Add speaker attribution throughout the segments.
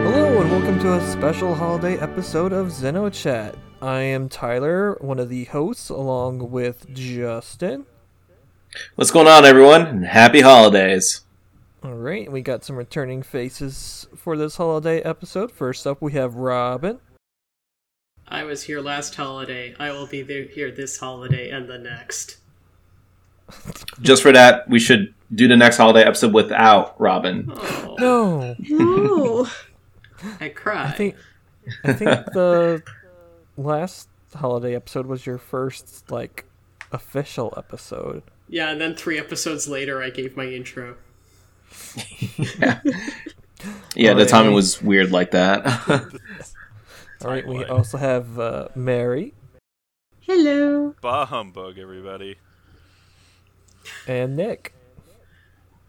Speaker 1: welcome to a special holiday episode of XenoChat. I am Tyler, one of the hosts, along with Justin.
Speaker 2: What's going on, everyone? And happy holidays.
Speaker 1: All right, we got some returning faces for this holiday episode. First up, we have Robin.
Speaker 3: I was here last holiday. I will be there here this holiday and the next.
Speaker 2: Just for that, we should do the next holiday episode without Robin.
Speaker 3: Oh,
Speaker 1: No,
Speaker 4: Ooh.
Speaker 3: I cried.
Speaker 1: I think I think the last holiday episode was your first like official episode.
Speaker 3: Yeah, and then three episodes later, I gave my intro.
Speaker 2: Yeah, the
Speaker 1: Alright.
Speaker 2: timing was weird like that.
Speaker 1: All right, we also have uh, Mary
Speaker 4: Hello.
Speaker 5: Bah humbug, everybody.
Speaker 1: and Nick.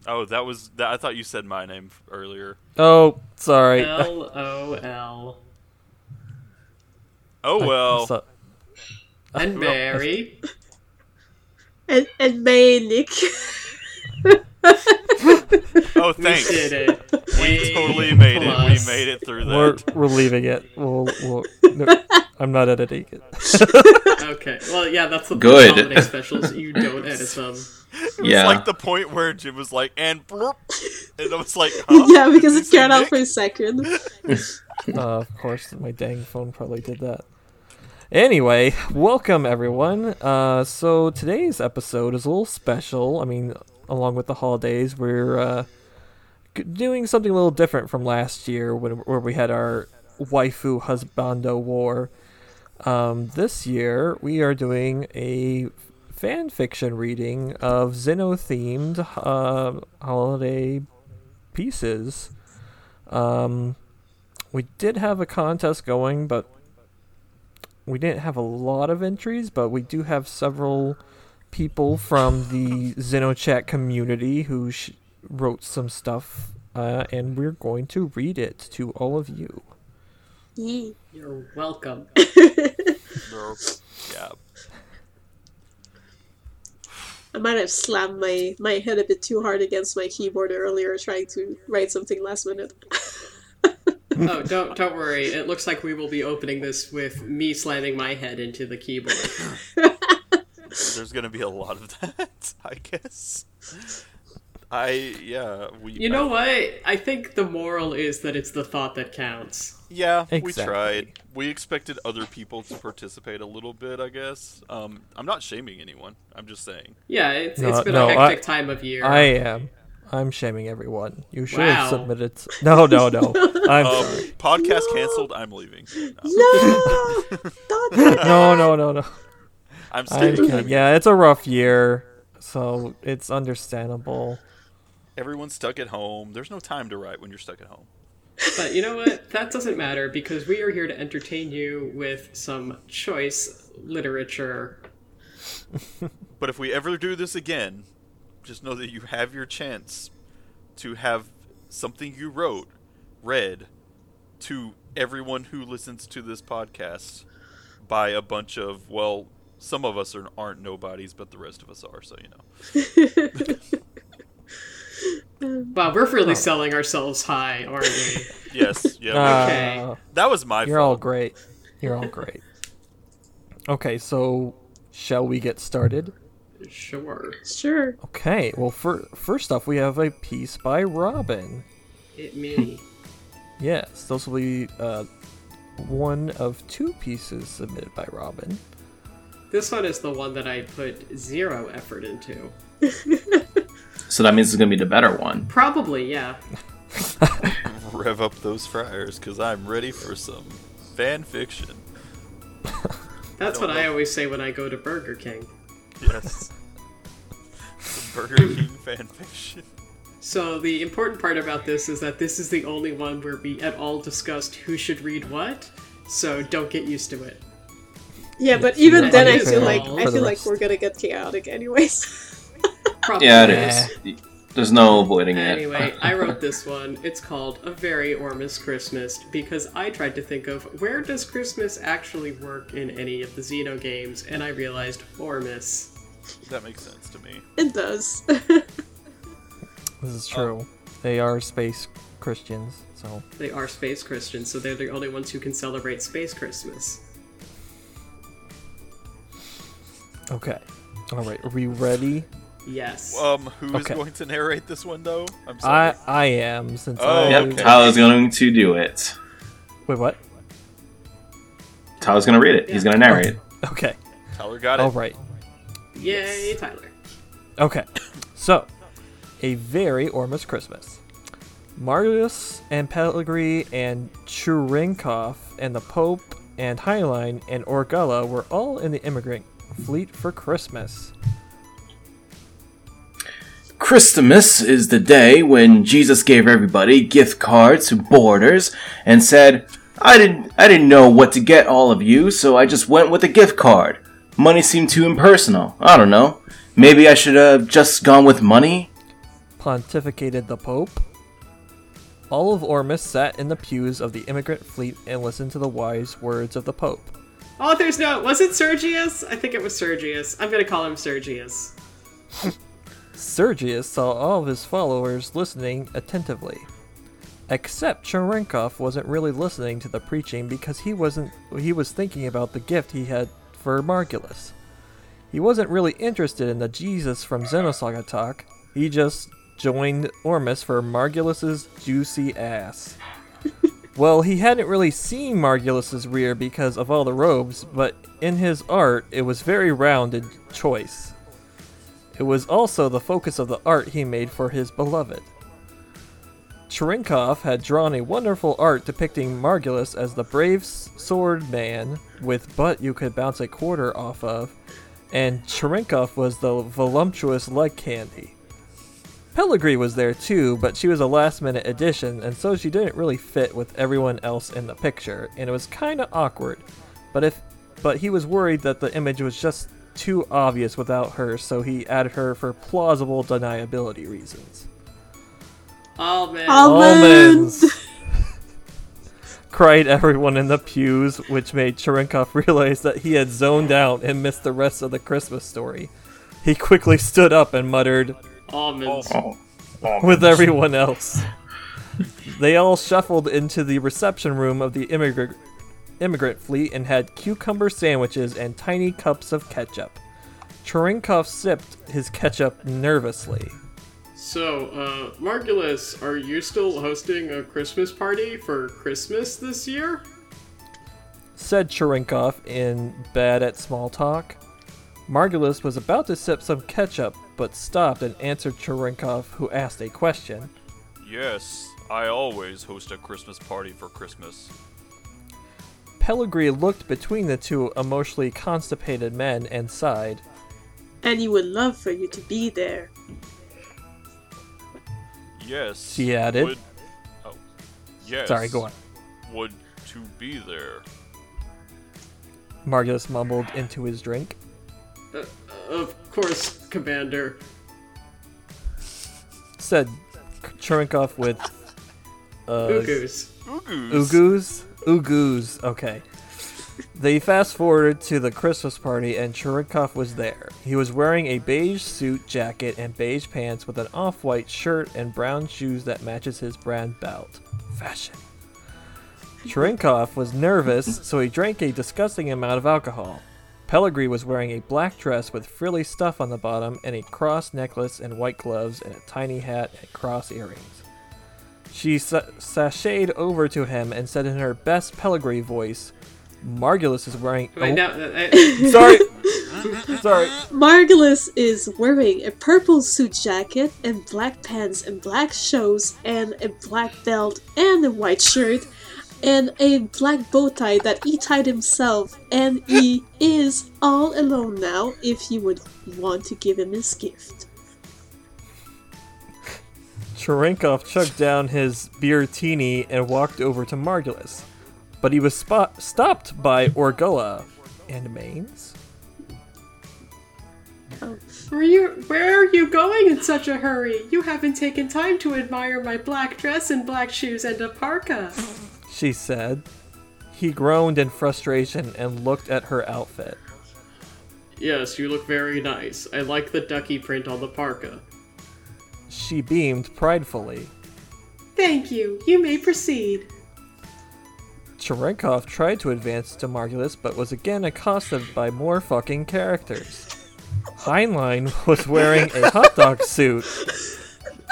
Speaker 5: Oh, that was. That, I thought you said my name f- earlier.
Speaker 1: Oh, sorry.
Speaker 3: L O L.
Speaker 5: Oh well.
Speaker 1: So-
Speaker 3: And Mary.
Speaker 4: And, and May and Nick.
Speaker 5: Oh,
Speaker 3: We
Speaker 5: thanks.
Speaker 3: did it. We
Speaker 5: Totally made it.
Speaker 3: plus.
Speaker 5: We made it through
Speaker 1: we're
Speaker 5: that.
Speaker 1: we're leaving it. We'll, we'll no, I'm not editing it.
Speaker 3: Okay. Well, yeah, that's the
Speaker 2: Good.
Speaker 3: point of holiday specials. You don't edit them.
Speaker 5: It
Speaker 2: Yeah.
Speaker 5: was like the point where Jim was like, and blurp, and I was like, huh?
Speaker 4: yeah,
Speaker 5: Did
Speaker 4: because
Speaker 5: you
Speaker 4: it
Speaker 5: say
Speaker 4: got out
Speaker 5: Nick?
Speaker 4: for a second.
Speaker 1: Uh, of course, my dang phone probably did that. Anyway, welcome everyone. Uh, so today's episode is a little special. I mean, along with the holidays, we're uh, g- doing something a little different from last year when where we had our waifu husbando war. Um, this year, we are doing a fan fiction reading of Xeno themed uh, holiday pieces. Um, we did have a contest going, but we didn't have a lot of entries, but we do have several people from the XenoChat community who sh- wrote some stuff, uh, and we're going to read it to all of you.
Speaker 4: Yee.
Speaker 3: You're welcome.
Speaker 5: Blurp. Yeah.
Speaker 4: I might have slammed my, my head a bit too hard against my keyboard earlier trying to write something last minute.
Speaker 3: Oh, don't don't worry. It looks like we will be opening this with me slamming my head into the keyboard.
Speaker 5: There's gonna be a lot of that, I guess. I yeah. We. uh,
Speaker 3: You know what? I think the moral is that it's the thought that counts.
Speaker 5: Yeah, we
Speaker 1: Exactly.
Speaker 5: tried. We expected other people to participate a little bit, I guess. Um, I'm not shaming anyone. I'm just saying.
Speaker 3: Yeah, it's,
Speaker 1: No,
Speaker 3: it's been
Speaker 1: no,
Speaker 3: a
Speaker 1: I-
Speaker 3: hectic time of year.
Speaker 1: I am. I'm shaming everyone. You should have
Speaker 3: Wow.
Speaker 1: submitted. s- No, no, no. I'm
Speaker 5: Um,
Speaker 1: sorry.
Speaker 5: podcast
Speaker 4: No.
Speaker 5: canceled. I'm leaving. No.
Speaker 4: No! Not that.
Speaker 1: No, no, no, no.
Speaker 5: I'm
Speaker 1: I'm
Speaker 5: staying.
Speaker 1: kidding. Yeah, it's a rough year, so it's understandable.
Speaker 5: Everyone's stuck at home. There's no time to write when you're stuck at home.
Speaker 3: But you know what? That doesn't matter because we are here to entertain you with some choice literature.
Speaker 5: But if we ever do this again, just know that you have your chance to have something you wrote read to everyone who listens to this podcast by a bunch of well, some of us are, aren't nobodies, but the rest of us are. So you know,
Speaker 3: Wow, we're really selling ourselves high, aren't we?
Speaker 5: yes, yeah,
Speaker 1: Uh,
Speaker 3: Okay.
Speaker 5: that was my
Speaker 1: You're all
Speaker 5: fault.
Speaker 1: great. You're all great. Okay, so shall we get started?
Speaker 3: Sure.
Speaker 4: Sure.
Speaker 1: Okay, well, fir- first off, we have a piece by Robin.
Speaker 3: It me.
Speaker 1: Yes, those will be uh, one of two pieces submitted by Robin.
Speaker 3: This one is the one that I put zero effort into.
Speaker 2: so that means it's gonna be the better one.
Speaker 3: Probably, yeah.
Speaker 5: Rev up those fryers because I'm ready for some fan fiction.
Speaker 3: That's what I always say when I go to Burger King.
Speaker 5: Yes, some Burger King fan fiction.
Speaker 3: So the important part about this is that this is the only one where we at all discussed who should read what. So don't get used to it.
Speaker 4: Yeah, but even then, I
Speaker 3: Unfair
Speaker 4: feel like
Speaker 3: for
Speaker 4: I
Speaker 1: the
Speaker 4: feel like
Speaker 1: rest.
Speaker 4: we're gonna get chaotic, anyways.
Speaker 3: Probably.
Speaker 2: Yeah, it is. There's no avoiding it.
Speaker 3: Anyway, I wrote this one. It's called A Very Ormus Christmas because I tried to think of where does Christmas actually work in any of the Xeno games, and I realized Ormus.
Speaker 5: That makes sense to me.
Speaker 4: it does.
Speaker 1: This is true. They Uh, are space Christians, so
Speaker 3: They are space Christians, so they're the only ones who can celebrate space Christmas.
Speaker 1: okay. All right, are we ready?
Speaker 3: Yes.
Speaker 5: Um, who is
Speaker 1: Okay.
Speaker 5: going to narrate this one though? I'm sorry.
Speaker 1: I I am since I
Speaker 5: Oh, yeah.
Speaker 2: Yep,
Speaker 5: Okay.
Speaker 2: Tyler's going to do it.
Speaker 1: wait what?
Speaker 2: Tyler's going to read it. He's going to narrate.
Speaker 1: Okay,
Speaker 5: Tyler got it.
Speaker 1: all right.
Speaker 3: Yay, Tyler.
Speaker 1: Okay, so a very Ormus Christmas. Marius and Pellegrini and Churinkov and the Pope and Highline and Orgella were all in the immigrant fleet for Christmas.
Speaker 2: Christmas is the day when Jesus gave everybody gift cards to boarders and said, "I didn't I didn't know what to get all of you, so I just went with a gift card. Money seemed too impersonal. I don't know. Maybe I should have just gone with money."
Speaker 1: pontificated the Pope. All of Ormus sat in the pews of the immigrant fleet and listened to the wise words of the Pope.
Speaker 3: Author's note. Was it Sergius? I think it was Sergius. I'm going to call him Sergius.
Speaker 1: Sergius saw all of his followers listening attentively. Except Cherenkov wasn't really listening to the preaching because he wasn't he was thinking about the gift he had for Margulis. He wasn't really interested in the Jesus from Xenosaga talk. He just joined Ormus for Margulis's juicy ass. well, he hadn't really seen Margulis's rear because of all the robes, but in his art it was very rounded choice. It was also the focus of the art he made for his beloved. Cherenkov had drawn a wonderful art depicting Margulis as the brave s- sword man with butt you could bounce a quarter off of, and Cherenkov was the voluptuous leg candy. Pellegrini was there too, but she was a last minute addition, and so she didn't really fit with everyone else in the picture, and it was kinda awkward. But if but he was worried that the image was just too obvious without her, so he added her for plausible deniability reasons.
Speaker 3: Almond.
Speaker 4: Al- Almonds!
Speaker 1: Almonds! cried everyone in the pews, which made Cherenkov realize that he had zoned out and missed the rest of the Christmas story. He quickly stood up and muttered,
Speaker 3: Almonds.
Speaker 2: Oh.
Speaker 1: with everyone else. they all shuffled into the reception room of the immigrant immigrant fleet and had cucumber sandwiches and tiny cups of ketchup. Cherenkov sipped his ketchup nervously.
Speaker 3: So, uh, Margulis, are you still hosting a Christmas party for Christmas this year?
Speaker 1: said Cherenkov in Bad at Small Talk. Margulis was about to sip some ketchup, but stopped and answered Cherenkov, who asked a question.
Speaker 5: Yes, I always host a Christmas party for Christmas.
Speaker 1: Pellegrini looked between the two emotionally constipated men and sighed.
Speaker 4: And he would love for you to be there.
Speaker 5: Yes.
Speaker 1: She added.
Speaker 5: Would, oh, yes.
Speaker 1: Sorry, go on.
Speaker 5: Would to be there.
Speaker 1: Margulis mumbled into his drink.
Speaker 3: Uh, of course, Commander.
Speaker 1: Said Cherenkov with uh,
Speaker 3: Ugus.
Speaker 5: Oogus.
Speaker 1: Ugus. Ugus. Okay. They fast forwarded to the Christmas party, and Cherenkov was there. He was wearing a beige suit jacket and beige pants with an off white shirt and brown shoes that matches his brand belt. Fashion. Cherenkov was nervous, so he drank a disgusting amount of alcohol. Pellegrini was wearing a black dress with frilly stuff on the bottom and a cross necklace and white gloves and a tiny hat and cross earrings. She sa- sashayed over to him and said in her best Pellegrini voice, Margulis is wearing.
Speaker 3: Wait,
Speaker 1: oh,
Speaker 3: no, uh, uh,
Speaker 1: Sorry! Sorry.
Speaker 4: Margulis is wearing a purple suit jacket and black pants and black shoes and a black belt and a white shirt and a black bow tie that he tied himself and he is all alone now if you would want to give him his gift.
Speaker 1: Cherenkov chugged down his beer teeny and walked over to Margulis, but he was spot- stopped by Orgola and Mains.
Speaker 3: were you, where are you going in such a hurry? You haven't taken time to admire my black dress and black shoes and a parka.
Speaker 1: she said. He groaned in frustration and looked at her outfit.
Speaker 3: Yes, you look very nice. I like the ducky print on the parka.
Speaker 1: She beamed pridefully.
Speaker 4: Thank you. You may proceed.
Speaker 1: Cherenkov tried to advance to Margulis, but was again accosted by more fucking characters. Heinlein was wearing a hot dog suit.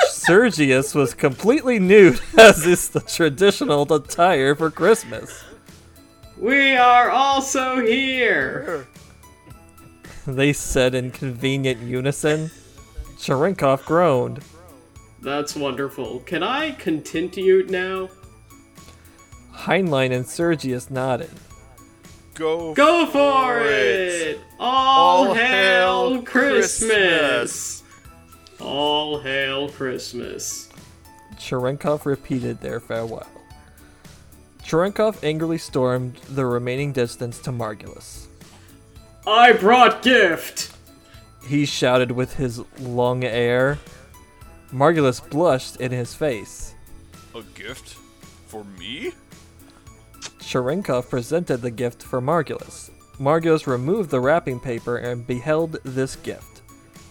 Speaker 1: Sergius was completely nude, as is the traditional attire for Christmas.
Speaker 3: We are also here.
Speaker 1: They said in convenient unison. Cherenkov groaned.
Speaker 3: That's wonderful. Can I continue now?
Speaker 1: Heinlein and Sergius nodded.
Speaker 5: Go.
Speaker 3: Go for it! All,
Speaker 5: All
Speaker 3: hail,
Speaker 5: hail
Speaker 3: Christmas! All hail Christmas.
Speaker 1: Cherenkov repeated their farewell. Cherenkov angrily stormed the remaining distance to Margulis.
Speaker 3: I brought gift!
Speaker 1: He shouted with his lung air. Margulis blushed in his face.
Speaker 5: A gift for me?
Speaker 1: Cherenkov presented the gift for Margulis. Margulis removed the wrapping paper and beheld this gift.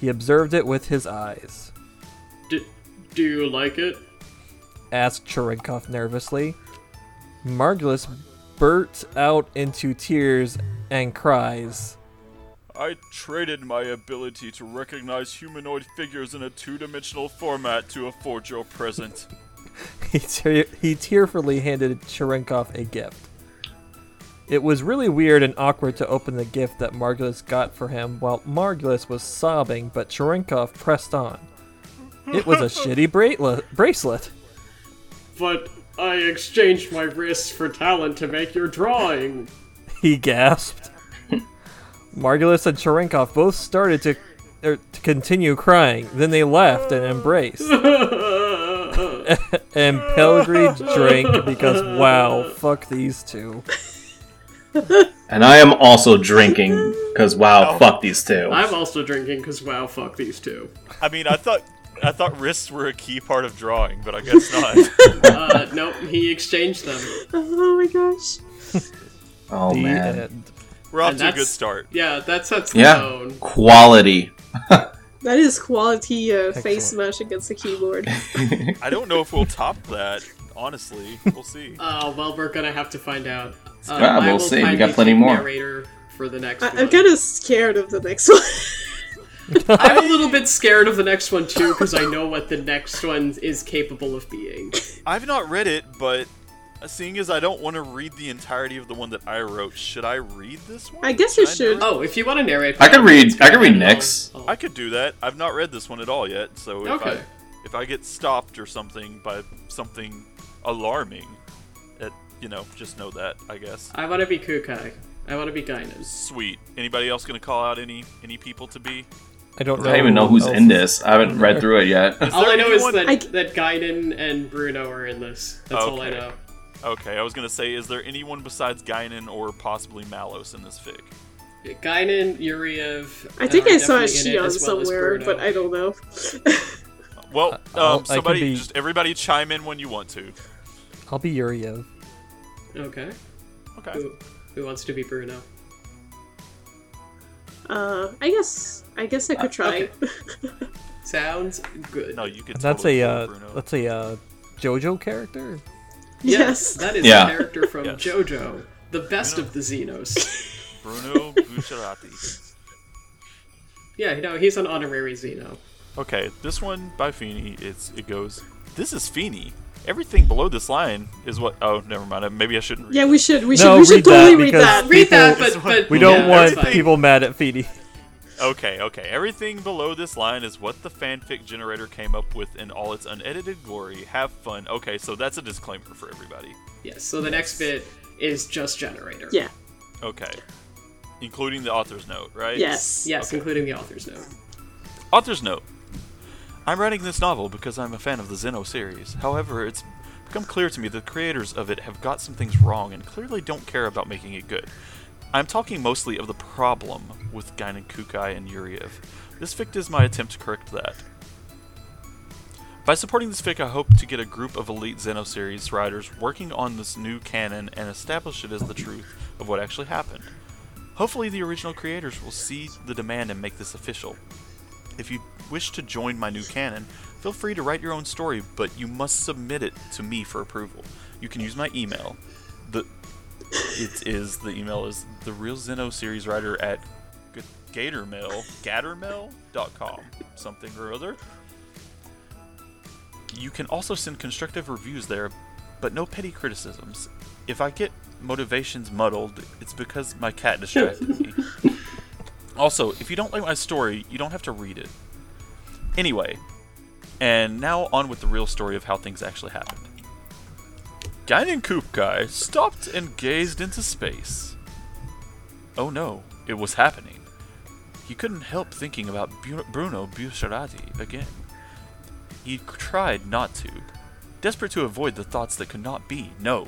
Speaker 1: He observed it with his eyes.
Speaker 3: D- do you like it?
Speaker 1: asked Cherenkov nervously. Margulis burst out into tears and cries.
Speaker 5: I traded my ability to recognize humanoid figures in a two-dimensional format to afford your present.
Speaker 1: He, te- he tearfully handed Cherenkov a gift. It was really weird and awkward to open the gift that Margulis got for him while Margulis was sobbing, but Cherenkov pressed on. It was a shitty braitlet- bracelet.
Speaker 3: But I exchanged my wrists for talent to make your drawing.
Speaker 1: he gasped. Margulis and Cherenkov both started to, er, to continue crying. Then they laughed and embraced. and Pellegrini drank because, wow, fuck these two.
Speaker 2: And I am also drinking because
Speaker 5: Oh.
Speaker 2: wow, fuck these two.
Speaker 3: I'm also drinking because wow, fuck these two.
Speaker 5: I mean, I thought I thought wrists were a key part of drawing, but I guess not.
Speaker 3: Uh, nope, he exchanged them.
Speaker 4: Oh my gosh.
Speaker 2: Oh
Speaker 1: The
Speaker 2: man,
Speaker 1: end.
Speaker 5: We're off
Speaker 3: And
Speaker 5: to a good
Speaker 3: that's-
Speaker 5: start.
Speaker 3: Yeah, that sets the
Speaker 2: yeah,
Speaker 3: tone.
Speaker 2: quality.
Speaker 4: That is quality uh, face
Speaker 1: Excellent.
Speaker 4: smash against the keyboard.
Speaker 5: I don't know if we'll top that. Honestly, we'll see.
Speaker 4: Uh,
Speaker 3: Oh, well, we're gonna have to find out. Uh,
Speaker 2: Yeah,
Speaker 3: I
Speaker 2: we'll
Speaker 3: will
Speaker 2: see. We
Speaker 3: find
Speaker 2: got
Speaker 3: the
Speaker 2: plenty more.
Speaker 3: Narrator for the next
Speaker 4: I-
Speaker 3: one.
Speaker 4: I'm kind of scared of the next one.
Speaker 3: I'm a little bit scared of the next one too because I know what the next one is capable of being.
Speaker 5: I've not read it, but seeing as I don't want to read the entirety of the one that I wrote, should I read this one?
Speaker 4: I guess you
Speaker 5: Should
Speaker 4: should. Oh.
Speaker 5: narrate-
Speaker 3: Oh, if you want to narrate,
Speaker 2: I can read-
Speaker 3: that's
Speaker 2: I can read
Speaker 3: fine.
Speaker 2: Nick's.
Speaker 3: I'll-
Speaker 5: I could do that. I've not read this one at all yet, so if
Speaker 3: Okay.
Speaker 5: I if I get stopped or something by something alarming, it, you know, just know that, I
Speaker 4: Uh.
Speaker 5: guess.
Speaker 3: I want to be Kukai. I want to be Gainen.
Speaker 5: Sweet. Anybody else going to call out any any people to be?
Speaker 1: I don't
Speaker 5: I
Speaker 1: know.
Speaker 2: I don't even know who's
Speaker 1: else
Speaker 2: in
Speaker 1: is-
Speaker 2: this. I haven't read through it yet.
Speaker 3: All I know is
Speaker 5: anyone-
Speaker 3: that
Speaker 4: I-
Speaker 3: that Gaiden and Bruno are in this. That's all I
Speaker 5: Okay.
Speaker 3: know.
Speaker 5: Okay, I was going to say is there anyone besides Guinan or possibly Malos in this fic?
Speaker 3: Gaiden, Yuriev.
Speaker 4: I think
Speaker 3: are
Speaker 4: I saw a
Speaker 3: definitely in it,
Speaker 4: Shion
Speaker 3: as well as
Speaker 4: somewhere,
Speaker 3: Bruno.
Speaker 4: but I don't know.
Speaker 5: Well,
Speaker 1: I'll- I
Speaker 5: um,
Speaker 1: can
Speaker 5: somebody
Speaker 1: be-
Speaker 5: just everybody chime in when you want to.
Speaker 1: I'll be E Yuriev.
Speaker 3: Okay.
Speaker 5: Okay.
Speaker 3: Who, who wants to be Bruno?
Speaker 4: Uh, I guess I guess I
Speaker 3: Uh,
Speaker 4: could try.
Speaker 3: Sounds good.
Speaker 5: No, you could.
Speaker 1: That's
Speaker 5: totally
Speaker 1: a
Speaker 5: pull
Speaker 1: uh,
Speaker 5: Bruno.
Speaker 1: that's a uh, JoJo character.
Speaker 4: yes.
Speaker 3: that is
Speaker 2: Yeah.
Speaker 3: a character from
Speaker 5: Yes.
Speaker 3: JoJo, the best of the Xenos.
Speaker 5: Bruno Bucciarati.
Speaker 3: yeah, no, he's an honorary Xeno.
Speaker 5: Okay, this one by Feeney, it's it goes. This is Feeney. Everything below this line is what. Oh, never mind. Maybe I shouldn't. Read
Speaker 4: yeah, we should. We should.
Speaker 1: No,
Speaker 4: we should
Speaker 1: read that,
Speaker 4: totally read
Speaker 1: because-
Speaker 4: that.
Speaker 3: Read that,
Speaker 1: People-
Speaker 3: but, but
Speaker 1: We don't
Speaker 3: yeah, that's
Speaker 1: want
Speaker 3: fine.
Speaker 1: people mad at Feedy.
Speaker 5: Okay, okay. Everything below this line is what the fanfic generator came up with in all its unedited glory. Have fun. Okay, so that's a disclaimer for everybody.
Speaker 3: Yes. So the next bit is just generator.
Speaker 4: Yeah.
Speaker 5: Okay, including the author's note, right?
Speaker 4: Yes.
Speaker 3: Yes, including the author's note.
Speaker 5: Author's note. I'm writing this novel because I'm a fan of the Zeno series. However, it's become clear to me the creators of it have got some things wrong and clearly don't care about making it good. I'm talking mostly of the problem with Guinan Kukai and Yuriev. This fic is my attempt to correct that. By supporting this fic, I hope to get a group of elite Xeno series writers working on this new canon and establish it as the truth of what actually happened. Hopefully, the original creators will see the demand and make this official. If you wish to join my new canon, feel free to write your own story, but you must submit it to me for approval. You can use my email. The it is the email is the real Zeno series writer at g- Gatormail Gatormail.com something or other. You can also send constructive reviews there, but no petty criticisms. If I get motivations muddled, it's because my cat distracted me. Also, if you don't like my story, you don't have to read it. Anyway, and now on with the real story of how things actually happened. Gainen Kupkai stopped and gazed into space. Oh no, it was happening. He couldn't help thinking about Bu- Bruno Bucciarati again. He c- tried not to, desperate to avoid the thoughts that could not be, no,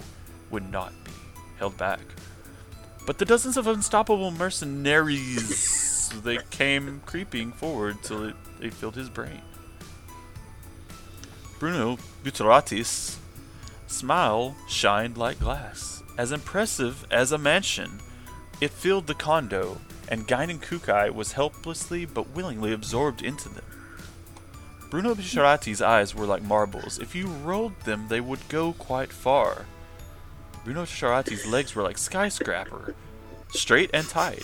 Speaker 5: would not be, held back. But the dozens of unstoppable mercenaries they came creeping forward till it, they filled his brain. Bruno Bucciarati's smile shined like glass, as impressive as a mansion. It filled the condo, and Guinan Kukai was helplessly but willingly absorbed into them. Bruno Bisharati's eyes were like marbles. If you rolled them, they would go quite far. Bruno Bisharati's legs were like skyscraper, straight and tight.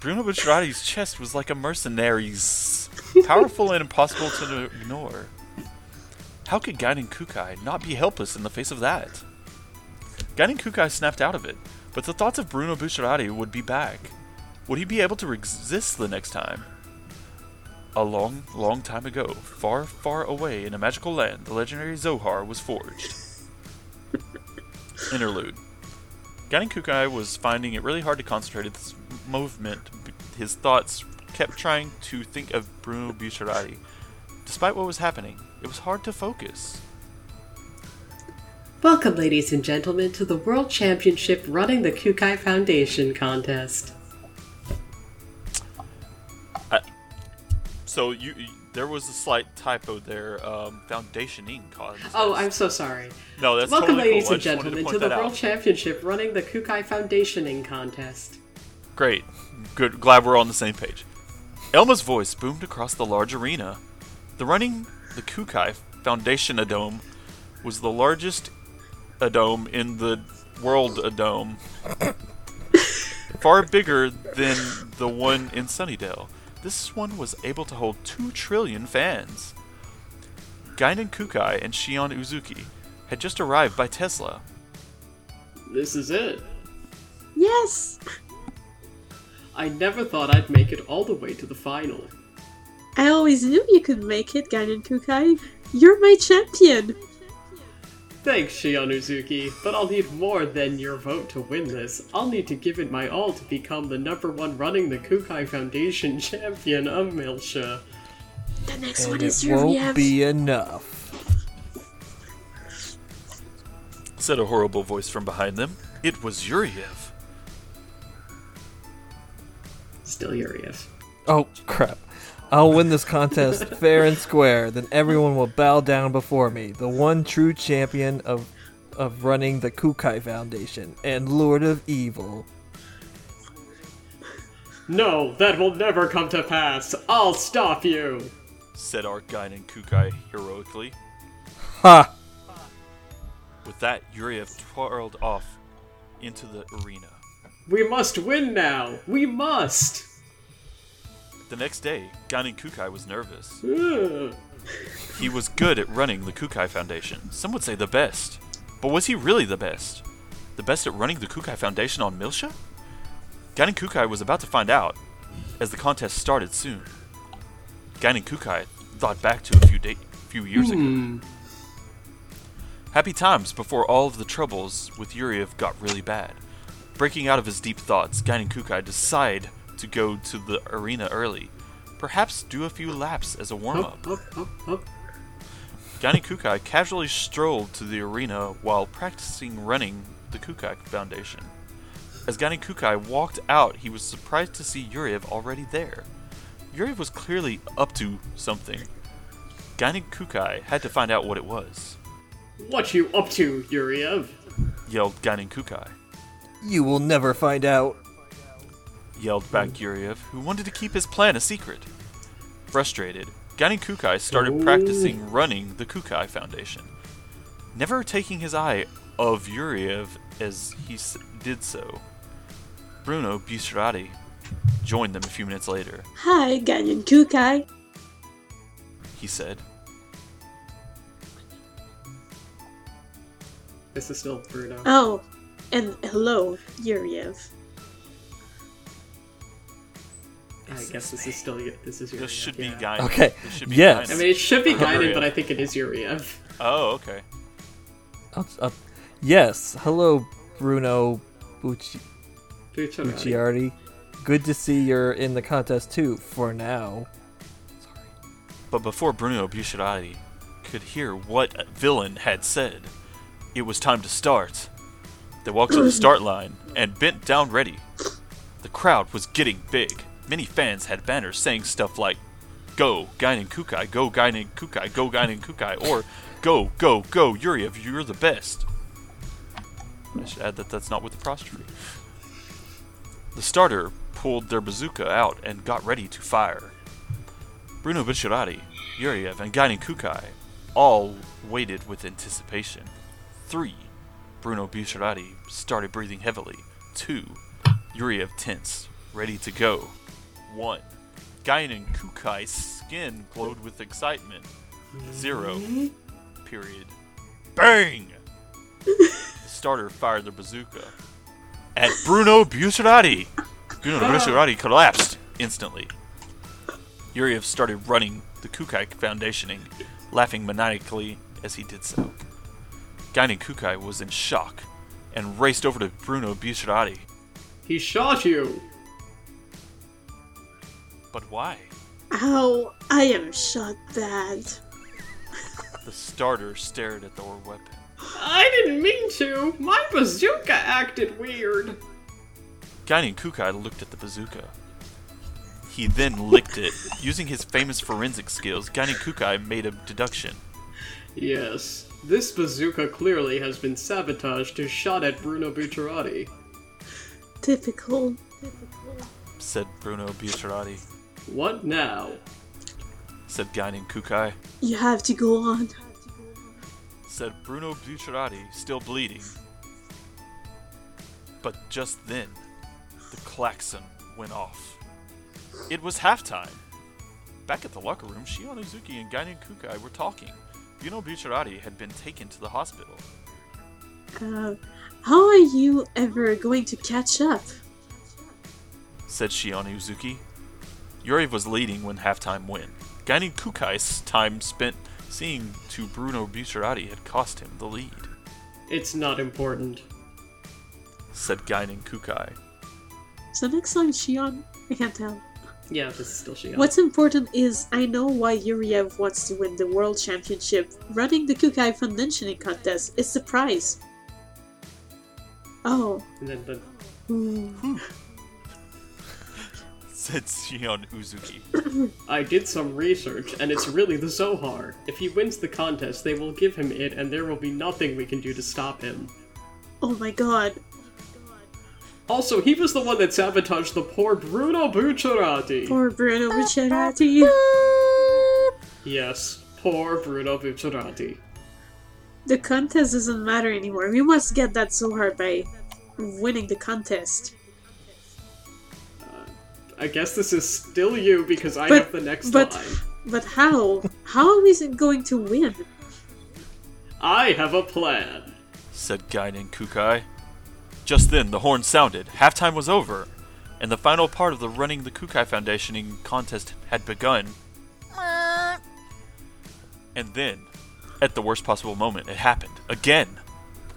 Speaker 5: Bruno Bisharati's chest was like a mercenary's, powerful and impossible to ignore. How could Gaiden Kukai not be helpless in the face of that? Gaiden Kukai snapped out of it, but the thoughts of Bruno Bucciarati would be back. Would he be able to resist the next time? A long, long time ago, far, far away in a magical land, the legendary Zohar was forged. Interlude. Gaiden Kukai was finding it really hard to concentrate its movement. His thoughts kept trying to think of Bruno Bucciarati. Despite what was happening, it was hard to focus.
Speaker 3: Welcome, ladies and gentlemen, to the World Championship Running the Kukai Foundation contest.
Speaker 5: So you, you- there was a slight typo there. Um, foundationing cause.
Speaker 3: Oh, I'm so sorry.
Speaker 5: No, that's
Speaker 3: Welcome,
Speaker 5: totally
Speaker 3: ladies
Speaker 5: cool. I
Speaker 3: and
Speaker 5: just wanted to
Speaker 3: gentlemen, to,
Speaker 5: point
Speaker 3: the
Speaker 5: that
Speaker 3: World
Speaker 5: out.
Speaker 3: Championship Running the Kukai Foundationing contest.
Speaker 5: Great. Good. Glad we're on the same page. Elma's voice boomed across the large arena. The running the Kukai Foundation Dome was the largest a dome in the world a dome. Far bigger than the one in Sunnydale. This one was able to hold 2 trillion fans. Gaiden Kukai and Shion Uzuki had just arrived by Tesla.
Speaker 3: This is it.
Speaker 4: Yes!
Speaker 3: I never thought I'd make it all the way to the final.
Speaker 4: I always knew you could make it, Gaiden Kukai. You're my champion!
Speaker 3: Thanks, Shionuzuki, but I'll need more than your vote to win this. I'll need to give it my all to become the number one running the Kukai Foundation champion of Milsha.
Speaker 4: The next
Speaker 1: And
Speaker 4: one
Speaker 1: it
Speaker 4: is
Speaker 1: won't
Speaker 4: Yuriev.
Speaker 1: be enough.
Speaker 5: said a horrible voice from behind them. It was Yuriev.
Speaker 3: Still E Yuriev.
Speaker 1: Oh crap! I'll win this contest fair and square. Then everyone will bow down before me, the one true champion of of running the Kukai Foundation and Lord of Evil.
Speaker 3: No, that will never come to pass. I'll stop you.
Speaker 5: said our and Kukai heroically.
Speaker 1: Ha!
Speaker 5: With that, Yuriev twirled off into the arena.
Speaker 3: We must win now. We must.
Speaker 5: The next day, and Kukai was nervous.
Speaker 3: Ugh.
Speaker 5: He was good at running the Kukai Foundation. Some would say the best. But was he really the best? The best at running the Kukai Foundation on Milsha? Gaiden Kukai was about to find out, as the contest started soon. Gaiden Kukai thought back to a few day- few years ago. Happy times before all of the troubles with Yuriev got really bad. Breaking out of his deep thoughts, Gaiden Kukai decided to go to the arena early. Perhaps do a few laps as a warm up.
Speaker 3: Up, up, up, up.
Speaker 5: Johnny Kukai casually strolled to the arena while practicing running the Kukai Foundation. As Johnny Kukai walked out, he was surprised to see Yuriev already there. Yuriev was clearly up to something. Johnny Kukai had to find out what it was,
Speaker 3: What you up to, Yuriev?
Speaker 5: yelled Johnny Kukai.
Speaker 1: You will never find out.
Speaker 5: Yelled back Yuriev, who wanted to keep his plan a secret. Frustrated, Gani Kukai started practicing running the Kukai Foundation, never taking his eye of Yuriev as he s- did so. Bruno Bucerati joined them a few minutes later.
Speaker 4: Hi, Ganyan Kukai.
Speaker 5: He said,
Speaker 3: This is still Bruno.
Speaker 4: Oh, and hello, Yuriev.
Speaker 3: I guess this is still y- this is Yuriev.
Speaker 5: "This should
Speaker 3: yeah.
Speaker 5: be Guy."
Speaker 1: Okay,
Speaker 5: This should be
Speaker 1: yes.
Speaker 5: Guy.
Speaker 3: I mean, it should be guided,
Speaker 5: Yuriev.
Speaker 3: but I think it is Yuriev.
Speaker 5: oh, okay.
Speaker 1: Up, up. Yes, hello, Bruno Bucci-
Speaker 3: Bucciarati.
Speaker 1: Bucciardi. Good to see you're in the contest too, for now.
Speaker 5: But before Bruno Bucerati could hear what villain had said, it was time to start. They walked to the start line and bent down ready. The crowd was getting big. Many fans had banners saying stuff like, Go, Guinan Kukai, go, Guinan Kukai, go, Guinan Kukai, or Go, go, go, Yuriev, you're the best. I should add that that's not with apostrophe. The starter pulled their bazooka out and got ready to fire. Bruno Bichirati, Yuriev, and Gaiden Kukai all waited with anticipation. Three, Bruno Bichirati started breathing heavily. Two, Yuriev tense, ready to go. One, Gaiden Kukai's skin glowed with excitement. Zero, period. Bang! the starter fired the bazooka at Bruno Bucerati. Bruno Bucerati collapsed instantly. Yuriev started running the Kukai Foundationing, laughing maniacally as he did so. Gaiden Kukai was in shock and raced over to Bruno Bucerati.
Speaker 3: He shot you.
Speaker 5: But why?
Speaker 4: Ow, I am shot bad.
Speaker 5: The starter stared at their weapon.
Speaker 3: I didn't mean to. My bazooka acted weird.
Speaker 5: Gaiden Kukai looked at the bazooka. He then licked it. Using his famous forensic skills, Gaiden Kukai made a deduction.
Speaker 3: Yes, this bazooka clearly has been sabotaged and shot at Bruno Bucciarati.
Speaker 4: Typical.
Speaker 5: Said Bruno Bucerati.
Speaker 3: What now?
Speaker 5: Said Gaiden Kukai.
Speaker 4: You have to go on.
Speaker 5: said Bruno Bucerati, still bleeding. But just then, the klaxon went off. It was halftime. Back at the locker room, Shion Uzuki and Gaiden Kukai were talking. Bruno Bucerati had been taken to the hospital.
Speaker 4: Uh, how are you ever going to catch up?
Speaker 5: said Shion Uzuki. Yuriev was leading when halftime went. Gaiden Kukai's time spent seeing to Bruno Bucerati had cost him the lead,
Speaker 3: It's not important.
Speaker 5: said Gaiden Kukai.
Speaker 4: So next time, Shion, I can't tell.
Speaker 3: Yeah, this is still Shion.
Speaker 4: What's important is I know why Yuriev wants to win the world championship. Running the Kukai Foundationing contest is the prize. Oh,
Speaker 3: And then the
Speaker 4: hmm.
Speaker 5: said Shion Uzuki.
Speaker 3: I did some research, and it's really the Zohar. If he wins the contest, they will give him it, and there will be nothing we can do to stop him.
Speaker 4: oh my god.
Speaker 3: Also, he was the one that sabotaged the poor Bruno Bucciarati.
Speaker 4: Poor Bruno Bucciarati.
Speaker 3: Yes, poor Bruno Bucciarati.
Speaker 4: The contest doesn't matter anymore. We must get that Zohar by winning the contest.
Speaker 3: I guess this is still you because I
Speaker 4: But-
Speaker 3: have the next
Speaker 4: but-
Speaker 3: line.
Speaker 4: But how? How are we going to win?
Speaker 3: I have a plan.
Speaker 5: said Gaiden Kukai. Just then, the horn sounded, halftime was over, and the final part of the Running the Kukai Foundationing contest had begun. And then, at the worst possible moment, it happened again.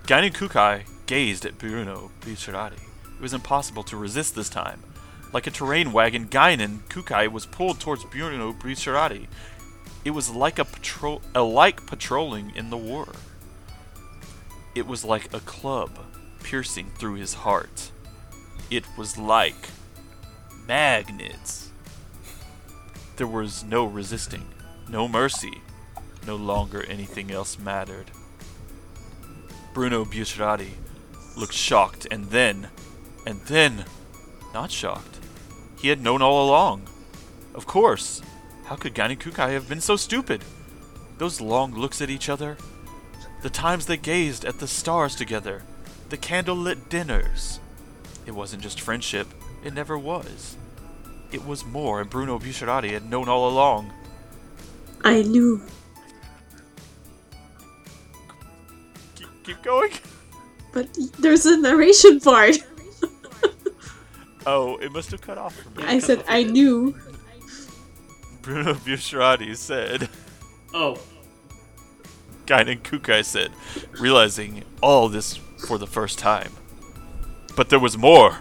Speaker 5: Gaiden Kukai gazed at Bruno Bucerati. It was impossible to resist this time. Like a terrain wagon, Gaiden Kukai was pulled towards Bruno Bucerati. It was like a patrol, alike patrolling in the war. It was like a club piercing through his heart. It was like magnets. There was no resisting, no mercy. No longer anything else mattered. Bruno Bucerati looked shocked and then, and then, not shocked. He had known all along. Of course. How could Gani Kukai have been so stupid? Those long looks at each other, the times they gazed at the stars together, the candlelit dinners. It wasn't just friendship, it never was. It was more, and Bruno Bucciarati had known all along.
Speaker 4: I knew.
Speaker 5: Keep, keep going.
Speaker 4: But there's a narration part.
Speaker 5: Oh, it must have cut off for me.
Speaker 4: I said I knew.
Speaker 5: Bruno Bucciarati said.
Speaker 3: Oh,
Speaker 5: Guinan Kukai said, realizing all this for the first time. But there was more.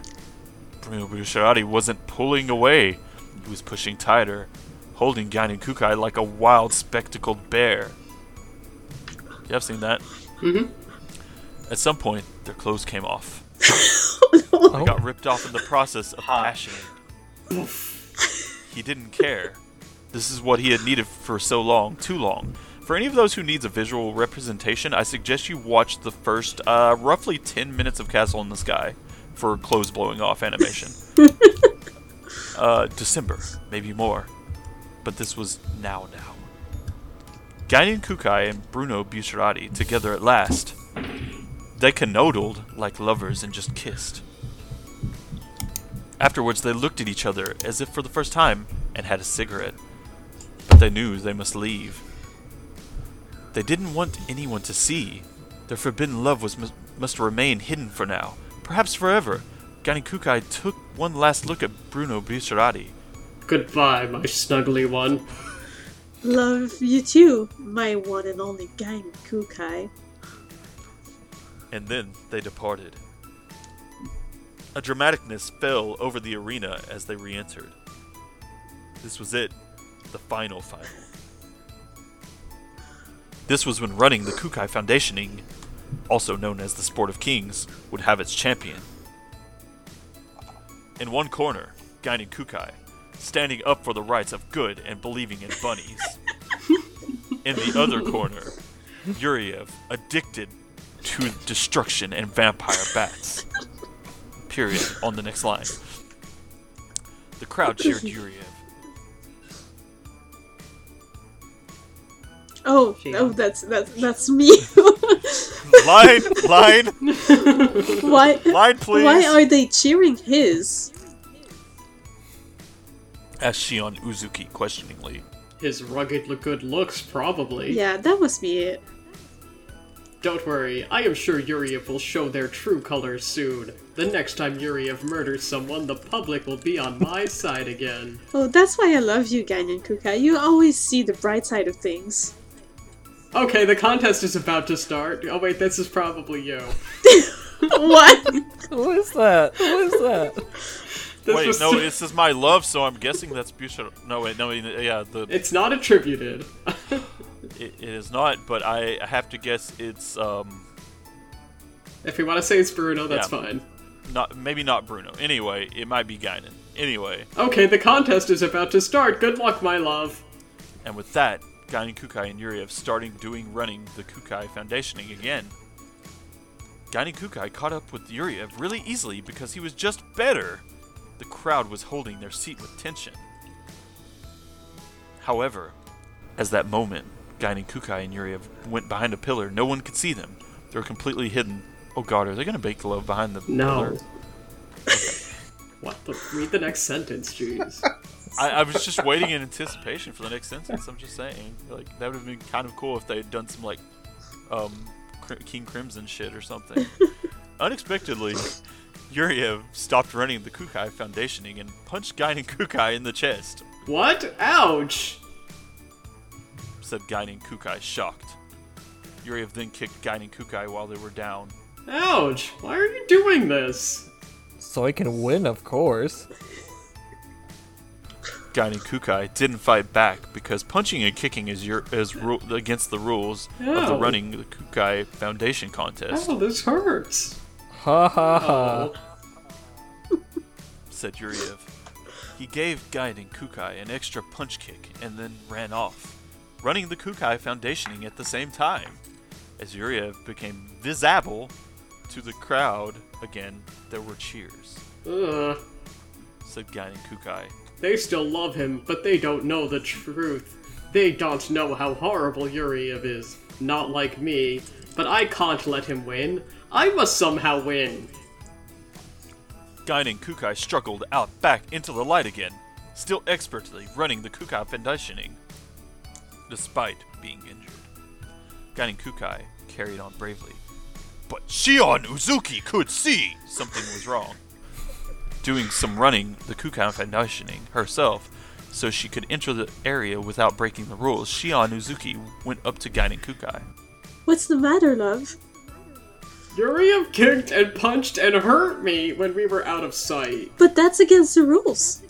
Speaker 5: Bruno Bucciarati wasn't pulling away, he was pushing tighter, holding Guinan Kukai like a wild, spectacled bear. You have seen that? Mm-hmm. At some point, their clothes came off. I got ripped off in the process of passion. he didn't care. This is what he had needed for so long, too long. For any of those who needs a visual representation, I suggest you watch the first uh, roughly 10 minutes of Castle in the Sky for clothes blowing off animation. uh, December, maybe more. But this was now now. Guinan Kukai and Bruno Bucciarati together at last. They canoodled like lovers and just kissed. Afterwards, they looked at each other as if for the first time and had a cigarette. But they knew they must leave. They didn't want anyone to see. Their forbidden love was must, must remain hidden for now, perhaps forever. Ganikukai took one last look at Bruno Bucciarati.
Speaker 3: goodbye, my snuggly one.
Speaker 4: Love you too, my one and only Gang Kukai.
Speaker 5: and then they departed. A dramaticness fell over the arena as they re entered. This was it, the final final. This was when running the Kukai Foundationing, also known as the Sport of Kings, would have its champion. In one corner, Guiding Kukai, standing up for the rights of good and believing in bunnies. in the other corner, Yuriev, addicted to destruction and vampire bats. Period. On the next line. The crowd cheered Yuriev.
Speaker 4: Oh, oh, that's that's that's me.
Speaker 5: Line, line,
Speaker 4: why?
Speaker 5: line, please.
Speaker 4: Why are they cheering his?
Speaker 5: Asked Shion Uzuki questioningly.
Speaker 3: His rugged look- good looks, probably.
Speaker 4: Yeah, that must be it.
Speaker 3: Don't worry, I am sure Yuriev will show their true colors soon. The next time Yuriev murders someone, the public will be on my side again.
Speaker 4: Oh, that's why I love you, Ganyan Kukai. You always see the bright side of things.
Speaker 3: Okay, the contest is about to start. Oh wait, this is probably you.
Speaker 4: what?
Speaker 1: Who is that? Who is that?
Speaker 3: This
Speaker 5: Wait,
Speaker 3: was-
Speaker 5: no, this is my love, so I'm guessing that's Bushiro. No, wait, no, yeah, the it,
Speaker 3: It's not attributed.
Speaker 5: it is not, but I have to guess it's um
Speaker 3: if we want to say it's Bruno, that's
Speaker 5: Yeah.
Speaker 3: fine.
Speaker 5: not maybe not Bruno. Anyway, it might be Guinan. Anyway,
Speaker 3: Okay, the contest is about to start. Good luck, my love.
Speaker 5: And with that, Gainin Kukai and Yuriev starting doing running the Kukai Foundationing again. Gainin Kukai caught up with Yuriev really easily because he was just better. The crowd was holding their seat with tension. However, as that moment, Gainin Kukai and Yuriev went behind a pillar, no one could see them. They were completely hidden. Oh god, are they gonna make love behind the
Speaker 3: No.
Speaker 5: pillar?
Speaker 3: What the? Read the next sentence, jeez.
Speaker 5: I, I was just waiting in anticipation for the next sentence. I'm just saying, like that would have been kind of cool if they had done some like um, Cri- King Crimson shit or something. Unexpectedly, Yuriev stopped running the Kukai foundationing and punched Guinan Kukai in the chest.
Speaker 3: what? Ouch!
Speaker 5: Said Guinan Kukai, shocked. Yuriev then kicked Guinan Kukai while they were down.
Speaker 3: Ouch! Why are you doing this?
Speaker 1: So I can win, of course.
Speaker 5: Guinan Kukai didn't fight back because punching and kicking is, your, is ru- against the rules of the
Speaker 3: Ow.
Speaker 5: running the Kukai foundation contest.
Speaker 3: Oh, this hurts.
Speaker 1: Ha ha ha.
Speaker 3: Oh.
Speaker 5: said Yuriev. He gave Gaiden Kukai an extra punch kick and then ran off, running the Kukai foundationing at the same time. As Yuriev became visible to the crowd again, there were cheers,
Speaker 3: Ugh.
Speaker 5: said Gaiden Kukai.
Speaker 3: uh, They still love him, but they don't know the truth. They don't know how horrible Yuriev is. Not like me. But I can't let him win. I must somehow win.
Speaker 5: Guining Kukai struggled out back into the light again, still expertly running the Kukai Fendaishining, despite being injured. Guining Kukai carried on bravely, but Shion Uzuki could see something was wrong. Doing some running, the Kukai Fendaishining herself, so she could enter the area without breaking the rules, Shion Uzuki went up to Guining Kukai.
Speaker 4: What's the matter, love?
Speaker 3: Yuriev kicked and punched and hurt me when we were out of sight.
Speaker 4: But that's against the rules.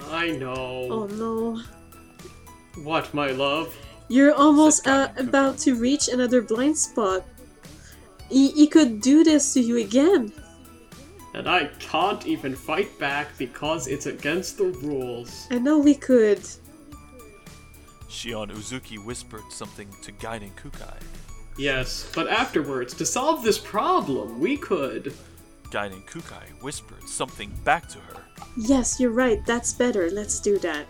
Speaker 3: Oh. I know.
Speaker 4: Oh no.
Speaker 3: What, my love?
Speaker 4: You're almost
Speaker 5: Said
Speaker 4: uh,
Speaker 5: Karen Cooper.
Speaker 4: about to reach another blind spot. He, he could do this to you again.
Speaker 3: And I can't even fight back because it's against the rules.
Speaker 4: I know we could.
Speaker 5: Shion Uzuki whispered something to Guiding Kukai.
Speaker 3: Yes, but afterwards, to solve this problem, we could.
Speaker 5: Guiding Kukai whispered something back to her.
Speaker 4: Yes, you're right. That's better. Let's do that.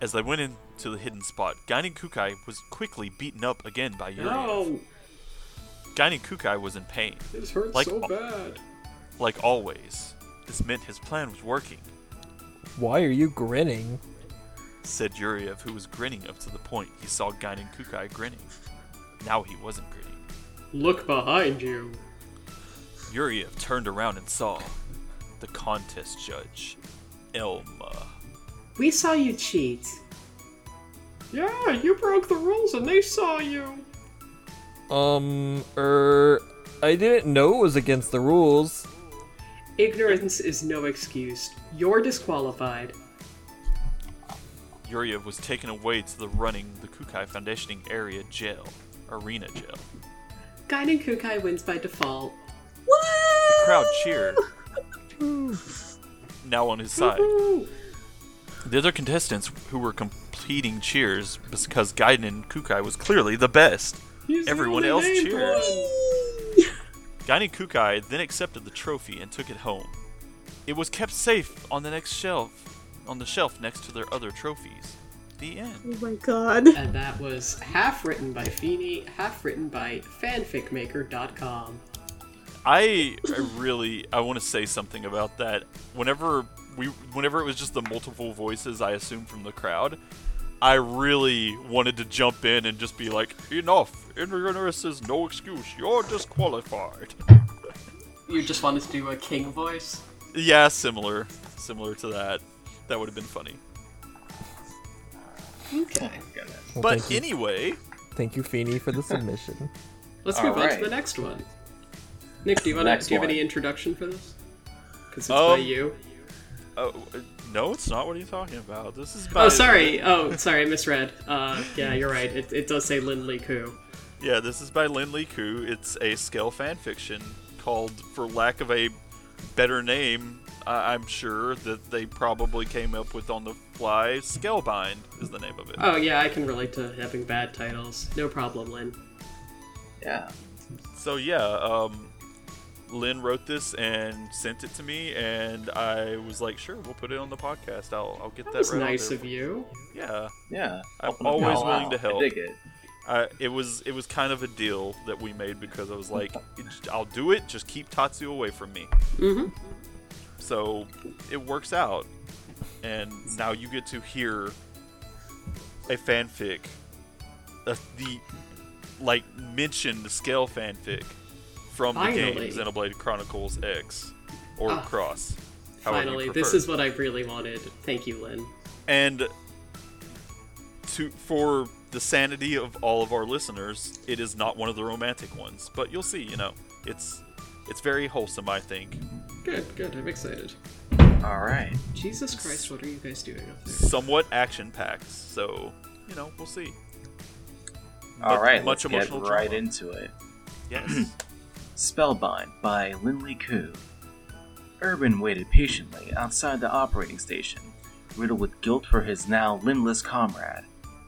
Speaker 5: As they went into the hidden spot, Guiding Kukai was quickly beaten up again by Yuri.
Speaker 3: No,
Speaker 5: Guiding Kukai was in pain,
Speaker 3: this hurts
Speaker 5: Like-
Speaker 3: so bad.
Speaker 5: like always. This meant his plan was working,
Speaker 1: Why are you grinning?
Speaker 5: said Yuriev, who was grinning up to the point he saw Guiding Kukai grinning. Now he wasn't grinning.
Speaker 3: Look behind you.
Speaker 5: Yuriev turned around and saw the contest judge, Elma.
Speaker 6: We saw you cheat.
Speaker 3: Yeah, you broke the rules and they saw you.
Speaker 1: Um, er, I didn't know it was against the rules.
Speaker 3: Ignorance is no excuse. You're disqualified.
Speaker 5: Yuriev was taken away to the running the Kukai Foundationing area jail, arena jail.
Speaker 3: Guiding Kukai wins by default.
Speaker 5: The crowd cheered. now on his side.
Speaker 3: Woo!
Speaker 5: The other contestants who were completing cheers because Gaiden Kukai was clearly the best.
Speaker 3: He's the
Speaker 5: Everyone
Speaker 3: only
Speaker 5: else
Speaker 3: named
Speaker 5: cheered.
Speaker 3: one.
Speaker 5: Gaiden Kukai then accepted the trophy and took it home. It was kept safe on the next shelf, on the shelf next to their other trophies. The end.
Speaker 4: Oh my god.
Speaker 3: And that was half written by Feeney, half written by fanficmaker.com.
Speaker 5: I, I really I want to say something about that. Whenever we whenever it was just the multiple voices I assume from the crowd, I really wanted to jump in and just be like, "Enough! Ignorance is no excuse. You're disqualified."
Speaker 3: You just wanted to do a king voice?
Speaker 5: Yeah, similar, similar to that. That would have been funny.
Speaker 3: Okay.
Speaker 1: Well,
Speaker 5: but
Speaker 1: thank you,
Speaker 5: anyway,
Speaker 1: thank you, Feeny, for the submission.
Speaker 3: Let's
Speaker 2: All
Speaker 3: move on
Speaker 2: right.
Speaker 3: to the next one. Nick, do you, wanna,
Speaker 2: Next
Speaker 3: do you have
Speaker 2: one.
Speaker 3: any introduction for this? Because it's by
Speaker 5: Um,
Speaker 3: you.
Speaker 5: oh, no, it's not what you're talking about. This is about
Speaker 3: Oh, sorry. Oh, sorry, I misread. Uh, yeah, you're right. It, it does say Lin Li Ku.
Speaker 5: Yeah, this is by Lin Li Ku. It's a scale fan fiction called, for lack of a better name, I I'm sure that they probably came up with on the fly. Scalebind is the name of it.
Speaker 3: Oh, yeah, I can relate to having bad titles. No problem, Lin.
Speaker 2: Yeah.
Speaker 5: So yeah, um, Lynn wrote this and sent it to me, and I was like, sure, we'll put it on the podcast. I'll, I'll get that.
Speaker 3: That was
Speaker 5: right out
Speaker 3: nice
Speaker 5: there.
Speaker 3: of you.
Speaker 5: Yeah,
Speaker 2: Yeah.
Speaker 5: I'm
Speaker 2: Helping
Speaker 5: always
Speaker 2: people
Speaker 5: willing
Speaker 2: out.
Speaker 5: to help.
Speaker 2: I dig it.
Speaker 5: I, it was it was kind of a deal that we made because I
Speaker 3: Mm-hmm.
Speaker 5: was like, I'll do it. Just keep Tatsu away from me.
Speaker 3: Mhm.
Speaker 5: So it works out, and now you get to hear a fanfic, a, the like mentioned scale fanfic from the
Speaker 3: Finally.
Speaker 5: game Xenoblade Chronicles X or
Speaker 3: Ah.
Speaker 5: Cross. however you
Speaker 3: Finally, this
Speaker 5: prefer
Speaker 3: is what I really wanted. Thank you, Lin.
Speaker 5: and to for the sanity of all of our listeners, it is not one of the romantic ones, but you'll see. You know, it's it's very wholesome, I think.
Speaker 3: Good, good. I'm excited.
Speaker 2: All right.
Speaker 3: Jesus Christ, what are you guys doing up there?
Speaker 5: Somewhat action packed, so you know, we'll see.
Speaker 2: All
Speaker 5: Mu-
Speaker 2: right. let's
Speaker 5: much
Speaker 2: get
Speaker 5: emotional
Speaker 2: right
Speaker 5: drama.
Speaker 2: into it.
Speaker 5: Yes.
Speaker 2: Spellbind by Linley Koo. Urban waited patiently outside the operating station, riddled with guilt for his now limbless comrade.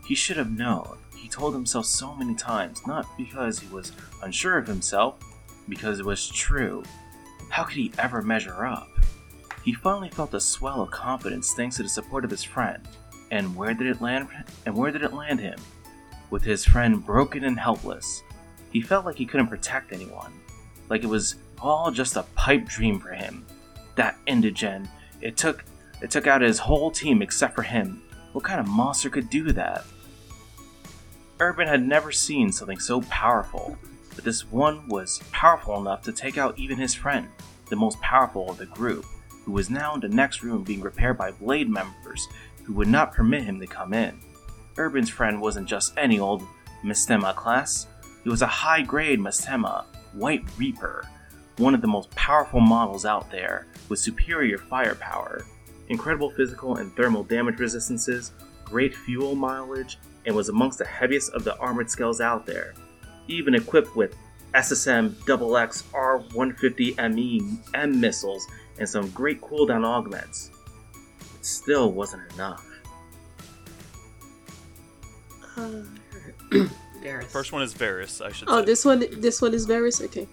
Speaker 2: He should have known. He told himself so many times, not because he was unsure of himself, because it was true. How could he ever measure up? He finally felt a swell of confidence thanks to the support of his friend. And where did it land? And where did it land him? With his friend broken and helpless, he felt like he couldn't protect anyone, like it was all just a pipe dream for him. That Indigen, it took it took out his whole team except for him. What kind of monster could do that? Urban had never seen something so powerful, but this one was powerful enough to take out even his friend, the most powerful of the group, who was now in the next room being repaired by Blade members who would not permit him to come in. Urban's friend wasn't just any old Mistema class, he was a high grade Mistema, White Reaper, one of the most powerful models out there, with superior firepower, incredible physical and thermal damage resistances, great fuel mileage, and was amongst the heaviest of the armored scales out there. Even equipped with SSM XX R150ME M missiles and some great cooldown augments, it still wasn't enough.
Speaker 4: Uh,
Speaker 3: Varys.
Speaker 5: First one is Varus, I should
Speaker 4: oh,
Speaker 5: say.
Speaker 4: this one, this one is Varys. Okay.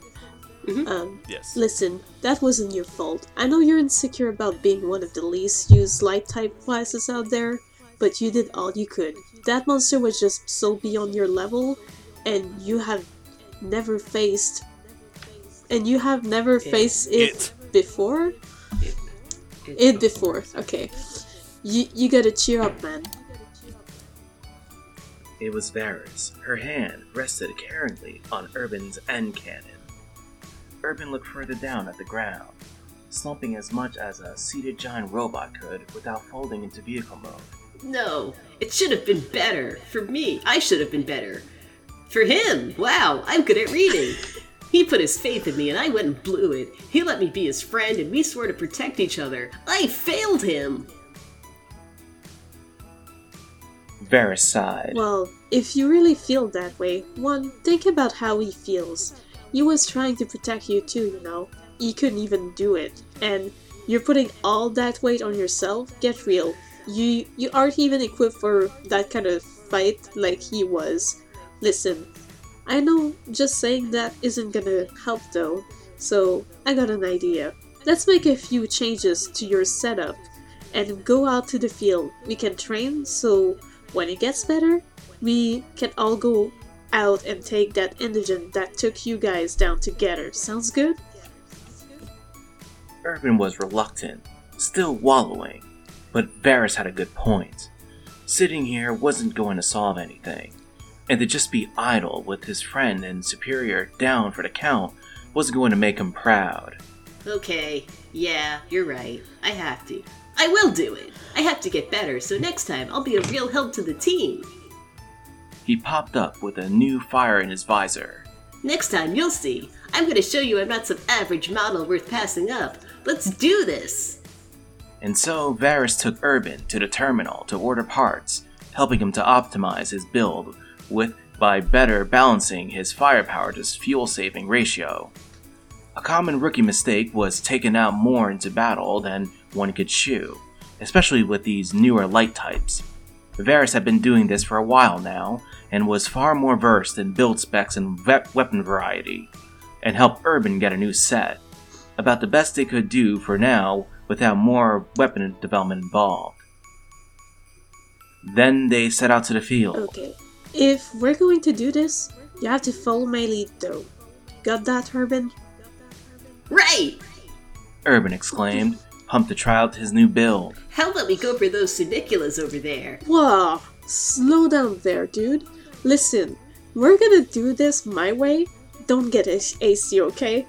Speaker 3: Mhm.
Speaker 4: Um,
Speaker 5: yes.
Speaker 4: listen, that wasn't your fault. I know you're insecure about being one of the least used light type classes out there, but you did all you could. That monster was just so beyond your level, and you have never faced, and you have never faced it,
Speaker 5: It.
Speaker 4: before. It before. Okay. You you gotta cheer up, man.
Speaker 2: It was Varys. Her hand rested caringly on Urban's end cannon. Urban looked further down at the ground, slumping as much as a seated giant robot could without folding into vehicle mode.
Speaker 7: No, it should have been better. For me, I should have been better. For him, wow, I'm good at reading. He put his faith in me and I went and blew it. He let me be his friend and we swore to protect each other. I failed him.
Speaker 2: Varys sighed.
Speaker 4: Well, if you really feel that way, one, think about how he feels. He was trying to protect you too, you know. He couldn't even do it. And you're putting all that weight on yourself? Get real. You you aren't even equipped for that kind of fight like he was. Listen, I know just saying that isn't gonna help though, so I got an idea. Let's make a few changes to your setup and go out to the field. We can train so when it gets better, we can all go out and take that indigen that took you guys down together. Sounds good?
Speaker 2: Urban was reluctant, still wallowing, but Varys had a good point. Sitting here wasn't going to solve anything, and to just be idle with his friend and superior down for the count wasn't going to make him proud.
Speaker 7: Okay, yeah, you're right. I have to. I will do it. I have to get better, so next time I'll be a real help to the team.
Speaker 2: He popped up with a new fire in his visor.
Speaker 7: Next time you'll see. I'm gonna show you I'm not some average model worth passing up. Let's do this!
Speaker 2: And so Varys took Urban to the terminal to order parts, helping him to optimize his build with by better balancing his firepower to fuel saving ratio. A common rookie mistake was taking out more into battle than one could chew, especially with these newer light types. Varys had been doing this for a while now, and was far more versed in build specs and ve- weapon variety, and helped Urban get a new set about the best they could do for now without more weapon development involved. Then they set out to the field.
Speaker 4: Okay. If we're going to do this, you have to follow my lead though. Got that, Urban?
Speaker 7: Right!
Speaker 2: Urban exclaimed, pumped to try out his new build.
Speaker 7: How about we go for those suniculas over there?
Speaker 4: Whoa! Slow down there, dude. Listen, we're gonna do this my way. Don't get a- AC, okay?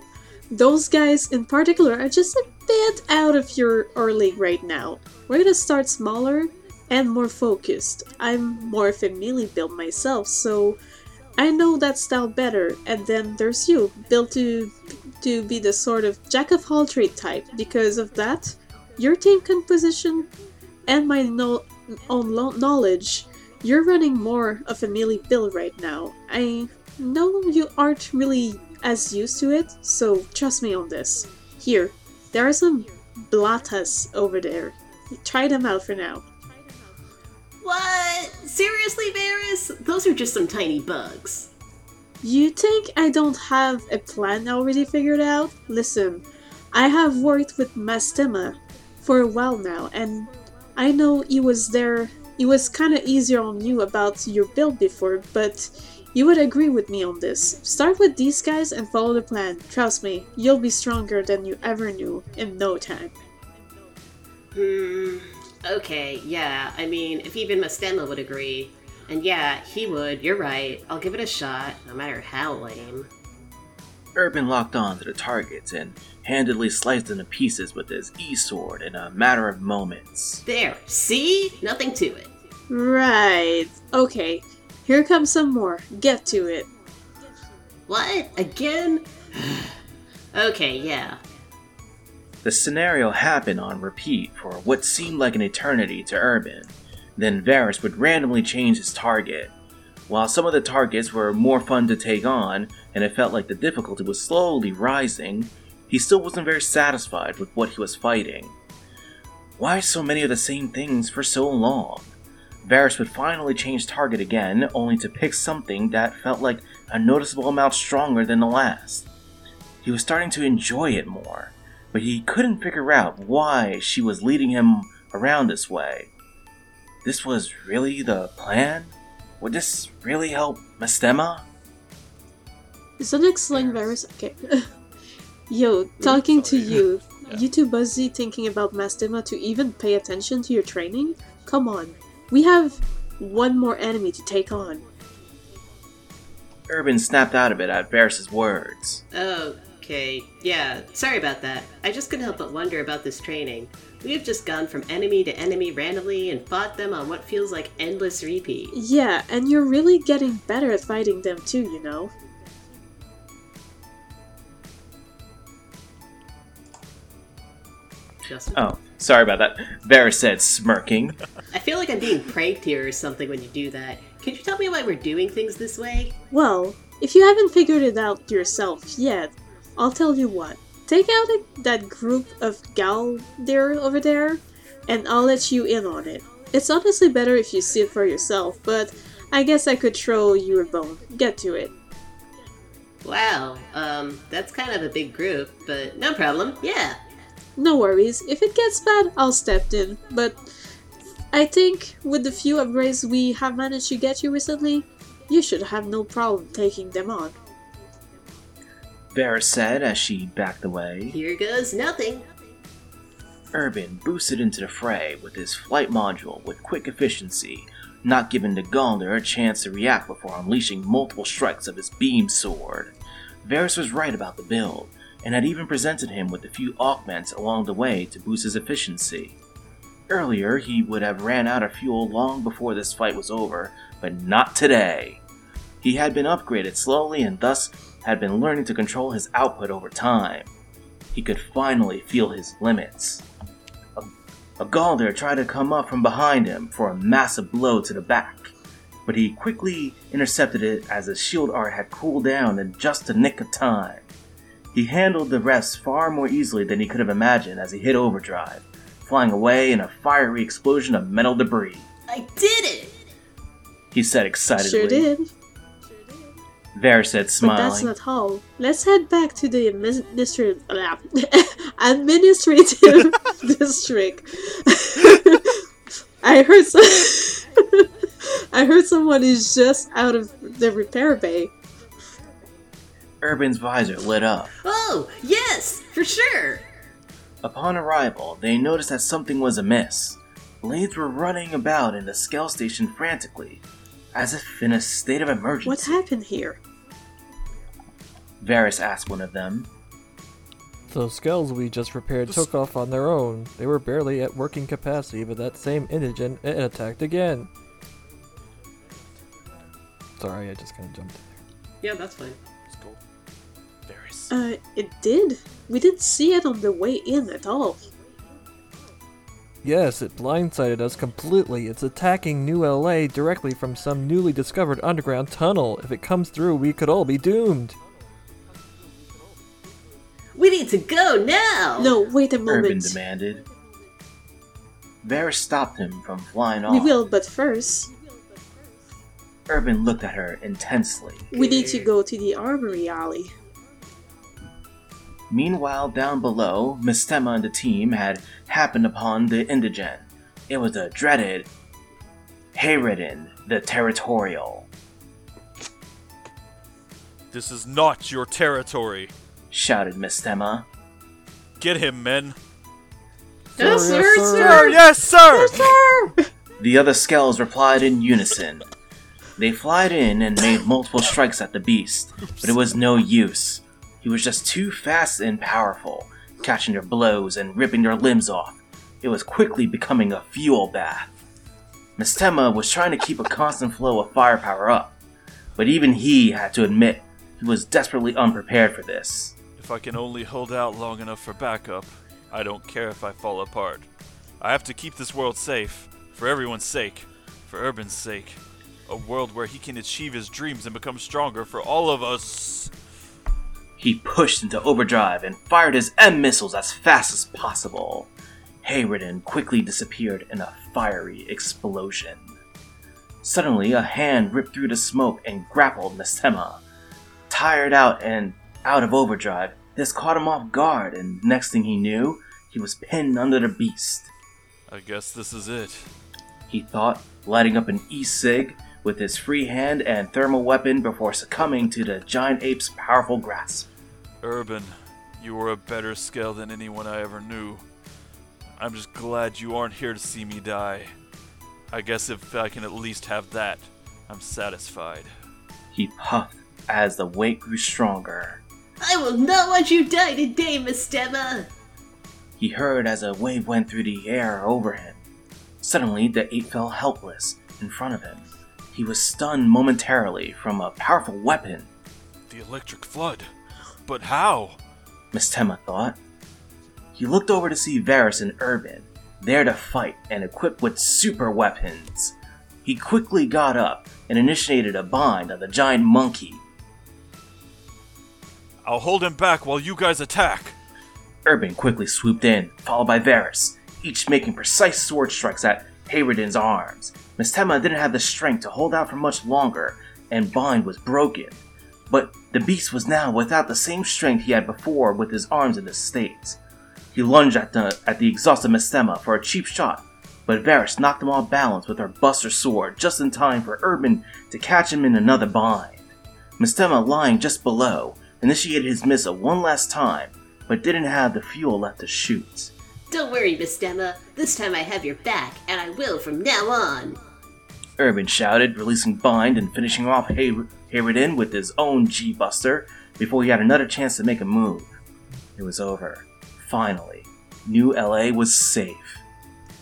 Speaker 4: Those guys in particular are just a bit out of your our league right now. We're gonna start smaller and more focused. I'm more of a melee build myself, so I know that style better. And then there's you, built to to be the sort of jack of all trade type. Because of that, your team composition and my no- own lo- knowledge, you're running more of a melee build right now. I know you aren't really as used to it, so trust me on this. Here, there are some blatas over there. Try them out for now.
Speaker 7: What? Seriously, Varys? Those are just some tiny bugs.
Speaker 4: You think I don't have a plan already figured out? Listen, I have worked with Mastema for a while now, and I know it was there. It was kind of easier on you about your build before, but you would agree with me on this. Start with these guys and follow the plan. Trust me, you'll be stronger than you ever knew in no time.
Speaker 7: Hmm. Okay, yeah. I mean, if even Mustema would agree, and yeah, he would. You're right. I'll give it a shot, no matter how lame.
Speaker 2: Urban locked on to the targets and handedly sliced them to pieces with his E sword in a matter of moments.
Speaker 7: There. See? Nothing to it.
Speaker 4: Right. Okay. Here comes some more. Get to it.
Speaker 7: What? Again? okay, yeah.
Speaker 2: The scenario happened on repeat for what seemed like an eternity to Urban. Then Varus would randomly change his target. While some of the targets were more fun to take on, and it felt like the difficulty was slowly rising, he still wasn't very satisfied with what he was fighting. Why so many of the same things for so long? Varus would finally change target again, only to pick something that felt like a noticeable amount stronger than the last. He was starting to enjoy it more, but he couldn't figure out why she was leading him around this way. This was really the plan? Would this really help Mastema?
Speaker 4: Is an excellent virus. Okay. Yo, talking to you. You too busy thinking about Mastema to even pay attention to your training? Come on. We have one more enemy to take on.
Speaker 2: Urban snapped out of it at Varus' words.
Speaker 7: Okay, yeah. Sorry about that. I just couldn't help but wonder about this training. We have just gone from enemy to enemy randomly and fought them on what feels like endless repeat.
Speaker 4: Yeah, and you're really getting better at fighting them too, you know?
Speaker 7: Justin.
Speaker 2: Oh, sorry about that. Varus said, smirking.
Speaker 7: I feel like I'm being pranked here or something when you do that. Could you tell me why we're doing things this way?
Speaker 4: Well, if you haven't figured it out yourself yet, I'll tell you what. Take out that- that group of gal there over there, and I'll let you in on it. It's honestly better if you see it for yourself, but I guess I could throw you a bone. Get to it.
Speaker 7: Wow, um, that's kind of a big group, but no problem. Yeah.
Speaker 4: No worries. If it gets bad, I'll step in. But I think with the few upgrades we have managed to get you recently, you should have no problem taking them on.
Speaker 2: Varus said as she backed away.
Speaker 7: Here goes nothing.
Speaker 2: Urban boosted into the fray with his flight module with quick efficiency, not giving the Galder a chance to react before unleashing multiple strikes of his beam sword. Varus was right about the build, and had even presented him with a few augments along the way to boost his efficiency. Earlier, he would have ran out of fuel long before this fight was over, but not today. He had been upgraded slowly and thus had been learning to control his output over time. He could finally feel his limits. A, a Galder tried to come up from behind him for a massive blow to the back, but he quickly intercepted it as his shield art had cooled down in just the nick of time. He handled the rest far more easily than he could have imagined as he hit overdrive, flying away in a fiery explosion of metal debris.
Speaker 7: I did it!
Speaker 2: He said excitedly.
Speaker 4: Sure did.
Speaker 2: Varys said,
Speaker 4: But that's
Speaker 2: smiling.
Speaker 4: not all. Let's head back to the administrative administrative district. I heard some- I heard someone is just out of the repair bay.
Speaker 2: Urban's visor lit up.
Speaker 7: Oh, yes, for sure!
Speaker 2: Upon arrival, they noticed that something was amiss. Blades were running about in the scale station frantically, as if in a state of emergency.
Speaker 4: What happened here?
Speaker 2: Varys asked one of them.
Speaker 1: Those skulls we just repaired took off on their own. They were barely at working capacity, but that same indigent it attacked again. Sorry, I just kind of jumped.
Speaker 3: Yeah, that's fine.
Speaker 2: Varys.
Speaker 4: Uh, it did. We didn't see it on the way in at all.
Speaker 1: Yes, it blindsided us completely. It's attacking New LA directly from some newly discovered underground tunnel. If it comes through, we could all be doomed.
Speaker 7: We need to go now!
Speaker 4: No, wait a
Speaker 2: Oh, Urban
Speaker 4: moment.
Speaker 2: demanded. Varys stopped him from flying off.
Speaker 4: We will, but first,
Speaker 2: Urban looked at her intensely.
Speaker 4: we need to go to the armory alley.
Speaker 2: Meanwhile, down below, Miss Stemma and the team had happened upon the indigent. It was the dreaded Hayridin, the territorial.
Speaker 5: This is not your territory.
Speaker 2: Shouted Miss Stemma.
Speaker 5: Get him, men.
Speaker 1: Yes, sir, sir.
Speaker 5: yes, sir.
Speaker 2: The other skells replied in unison. They flied in and made multiple strikes at the beast, but it was no use. He was just too fast and powerful, catching their blows and ripping their limbs off. It was quickly becoming a fuel bath. Mistema was trying to keep a constant flow of firepower up, but even he had to admit he was desperately unprepared for this.
Speaker 5: If I can only hold out long enough for backup, I don't care if I fall apart. I have to keep this world safe, for everyone's sake, for Urban's sake. A world where he can achieve his dreams and become stronger for all of us.
Speaker 2: He pushed into overdrive and fired his M missiles as fast as possible. Hayridin quickly disappeared in a fiery explosion. Suddenly, a hand ripped through the smoke and grappled Mistema. Tired out and out of overdrive, this caught him off guard, and next thing he knew, he was pinned under the beast.
Speaker 5: I guess this is it.
Speaker 2: He thought, lighting up an e cig with his free hand and thermal weapon before succumbing to the giant ape's powerful grasp.
Speaker 5: Urban, you were a better scale than anyone I ever knew. I'm just glad you aren't here to see me die. I guess if I can at least have that, I'm satisfied.
Speaker 2: He puffed as the weight grew stronger.
Speaker 7: I will not let you die today, Miss Stemma.
Speaker 2: He heard as a wave went through the air over him. Suddenly, the ape fell helpless in front of him. He was stunned momentarily from a powerful weapon,
Speaker 5: The electric flood. But how?
Speaker 2: Miss Temma thought. He looked over to see Varus and Urban, there to fight and equipped with super weapons. He quickly got up and initiated a bind on the giant monkey.
Speaker 5: I'll hold him back while you guys attack.
Speaker 2: Urban quickly swooped in, followed by Varus, each making precise sword strikes at Hayridin's arms. Miss Temma didn't have the strength to hold out for much longer, and bind was broken. But the beast was now without the same strength he had before with his arms in this state. He lunged at the, at the exhausted Miss Temma for a cheap shot, but Varus knocked him off balance with her buster sword just in time for Urban to catch him in another bind. Mistema, lying just below, initiated his missile one last time, but didn't have the fuel left to shoot.
Speaker 7: Don't worry, Miss Stemma. This time I have your back, and I will from now on.
Speaker 2: Urban shouted, releasing Bind and finishing off Hay- Hayridin with his own G Buster before he had another chance to make a move. It was over. Finally, New LA was safe.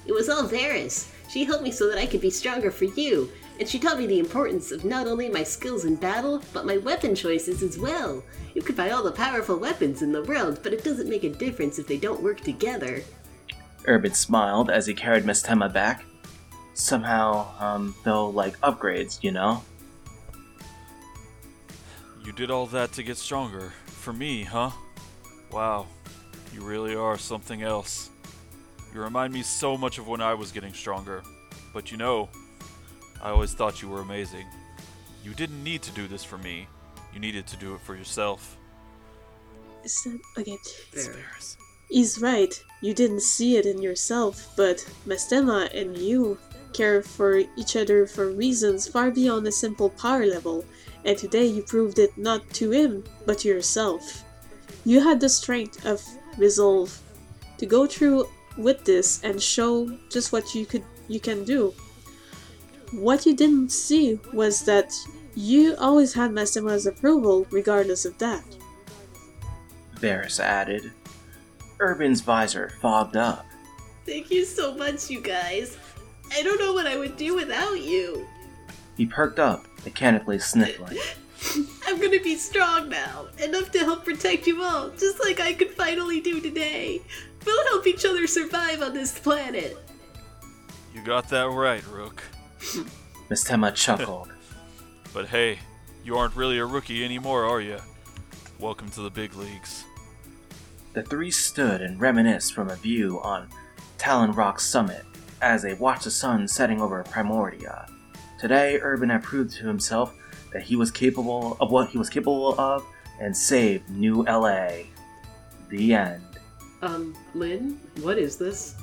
Speaker 7: It was all Varys. She helped me so that I could be stronger for you, and she taught me the importance of not only my skills in battle, but my weapon choices as well. You could buy all the powerful weapons in the world, but it doesn't make a difference if they don't work together.
Speaker 2: Urban smiled as he carried Miss Temma back. Somehow, um, though, like upgrades, you know?
Speaker 5: You did all that to get stronger. For me, huh? Wow. You really are something else. You remind me so much of when I was getting stronger. But you know, I always thought you were amazing. You didn't need to do this for me. You needed to do it for yourself.
Speaker 4: Is that okay?
Speaker 7: There.
Speaker 4: He's right. You didn't see it in yourself, but Mastema and you care for each other for reasons far beyond a simple power level, and today you proved it not to him, but to yourself. You had the strength of resolve to go through with this and show just what you could you can do. What you didn't see was that you always had Mastema's approval regardless of that.
Speaker 2: Varus added. Urban's visor fogged up.
Speaker 7: Thank you so much, you guys. I don't know what I would do without you.
Speaker 2: He perked up, mechanically sniffling.
Speaker 7: I'm gonna be strong now, enough to help protect you all, just like I could finally do today. We'll help each other survive on this planet.
Speaker 5: You got that right, Rook.
Speaker 2: Miss Temma chuckled.
Speaker 5: But hey, you aren't really a rookie anymore, are you? Welcome to the big leagues.
Speaker 2: The three stood and reminisced from a view on Talon Rock's summit as they watched the sun setting over Primordia. Today, Urban had proved to himself that he was capable of what he was capable of and saved New LA. The end.
Speaker 7: Um, Lynn, what is this?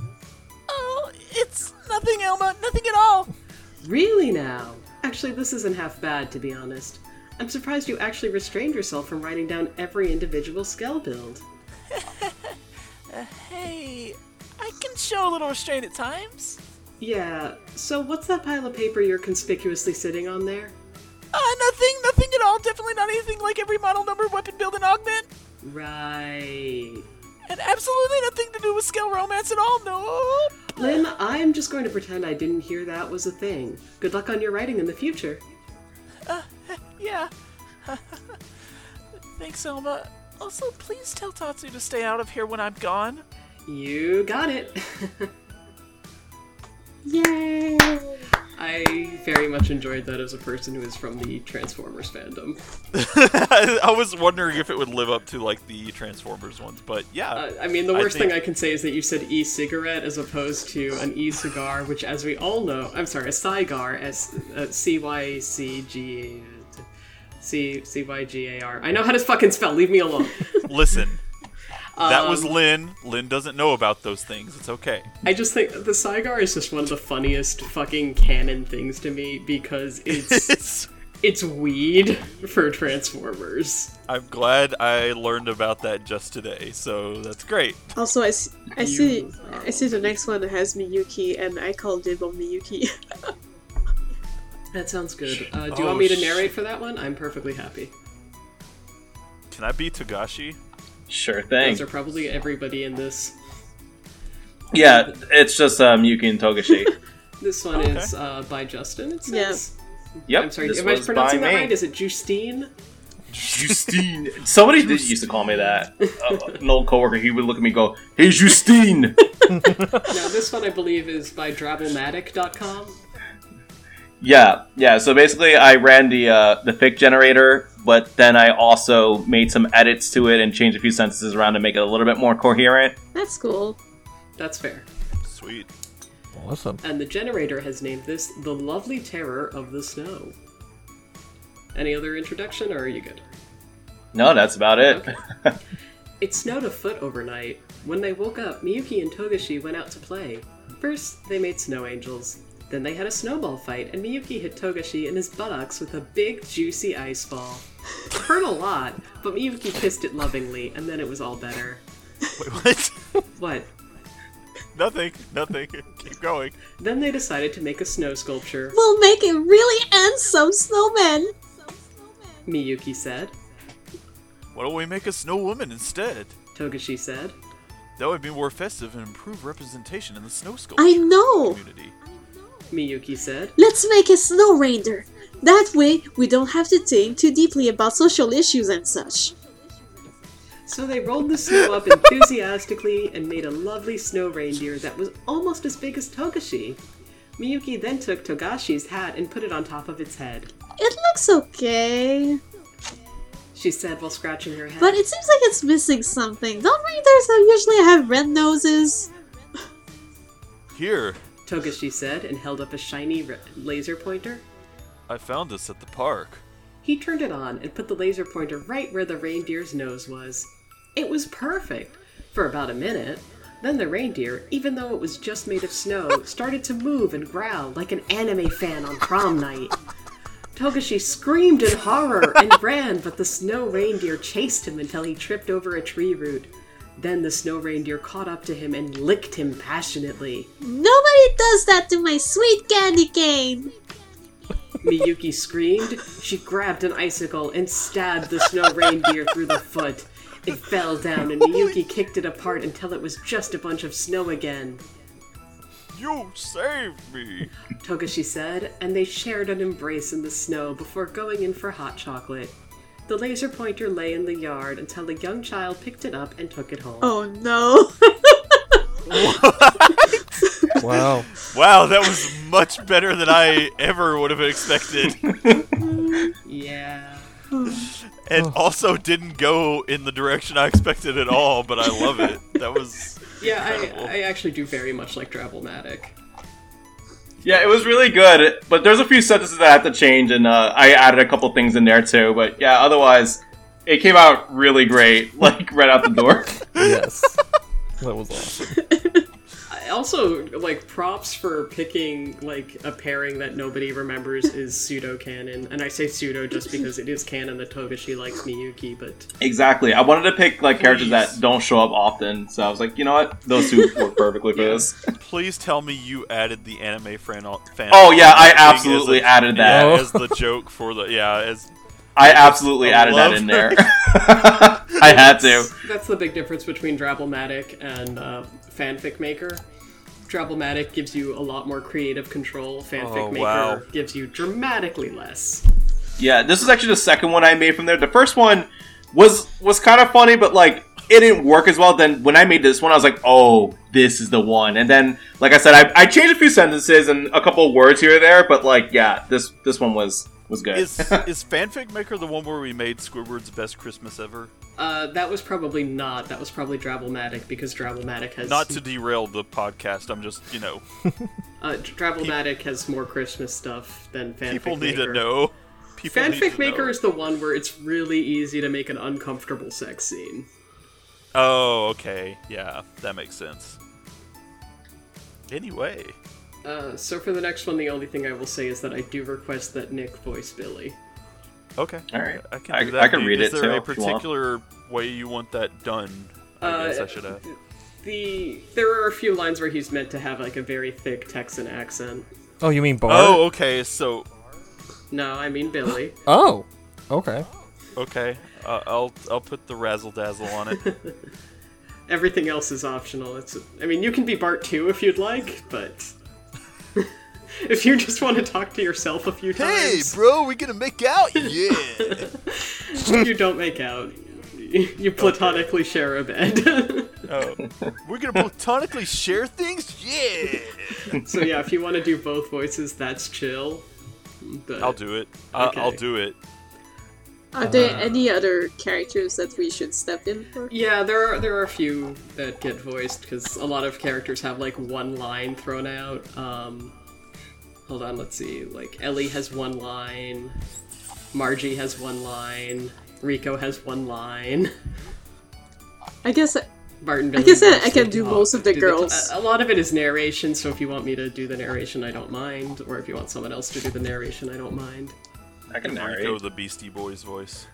Speaker 8: Oh, it's nothing, Elma. Nothing at all.
Speaker 7: Really now? Actually, this isn't half bad, to be honest. I'm surprised you actually restrained yourself from writing down every individual scale build.
Speaker 8: Hey, I can show a little restraint at times.
Speaker 7: Yeah, so what's that pile of paper you're conspicuously sitting on there?
Speaker 8: Uh, nothing, nothing at all. Definitely not anything like every model number, weapon build, and augment.
Speaker 7: Right.
Speaker 8: And absolutely nothing to do with scale romance at all. No.
Speaker 7: Lynn, I'm just going to pretend I didn't hear that was a thing. Good luck on your writing in the future.
Speaker 8: Yeah. Thanks, Elma. Also, please tell Tatsu to stay out of here when I'm gone.
Speaker 7: You got it.
Speaker 4: Yay!
Speaker 3: I very much enjoyed that as a person who is from the Transformers fandom.
Speaker 5: I, I was wondering if it would live up to like the Transformers ones, but yeah.
Speaker 3: Uh, I mean, the
Speaker 5: I
Speaker 3: worst
Speaker 5: think-
Speaker 3: thing I can say is that you said e-cigarette as opposed to an e-cigar, which, as we all know, I'm sorry, a cigar, as uh, C Y C G C C Y G A R. I know how to fucking spell. Leave me alone.
Speaker 5: Listen, that
Speaker 4: Um,
Speaker 5: was Lynn. Lynn doesn't know about those things. It's okay.
Speaker 3: I just think the cigar is just one of the funniest fucking canon things to me because it's
Speaker 5: It's.
Speaker 3: it's weed for Transformers.
Speaker 5: I'm glad I learned about that just today, so that's great.
Speaker 4: Also, I, s- I see I see the next one has Miyuki, and I call dib on Miyuki.
Speaker 3: That sounds good. Uh, do you
Speaker 5: Oh,
Speaker 3: want me to
Speaker 5: sh-
Speaker 3: narrate for that one? I'm perfectly happy.
Speaker 5: Can I be Togashi?
Speaker 2: Sure
Speaker 3: Those
Speaker 2: thing.
Speaker 3: are probably everybody in this.
Speaker 2: Yeah, it's just um, Yuki and Togashi.
Speaker 3: This
Speaker 5: Oh,
Speaker 3: one is uh, by Justin. It
Speaker 4: Yeah.
Speaker 3: says.
Speaker 2: Yep.
Speaker 3: I'm sorry.
Speaker 2: this
Speaker 3: Am I
Speaker 2: was
Speaker 3: pronouncing
Speaker 2: by
Speaker 3: that
Speaker 2: me.
Speaker 3: right? Is it Justine?
Speaker 2: Justine. Somebody did used to call me that. Uh, an old coworker, he would look at me and go, "Hey, Justine."
Speaker 3: No, this one I believe is by Drabomatic.com.
Speaker 2: yeah, yeah. So basically, I ran the uh, the fic generator, but then I also made some edits to it and changed a few sentences around to make it a little bit more coherent.
Speaker 4: That's cool.
Speaker 3: That's fair.
Speaker 5: Sweet.
Speaker 1: Awesome.
Speaker 3: And the generator has named this The Lovely Terror of the Snow. Any other introduction, or are you good?
Speaker 2: No, that's about it.
Speaker 3: It snowed a foot overnight. When they woke up, Miyuki and Togashi went out to play. First, they made snow angels. Then they had a snowball fight, and Miyuki hit Togashi in his buttocks with a big, juicy ice ball. It hurt a lot, but Miyuki kissed it lovingly, and then it was all better.
Speaker 5: Wait, what?
Speaker 3: What?
Speaker 5: nothing. Nothing. Keep going.
Speaker 3: Then they decided to make a snow sculpture,
Speaker 4: We'll make a really handsome snowman.
Speaker 3: Miyuki said.
Speaker 5: Why don't we make a snow woman instead?
Speaker 3: Togashi said.
Speaker 5: That would be more festive and improve representation in the snow sculpture
Speaker 4: I know.
Speaker 5: community.
Speaker 3: Miyuki said.
Speaker 4: Let's make a snow reindeer. That way, we don't have to think too deeply about social issues and such.
Speaker 3: So they rolled the snow up enthusiastically and made a lovely snow reindeer that was almost as big as Togashi. Miyuki then took Togashi's hat and put it on top of its head.
Speaker 4: It looks okay,
Speaker 3: She said while scratching her head.
Speaker 4: but it seems like it's missing something. Don't reindeers have- usually have red noses?
Speaker 5: Here,
Speaker 3: Togashi said and held up a shiny r- laser pointer.
Speaker 5: I found this at the park.
Speaker 3: He turned it on and put the laser pointer right where the reindeer's nose was. It was perfect for about a minute. Then the reindeer, even though it was just made of snow, started to move and growl like an anime fan on prom night. Togashi screamed in horror and ran, but the snow reindeer chased him until he tripped over a tree root. Then the snow reindeer caught up to him and licked him passionately.
Speaker 4: Nobody does that to my sweet candy cane.
Speaker 3: Miyuki screamed. She grabbed an icicle and stabbed the snow reindeer through the foot. It fell down, and Miyuki kicked it apart until it was just a bunch of snow again.
Speaker 5: You saved me.
Speaker 3: Togashi said, and they shared an embrace in the snow before going in for hot chocolate. The laser pointer lay in the yard until a young child picked it up and took it home.
Speaker 4: Oh no.
Speaker 1: Wow.
Speaker 5: Wow, that was much better than I ever would have expected.
Speaker 3: Yeah.
Speaker 5: And also didn't go in the direction I expected at all, but I love it. That was
Speaker 3: Yeah,
Speaker 5: Incredible.
Speaker 3: I, I actually do very much like Dravelmatic.
Speaker 2: Yeah, it was really good, but there's a few sentences that I have to change, and uh, I added a couple things in there too. But yeah, otherwise, it came out really great, like right out the door.
Speaker 3: props for picking like a pairing that nobody remembers is pseudo canon, and I say pseudo just because it is canon that Togashi likes Miyuki, but
Speaker 2: Exactly. I wanted to pick like characters that don't show up often, so I was like, you know what, those two work perfectly for this.
Speaker 5: Please tell me you added the anime fan. fan
Speaker 2: Oh, yeah, I
Speaker 5: thing as a-
Speaker 2: absolutely added that.
Speaker 5: yeah,
Speaker 1: No.
Speaker 5: as
Speaker 3: Oh.
Speaker 5: the joke for the yeah as
Speaker 2: I absolutely added that
Speaker 5: love-
Speaker 2: in there. I had to.
Speaker 3: that's the big difference between Drabblematic and uh, fanfic maker. Drabblematic gives you a lot more creative control. Fanfic
Speaker 5: Oh,
Speaker 3: maker
Speaker 5: wow.
Speaker 3: gives you dramatically less.
Speaker 2: Yeah, this is actually the second one I made from there. The first one was was kind of funny, but like it didn't work as well. Then when I made this one, I was like, "Oh, this is the one." And then, like I said, I, I changed a few sentences and a couple of words here or there, but like, yeah, this this one was was good.
Speaker 5: is is fanfic maker the one where we made Squidward's best Christmas ever?
Speaker 3: Uh, that was probably not. That was probably Drabblematic because Drabblematic has
Speaker 5: Not to derail the podcast. I'm just you know
Speaker 3: uh, Drabblematic has more Christmas stuff than fanfic
Speaker 5: people need
Speaker 3: maker.
Speaker 5: to know. People need
Speaker 3: Fanfic
Speaker 5: to
Speaker 3: maker
Speaker 5: know.
Speaker 3: is the one where it's really easy to make an uncomfortable sex scene.
Speaker 5: Oh, okay. Yeah, that makes sense. Anyway,
Speaker 3: Uh, so for the next one, the only thing I will say is that I do request that Nick voice Billy.
Speaker 5: okay.
Speaker 2: All right,
Speaker 5: I can
Speaker 2: I-
Speaker 5: do that.
Speaker 2: I can read
Speaker 5: Is
Speaker 2: it,
Speaker 5: there
Speaker 2: too,
Speaker 5: a
Speaker 2: if you want.
Speaker 5: particular way you want that done? I
Speaker 3: Uh,
Speaker 5: guess I should have.
Speaker 3: The there are a few lines where he's meant to have like a very thick Texan accent.
Speaker 1: Oh, you mean Bart?
Speaker 5: Oh, okay. So
Speaker 3: No, I mean Billy.
Speaker 1: Oh, okay.
Speaker 5: okay, uh, I'll I'll put the razzle dazzle on it.
Speaker 3: Everything else is optional. It's I mean you can be Bart too if you'd like, but if you just want to talk to yourself a few times,
Speaker 5: bro, we gonna make out? Yeah.
Speaker 3: you don't make out. You platonically share a bed.
Speaker 5: We're gonna platonically share things? Yeah!
Speaker 3: so yeah, if you want to do both voices, that's chill. But
Speaker 5: I'll do it. I-
Speaker 3: Okay.
Speaker 5: I'll do it.
Speaker 4: Are there any other characters that we should step in for?
Speaker 3: Yeah, there are there are a few that get voiced because a lot of characters have like one line thrown out. Um, hold on, let's see. Like Ellie has one line, Margie has one line, Rico has one line.
Speaker 4: I guess
Speaker 3: Martin.
Speaker 4: I guess I-
Speaker 3: Billy
Speaker 4: I can
Speaker 3: mostly
Speaker 4: do
Speaker 3: talk-
Speaker 4: most of the girls.
Speaker 3: a, a lot of it is narration, so if you want me to do the narration, I don't mind. Or if you want someone else to do the narration, I don't mind.
Speaker 2: I can
Speaker 5: Rico,
Speaker 2: narrate.
Speaker 5: the Beastie Boys voice.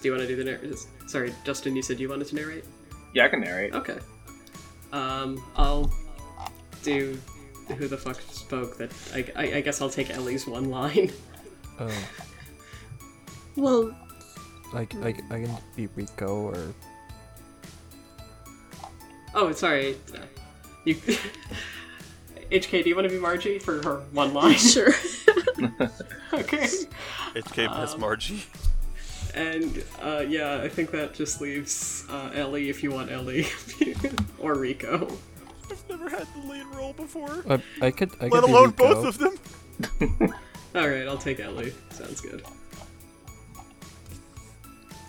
Speaker 3: Do you want to do the narration? Sorry, Justin, you said you wanted to narrate.
Speaker 2: Yeah, I can narrate.
Speaker 3: Okay. Um, I'll do who the fuck spoke that. I, I, I guess I'll take Ellie's one line.
Speaker 1: Oh,
Speaker 4: well,
Speaker 1: like like I can be Rico or
Speaker 3: Oh, sorry. You. HK, do you want to be Margie for her one line?
Speaker 4: sure.
Speaker 3: okay.
Speaker 5: HK Miss Margie.
Speaker 3: And uh, yeah, I think that just leaves uh, Ellie if you want Ellie or Rico.
Speaker 5: I've never had the lead role before.
Speaker 1: I, I could I
Speaker 5: Let
Speaker 1: could be
Speaker 5: alone
Speaker 1: Rico.
Speaker 5: both of them.
Speaker 3: All right, I'll take Ellie. Sounds good.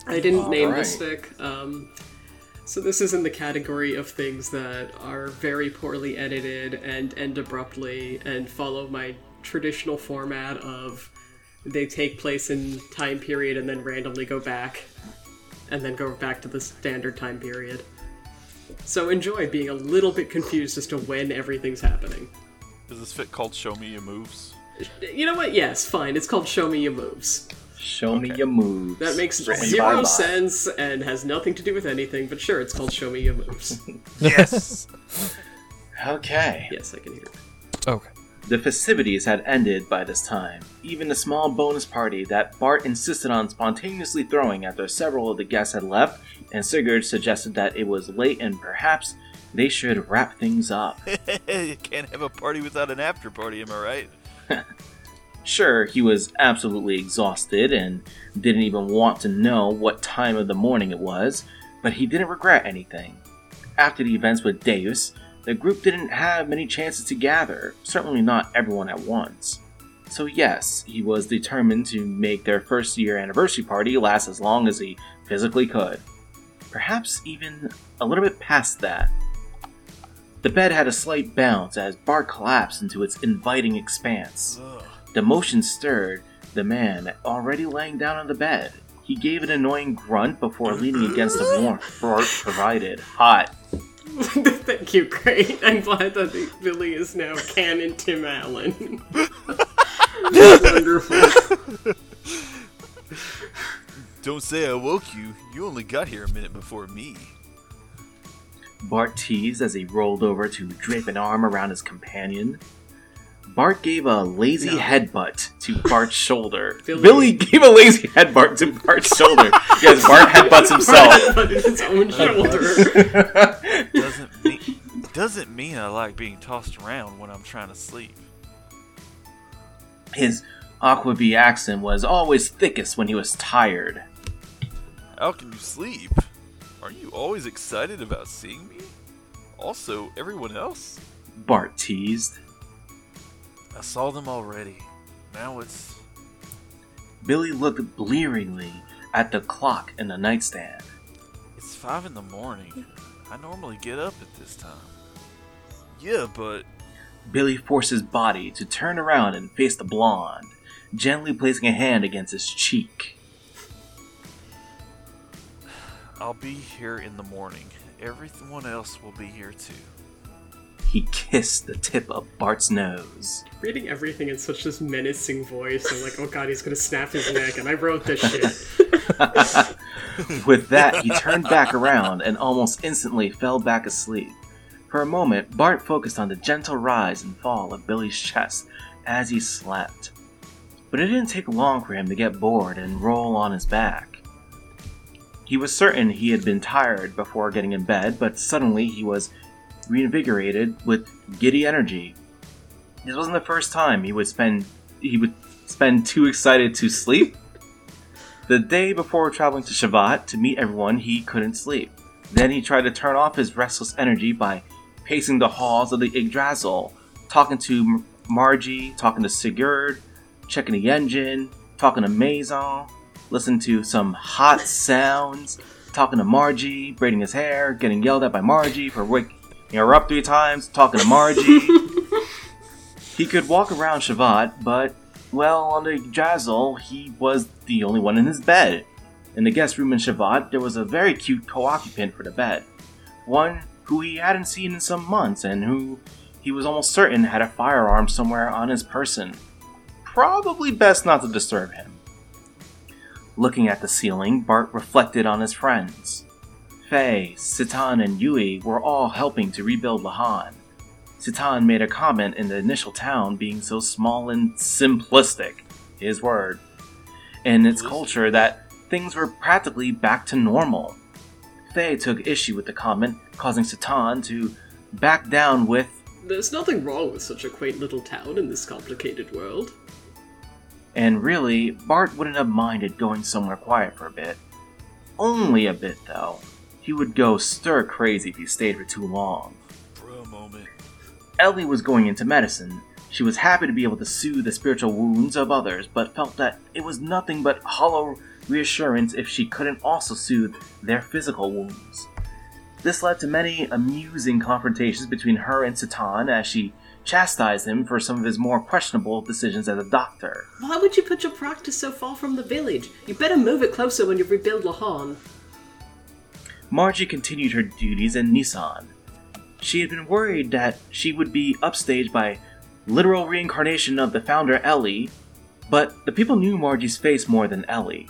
Speaker 3: I didn't name this fic. Um, so this is in the category of things that are very poorly edited and end abruptly and follow my traditional format of they take place in time period and then randomly go back and then go back to the standard time period. So enjoy being a little bit confused as to when everything's happening.
Speaker 5: Is this fit called Show Me Your Moves?
Speaker 3: You know what? Yes, fine. It's called Show Me Your Moves.
Speaker 2: Show me your moves.
Speaker 3: That makes
Speaker 2: Show me
Speaker 3: zero
Speaker 2: bye-bye.
Speaker 3: sense and has nothing to do with anything, but sure, it's called Show Me Your Moves.
Speaker 5: Yes!
Speaker 2: Okay.
Speaker 3: yes, I can hear it.
Speaker 1: Okay.
Speaker 2: The festivities had ended by this time. Even the small bonus party that Bart insisted on spontaneously throwing after several of the guests had left, and Sigurd suggested that it was late and perhaps they should wrap things up.
Speaker 5: you can't have a party without an after party, am I right?
Speaker 2: Sure, he was absolutely exhausted and didn't even want to know what time of the morning it was, but he didn't regret anything. After the events with Davis, the group didn't have many chances to gather, certainly not everyone at once. So, yes, he was determined to make their first year anniversary party last as long as he physically could. Perhaps even a little bit past that. The bed had a slight bounce as Bart collapsed into its inviting expanse. The motion stirred the man, already laying down on the bed. He gave an annoying grunt before leaning against the warmth Bart provided. Hot.
Speaker 3: Thank you, great. I'm glad that the- Billy is now canon Tim Allen. Wonderful.
Speaker 5: Don't say I woke you. You only got here a minute before me.
Speaker 2: Bart teased as he rolled over to drape an arm around his companion. Bart gave a lazy headbutt to Bart's shoulder. Billy.
Speaker 3: Billy.
Speaker 2: gave a lazy headbutt to Bart's shoulder. yes, Bart headbutts himself.
Speaker 3: But it's his own shoulder.
Speaker 5: Doesn't mean doesn't mean I like being tossed around when I'm trying to sleep.
Speaker 2: His Aquabee accent was always thickest when he was tired.
Speaker 5: How can you sleep? Are you always excited about seeing me? Also, everyone else?
Speaker 2: Bart teased.
Speaker 5: I saw them already. Now it's
Speaker 2: Billy looked blearingly at the clock in the nightstand.
Speaker 5: it's five in the morning. I normally get up at this time. Yeah, but
Speaker 2: Billy forced his body to turn around and face the blonde, gently placing a hand against his cheek.
Speaker 5: I'll be here in the morning. Everyone else will be here too.
Speaker 2: He kissed the tip of Bart's nose.
Speaker 3: Reading everything in such this menacing voice, I'm like, oh god, he's gonna snap his neck, and I wrote this shit.
Speaker 2: With that, he turned back around and almost instantly fell back asleep. For a moment, Bart focused on the gentle rise and fall of Billy's chest as he slept. But it didn't take long for him to get bored and roll on his back. He was certain he had been tired before getting in bed, but suddenly he was reinvigorated with giddy energy. This wasn't the first time he would spend he would spend too excited to sleep. The day before traveling to Shavat to meet everyone, he couldn't sleep. Then he tried to turn off his restless energy by pacing the halls of the Yggdrasil, talking to M- Margie, talking to Sigurd, checking the engine, talking to Maison, listening to some hot sounds, talking to Margie, braiding his hair, getting yelled at by Margie for waking her up three times, talking to Margie. he could walk around Shavat, but well, on the Jazzle, he was the only one in his bed. In the guest room in Shavat, there was a very cute co occupant for the bed. One who he hadn't seen in some months and who he was almost certain had a firearm somewhere on his person. Probably best not to disturb him. Looking at the ceiling, Bart reflected on his friends. Faye, Sitan, and Yui were all helping to rebuild Lahan. Satan made a comment in the initial town being so small and simplistic, his word, in its culture that things were practically back to normal. Faye took issue with the comment, causing Satan to back down with,
Speaker 3: There's nothing wrong with such a quaint little town in this complicated world.
Speaker 2: and really, Bart wouldn't have minded going somewhere quiet for a bit. Only a bit, though. He would go stir crazy if he stayed for too long.
Speaker 5: For a moment.
Speaker 2: Ellie was going into medicine. She was happy to be able to soothe the spiritual wounds of others, but felt that it was nothing but hollow reassurance if she couldn't also soothe their physical wounds. This led to many amusing confrontations between her and Satan as she chastised him for some of his more questionable decisions as a doctor.
Speaker 7: Why would you put your practice so far from the village? You better move it closer when you rebuild Lahan.
Speaker 2: Margie continued her duties in Nissan. She had been worried that she would be upstaged by literal reincarnation of the founder Ellie, but the people knew Margie's face more than Ellie.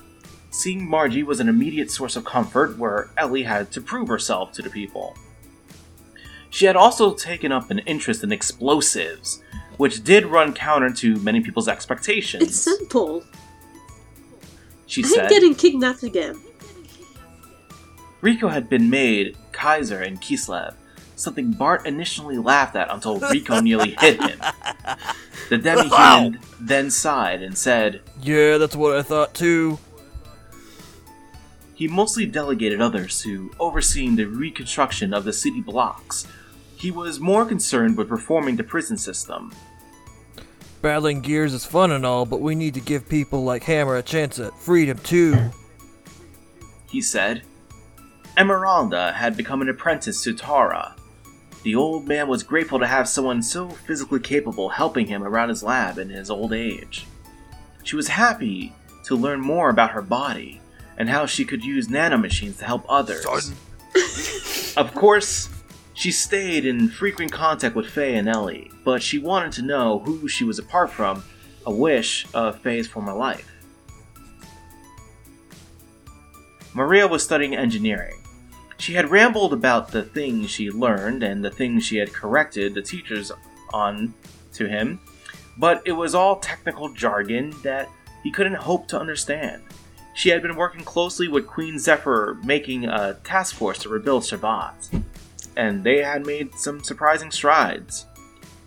Speaker 2: Seeing Margie was an immediate source of comfort where Ellie had to prove herself to the people. She had also taken up an interest in explosives, which did run counter to many people's expectations.
Speaker 4: It's simple.
Speaker 2: she
Speaker 4: I'm
Speaker 2: said.
Speaker 4: getting kidnapped again.
Speaker 2: Rico had been made Kaiser and Kislev, something Bart initially laughed at until Rico nearly hit him. The demi-human then sighed and said
Speaker 1: Yeah, that's what I thought too.
Speaker 2: he mostly delegated others to overseeing the reconstruction of the city blocks. He was more concerned with reforming the prison system.
Speaker 1: Battling gears is fun and all, but we need to give people like Hammer a chance at freedom too.
Speaker 2: he said. Emeralda had become an apprentice to Tara. The old man was grateful to have someone so physically capable helping him around his lab in his old age. She was happy to learn more about her body and how she could use nanomachines to help others. Of course, She stayed in frequent contact with Faye and Ellie, but she wanted to know who she was apart from, a wish of Faye's former life. Maria was studying engineering. She had rambled about the things she learned and the things she had corrected the teachers on to him, but it was all technical jargon that he couldn't hope to understand. She had been working closely with Queen Zephyr, making a task force to rebuild Shabbat, and they had made some surprising strides.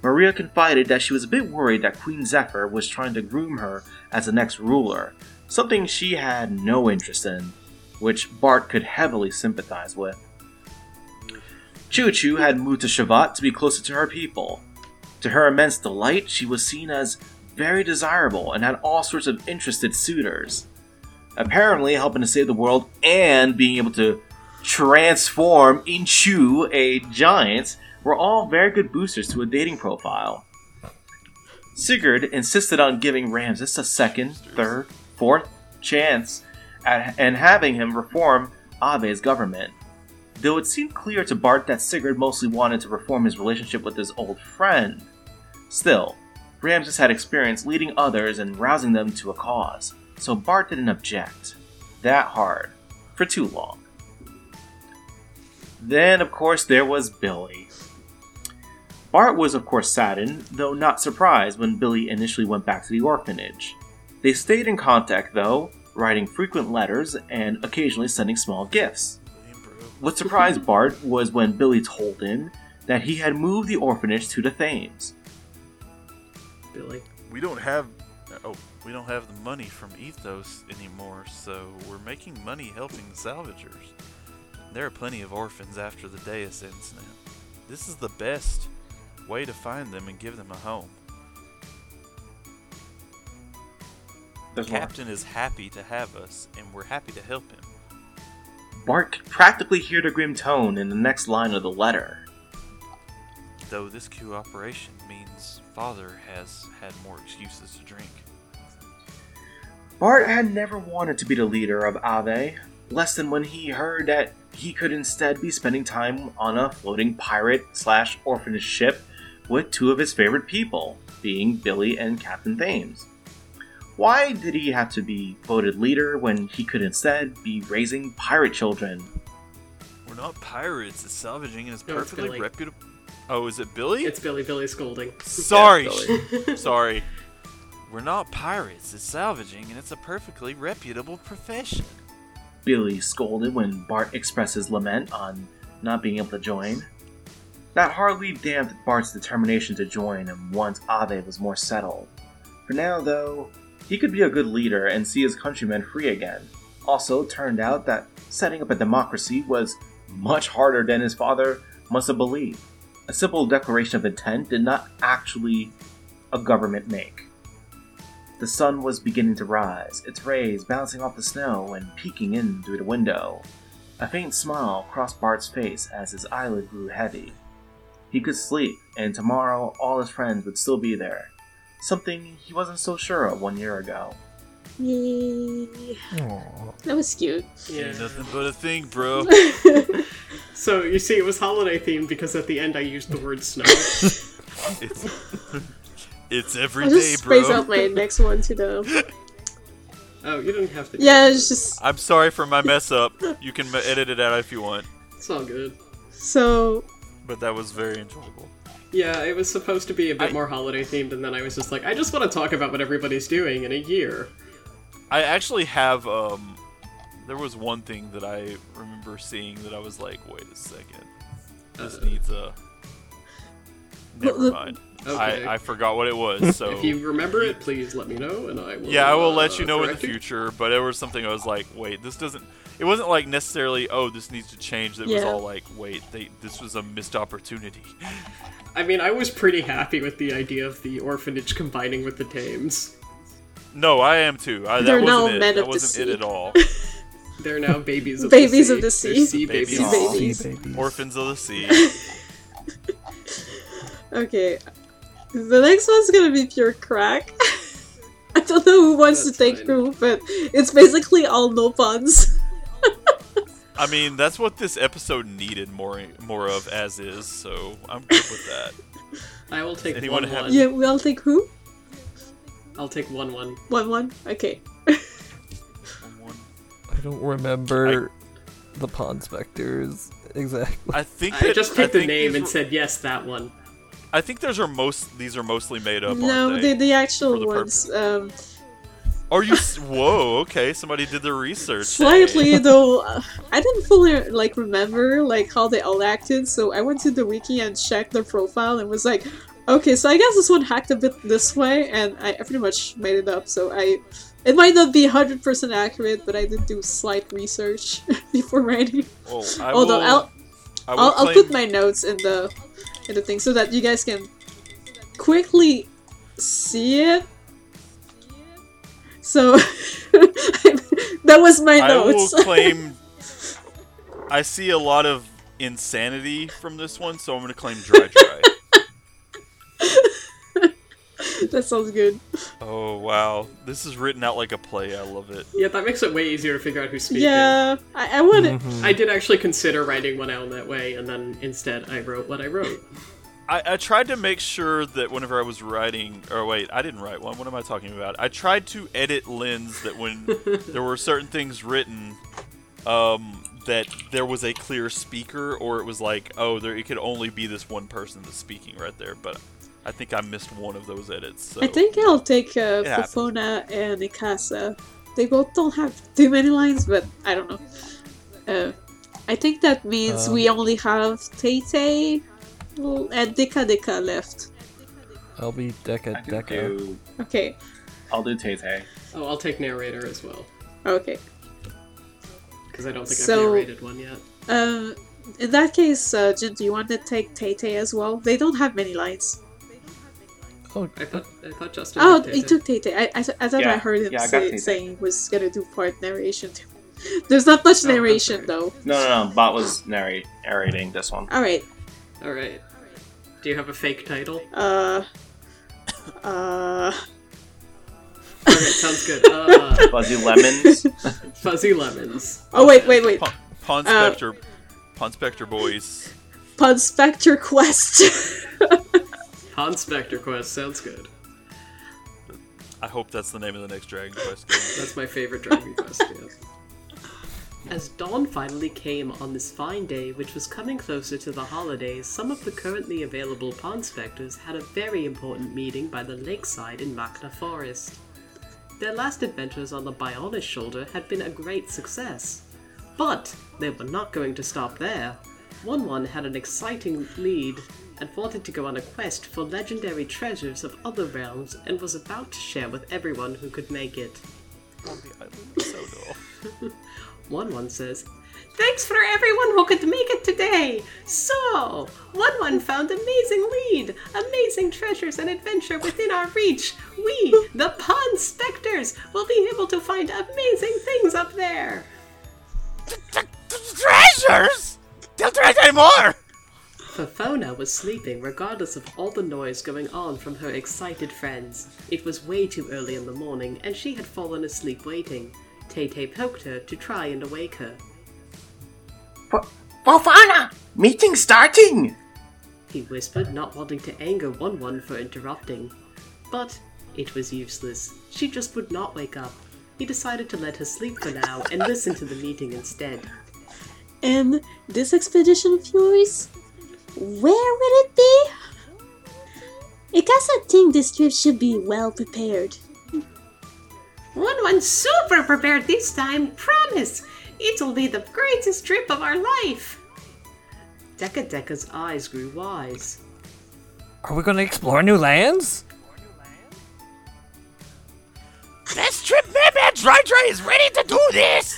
Speaker 2: Maria confided that she was a bit worried that Queen Zephyr was trying to groom her as the next ruler, something she had no interest in, which Bart could heavily sympathize with. Choo Choo had moved to Shavat to be closer to her people. To her immense delight, she was seen as very desirable and had all sorts of interested suitors. Apparently, helping to save the world and being able to transform into a giant were all very good boosters to a dating profile. Sigurd insisted on giving Ramses a second, third, fourth chance at, and having him reform Ave's government. Though it seemed clear to Bart that Sigurd mostly wanted to reform his relationship with his old friend. Still, Ramses had experience leading others and rousing them to a cause, so Bart didn't object that hard for too long. Then, of course, there was Billy. Bart was, of course, saddened, though not surprised, when Billy initially went back to the orphanage. They stayed in contact, though, writing frequent letters and occasionally sending small gifts. What surprised Bart was when Billy told him that he had moved the orphanage to the Thames.
Speaker 3: Billy.
Speaker 5: We don't have. Oh, we don't have the money from Ethos anymore, so we're making money helping the salvagers. There are plenty of orphans after the Deus incident. This is the best way to find them and give them a home. The
Speaker 2: There's more.
Speaker 5: captain is happy to have us, and we're happy to help him.
Speaker 2: Bart could practically hear the grim tone in the next line of the letter.
Speaker 5: Though this cooperation means father has had more excuses to drink.
Speaker 2: Bart had never wanted to be the leader of Ave, less than when he heard that he could instead be spending time on a floating pirate slash orphanage ship with two of his favorite people, being Billy and Captain Thames. Why did he have to be voted leader when he could instead be raising pirate children?
Speaker 5: We're not pirates. It's salvaging, and it's
Speaker 3: No, it's
Speaker 5: perfectly
Speaker 3: Billy.
Speaker 5: reputable. Oh, is it Billy?
Speaker 3: It's Billy Billy scolding.
Speaker 5: Sorry.
Speaker 2: Yeah,
Speaker 5: Sorry. We're not pirates. It's salvaging, and it's a perfectly reputable profession.
Speaker 2: Billy scolded when Bart expressed his lament on not being able to join. That hardly damped Bart's determination to join him once Ave was more settled. For now, though, he could be a good leader and see his countrymen free again. Also, it turned out that setting up a democracy was much harder than his father must have believed. A simple declaration of intent did not actually a government make. The sun was beginning to rise, its rays bouncing off the snow and peeking in through the window. A faint smile crossed Bart's face as his eyelid grew heavy. He could sleep, and tomorrow all his friends would still be there. Something he wasn't so sure of one year ago.
Speaker 4: Yay.
Speaker 1: Aw.
Speaker 4: That was cute.
Speaker 5: Ain't nothing but a thing, bro.
Speaker 3: So you see, it was holiday themed because at the end I used the word snow.
Speaker 5: it's, it's every
Speaker 4: I
Speaker 5: day,
Speaker 4: just space
Speaker 5: bro.
Speaker 4: out my next one to the.
Speaker 3: oh, you didn't have to. do
Speaker 4: Yeah,
Speaker 3: that.
Speaker 4: it's just
Speaker 5: I'm sorry for my mess up. You can ma- edit it out if you want,
Speaker 3: it's all good.
Speaker 4: so.
Speaker 5: but that was very enjoyable.
Speaker 3: Yeah, it was supposed to be a bit
Speaker 5: I-
Speaker 3: more holiday themed, and then I was just like, I just want to talk about what everybody's doing in a year.
Speaker 5: I actually have um there was one thing that I remember seeing that I was like, wait a second. This needs a Never
Speaker 4: Well,
Speaker 5: mind.
Speaker 3: Okay.
Speaker 5: I, I forgot what it was, so
Speaker 3: If you remember it, please let me know, and I will.
Speaker 5: Oh. Yeah, I will
Speaker 3: uh,
Speaker 5: let you know in the
Speaker 3: correct it.
Speaker 5: future, but there was something I was like, wait, this doesn't it wasn't like necessarily, oh, this needs to change. It was
Speaker 4: Yeah.
Speaker 5: all like, wait, they, this was a missed opportunity.
Speaker 3: I mean, I was pretty happy with the idea of the orphanage combining with the Thames.
Speaker 5: No, I am too. I,
Speaker 4: They're
Speaker 5: that
Speaker 4: now
Speaker 5: wasn't
Speaker 4: men
Speaker 5: it. That
Speaker 4: of the
Speaker 5: wasn't
Speaker 4: sea.
Speaker 5: it at all.
Speaker 3: They're now babies of
Speaker 4: Babies
Speaker 3: the sea.
Speaker 4: of the sea.
Speaker 3: They're sea babies.
Speaker 5: Babies of
Speaker 1: Sea
Speaker 4: the Babies.
Speaker 1: babies.
Speaker 5: Orphans of the sea.
Speaker 4: Okay. The next one's gonna be pure crack. I don't know who wants
Speaker 3: That's
Speaker 4: to take
Speaker 3: fine.
Speaker 4: who, but it's basically all no puns.
Speaker 5: I mean, that's what this episode needed more more of as is, so I'm good with that.
Speaker 3: I will take
Speaker 5: Anyone
Speaker 3: one
Speaker 5: have-
Speaker 3: one.
Speaker 4: Yeah, we all take who?
Speaker 3: I'll take one one.
Speaker 4: One one. Okay.
Speaker 1: I don't remember the Pawn Specters exactly.
Speaker 5: I think
Speaker 3: I
Speaker 5: that-
Speaker 3: just picked the
Speaker 5: think
Speaker 3: name
Speaker 5: these
Speaker 3: and
Speaker 5: were-
Speaker 3: said yes, that one.
Speaker 5: I think those are most these are mostly made up.
Speaker 4: no,
Speaker 5: aren't they?
Speaker 4: the the
Speaker 5: For
Speaker 4: actual
Speaker 5: the
Speaker 4: ones. Um,
Speaker 5: Are you? s- Whoa, okay. Somebody did their research.
Speaker 4: slightly
Speaker 5: Hey.
Speaker 4: though, uh, I didn't fully like remember like how they all acted. So I went to the wiki and checked their profile and was like, okay, so I guess this one hacked a bit this way, and I pretty much made it up. So I, it might not be hundred percent accurate, but I did do slight research before writing.
Speaker 5: Well, I
Speaker 4: Although
Speaker 5: will-
Speaker 4: I'll
Speaker 5: I will
Speaker 4: I'll, I'll
Speaker 5: claim-
Speaker 4: put my notes in the in the thing so that you guys can quickly see it. So that was my
Speaker 5: I will
Speaker 4: notes.
Speaker 5: claim. I see a lot of insanity from this one, so I'm going to claim dry dry.
Speaker 4: that sounds good.
Speaker 5: oh wow, this is written out like a play. I love it.
Speaker 3: Yeah, that makes it way easier to figure out who's speaking.
Speaker 4: Yeah, I, I want it.
Speaker 3: I did actually consider writing one out that way, and then instead I wrote what I wrote.
Speaker 5: I, I tried to make sure that whenever I was writing, or wait, I didn't write one. What am I talking about? I tried to edit Lens that when there were certain things written, um, that there was a clear speaker, or it was like, oh, there it could only be this one person that's speaking right there. But I think I missed one of those edits. So.
Speaker 4: I think I'll take uh,
Speaker 5: It happens.
Speaker 4: Fofona and Mikasa. They both don't have too many lines, but I don't know. Uh, I think that means we only have Tay and Deka Deka left.
Speaker 1: I'll be
Speaker 2: I
Speaker 1: Deca
Speaker 2: can
Speaker 1: Deca.
Speaker 2: do.
Speaker 4: Okay,
Speaker 2: I'll do Tay Tay.
Speaker 3: Oh, I'll take narrator as well
Speaker 4: okay.
Speaker 3: because I don't think
Speaker 4: So-
Speaker 3: I've narrated one yet.
Speaker 4: Um, in that case, uh, Jin, do you want to take Tay Tay as well? They don't have many lines.
Speaker 1: Oh,
Speaker 3: I thought I thought Justin.
Speaker 4: Oh,
Speaker 3: did
Speaker 4: he
Speaker 3: it.
Speaker 4: took Tay Tay. I, I, th- I thought I
Speaker 2: Yeah,
Speaker 4: heard him
Speaker 2: yeah, I got
Speaker 4: say,
Speaker 2: Tay-Tay.
Speaker 4: saying he was gonna do part narration too. There's not much
Speaker 3: Oh, that's
Speaker 4: narration
Speaker 3: right.
Speaker 4: though.
Speaker 2: No, no, no. Bot was narrate- narrating this one.
Speaker 4: All right.
Speaker 3: All right. Do you have a fake title?
Speaker 4: Uh. Uh.
Speaker 3: All right, sounds good. Uh,
Speaker 2: Fuzzy Lemons.
Speaker 3: fuzzy lemons.
Speaker 4: Oh wait, wait, wait.
Speaker 5: Pa- Pawn
Speaker 4: Uh,
Speaker 5: Spectre, Pawn Spectre boys.
Speaker 4: Pun Spectre Quest.
Speaker 3: Han Spectre Quest sounds good.
Speaker 5: I hope that's the name of the next Dragon Quest game.
Speaker 3: That's my favorite Dragon Quest. yes. As dawn finally came on this fine day, which was coming closer to the holidays, some of the currently available Pawn Spectres had a very important meeting by the lakeside in Machna Forest. Their last adventures on the Bionis shoulder had been a great success. But they were not going to stop there. 1 1 had an exciting lead and wanted to go on a quest for legendary treasures of other realms and was about to share with everyone who could make it.
Speaker 5: So cool.
Speaker 3: One one says, Thanks for everyone who could make it today! So, One One found amazing lead, amazing treasures and adventure within our reach. We, the Pawn Spectres, will be able to find amazing things up there!
Speaker 5: Treasures! Don't try anymore.
Speaker 3: Fafona was sleeping regardless of all the noise going on from her excited friends. It was way too early in the morning and she had fallen asleep waiting. Tay Tay poked her to try and awake her.
Speaker 2: Bofana! Meeting starting!
Speaker 3: he whispered, not wanting to anger One One for interrupting. But it was useless. She just would not wake up. He decided to let her sleep for now and listen to the meeting instead.
Speaker 4: and this expedition of yours, where will it be? I guess I think this trip should be well prepared.
Speaker 7: One one's super prepared this time, promise! It'll be the greatest trip of our life!
Speaker 3: Deka Deka's eyes grew wise.
Speaker 1: Are we gonna explore new lands?
Speaker 8: This trip, Madman Dry Dry is ready to do this!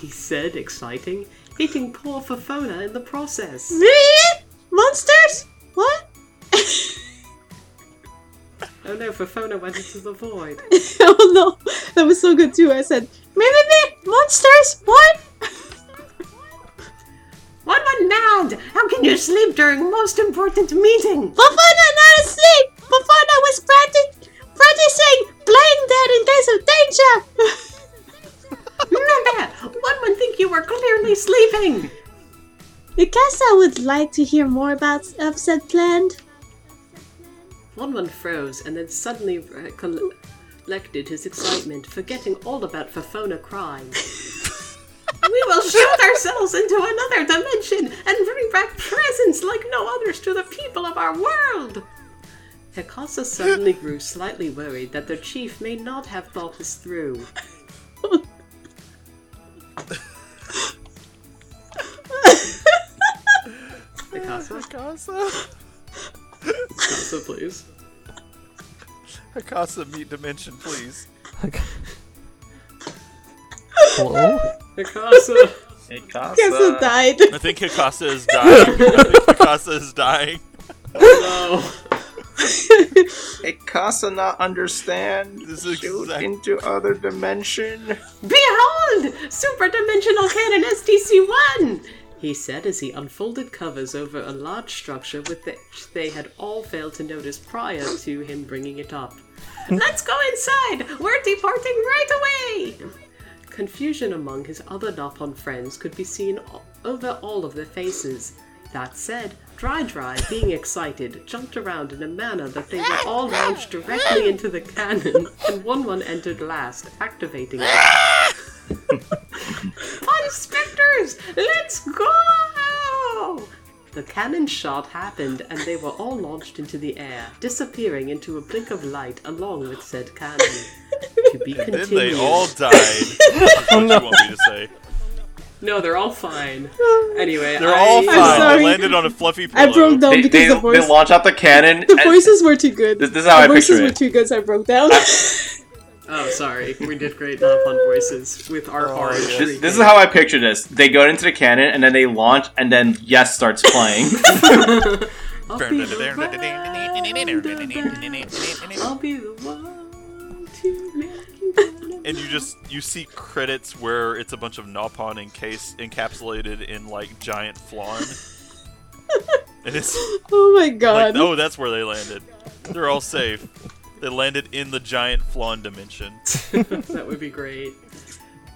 Speaker 3: He said, exciting, hitting poor Fafona in the process.
Speaker 4: Monsters? What?
Speaker 3: Oh no, Fafona went into the void.
Speaker 4: oh no, that was so good too. I said, me me me, monsters. What?
Speaker 7: One one mad! How can you sleep during most important meeting?
Speaker 4: Bafana not asleep. Bafana was practi- practicing playing dead in case of danger.
Speaker 7: Remember, one one think you were clearly sleeping.
Speaker 3: leaving!
Speaker 4: I guess I would like to hear more about Upset Plant.
Speaker 3: Wonwon froze and then suddenly recollected his excitement, forgetting all about Fafona crying.
Speaker 7: We will shoot ourselves into another dimension and bring back presents like no others to the people of our world!
Speaker 3: Hikasa suddenly grew slightly worried that their chief may not have thought this through. Hikasa?
Speaker 5: Hakasa?
Speaker 3: Hikasa, please.
Speaker 5: Hakasa, meet Dimension, please.
Speaker 1: Hello?
Speaker 3: Hikasa!
Speaker 2: Mikasa.
Speaker 4: Kessa died.
Speaker 5: I think Hakasa is dying. I think Hakasa is dying.
Speaker 3: No!
Speaker 2: Mikasa not understand.
Speaker 5: This is
Speaker 2: Shoot
Speaker 5: exact-
Speaker 2: into other dimension.
Speaker 4: Oh,
Speaker 7: Behold! Super Dimensional Cannon STC 1!
Speaker 3: He said as he unfolded covers over a large structure with which they had all failed to notice prior to him bringing it up.
Speaker 7: Let's go inside! We're departing right away!
Speaker 3: Confusion among his other Napon friends could be seen o- over all of their faces. That said, Dry Dry, being excited, jumped around in a manner that they were all launched directly into the cannon, and one one entered last, activating it.
Speaker 7: Fun specters! Let's go!
Speaker 3: The cannon shot happened, and they were all launched into the air, disappearing into a blink of light along with said cannon. To be
Speaker 5: Then they all
Speaker 3: continued.
Speaker 5: died. Is what you want me to say?
Speaker 3: No, they're all fine. Anyway,
Speaker 5: They're
Speaker 3: I-
Speaker 5: all fine. They
Speaker 4: sorry.
Speaker 5: landed on a fluffy pillow.
Speaker 4: I broke down
Speaker 2: They,
Speaker 4: because
Speaker 2: they,
Speaker 4: the voice.
Speaker 2: they launch out the cannon.
Speaker 4: the
Speaker 2: and-
Speaker 4: voices were too good.
Speaker 2: This- this is how
Speaker 4: the
Speaker 2: I
Speaker 4: voices
Speaker 2: picture
Speaker 4: were
Speaker 2: it.
Speaker 4: too good, so I broke down.
Speaker 3: Oh, sorry. We did great Napon voices with our orange.
Speaker 2: This, this is how I picture this. They go into the cannon and then they launch and then Yes starts playing.
Speaker 3: I'll be the one. I'll be the one to make you wanna-
Speaker 5: and you just you see credits where it's a bunch of Napon encased encapsulated in like giant flan. and it's
Speaker 4: oh my
Speaker 5: like
Speaker 4: god.
Speaker 5: oh that's where they landed. They're all safe. They landed in the giant flan dimension.
Speaker 3: That would be great.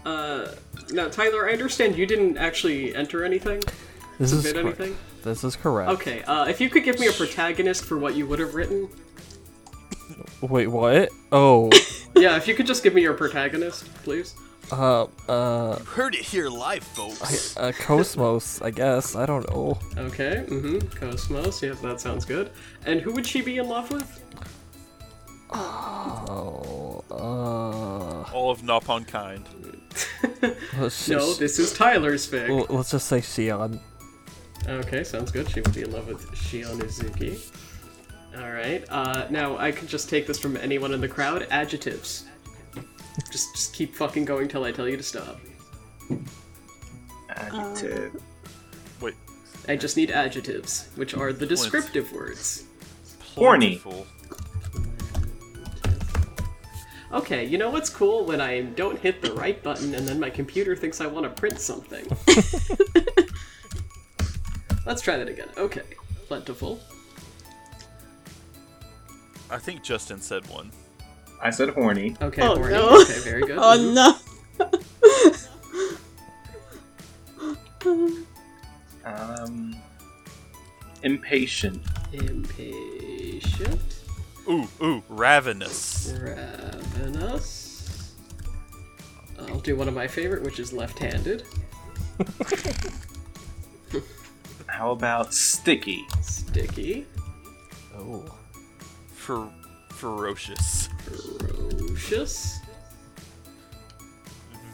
Speaker 3: Uh, now, Tyler, I understand you didn't actually enter anything.
Speaker 1: This is
Speaker 3: Submit
Speaker 1: correct.
Speaker 3: anything?
Speaker 1: This is correct.
Speaker 3: Okay, uh, if you could give me a protagonist for what you would have written.
Speaker 1: Wait, what? Oh,
Speaker 3: Yeah, if you could just give me your protagonist, please.
Speaker 1: uh, uh,
Speaker 5: Heard it here live, folks.
Speaker 1: uh, Cosmos, I guess. I don't know.
Speaker 3: Okay, mm hmm. Cosmos, yep, that sounds good. And who would she be in love with?
Speaker 1: Oh, uh.
Speaker 5: All of Napon kind.
Speaker 1: Let's,
Speaker 3: No,
Speaker 1: just,
Speaker 3: this is Tyler's fic.
Speaker 1: well, let's just say Xion.
Speaker 3: Okay, sounds good. She would be in love with Shion Izuki. Alright, uh, now I can just take this from anyone in the crowd. Adjectives. Just, just keep fucking going till I tell you to stop.
Speaker 2: Adjective.
Speaker 5: Wait,
Speaker 3: I just need adjectives, which are the descriptive words.
Speaker 2: Horny.
Speaker 5: plentiful.
Speaker 3: Okay, you know what's cool? When I don't hit the right button and then my computer thinks I want to print something. Let's try that again. Okay, plentiful.
Speaker 5: I think Justin said one.
Speaker 2: I said horny.
Speaker 3: Okay,
Speaker 4: Oh,
Speaker 3: horny.
Speaker 4: no.
Speaker 3: Okay, very good.
Speaker 4: Oh no.
Speaker 2: Um, impatient.
Speaker 3: Impatient.
Speaker 5: Ooh, ooh, ravenous.
Speaker 3: Ravenous. I'll do one of my favorite, which is left-handed.
Speaker 2: How about sticky?
Speaker 3: Sticky.
Speaker 1: Oh.
Speaker 5: Fer- ferocious.
Speaker 3: Ferocious.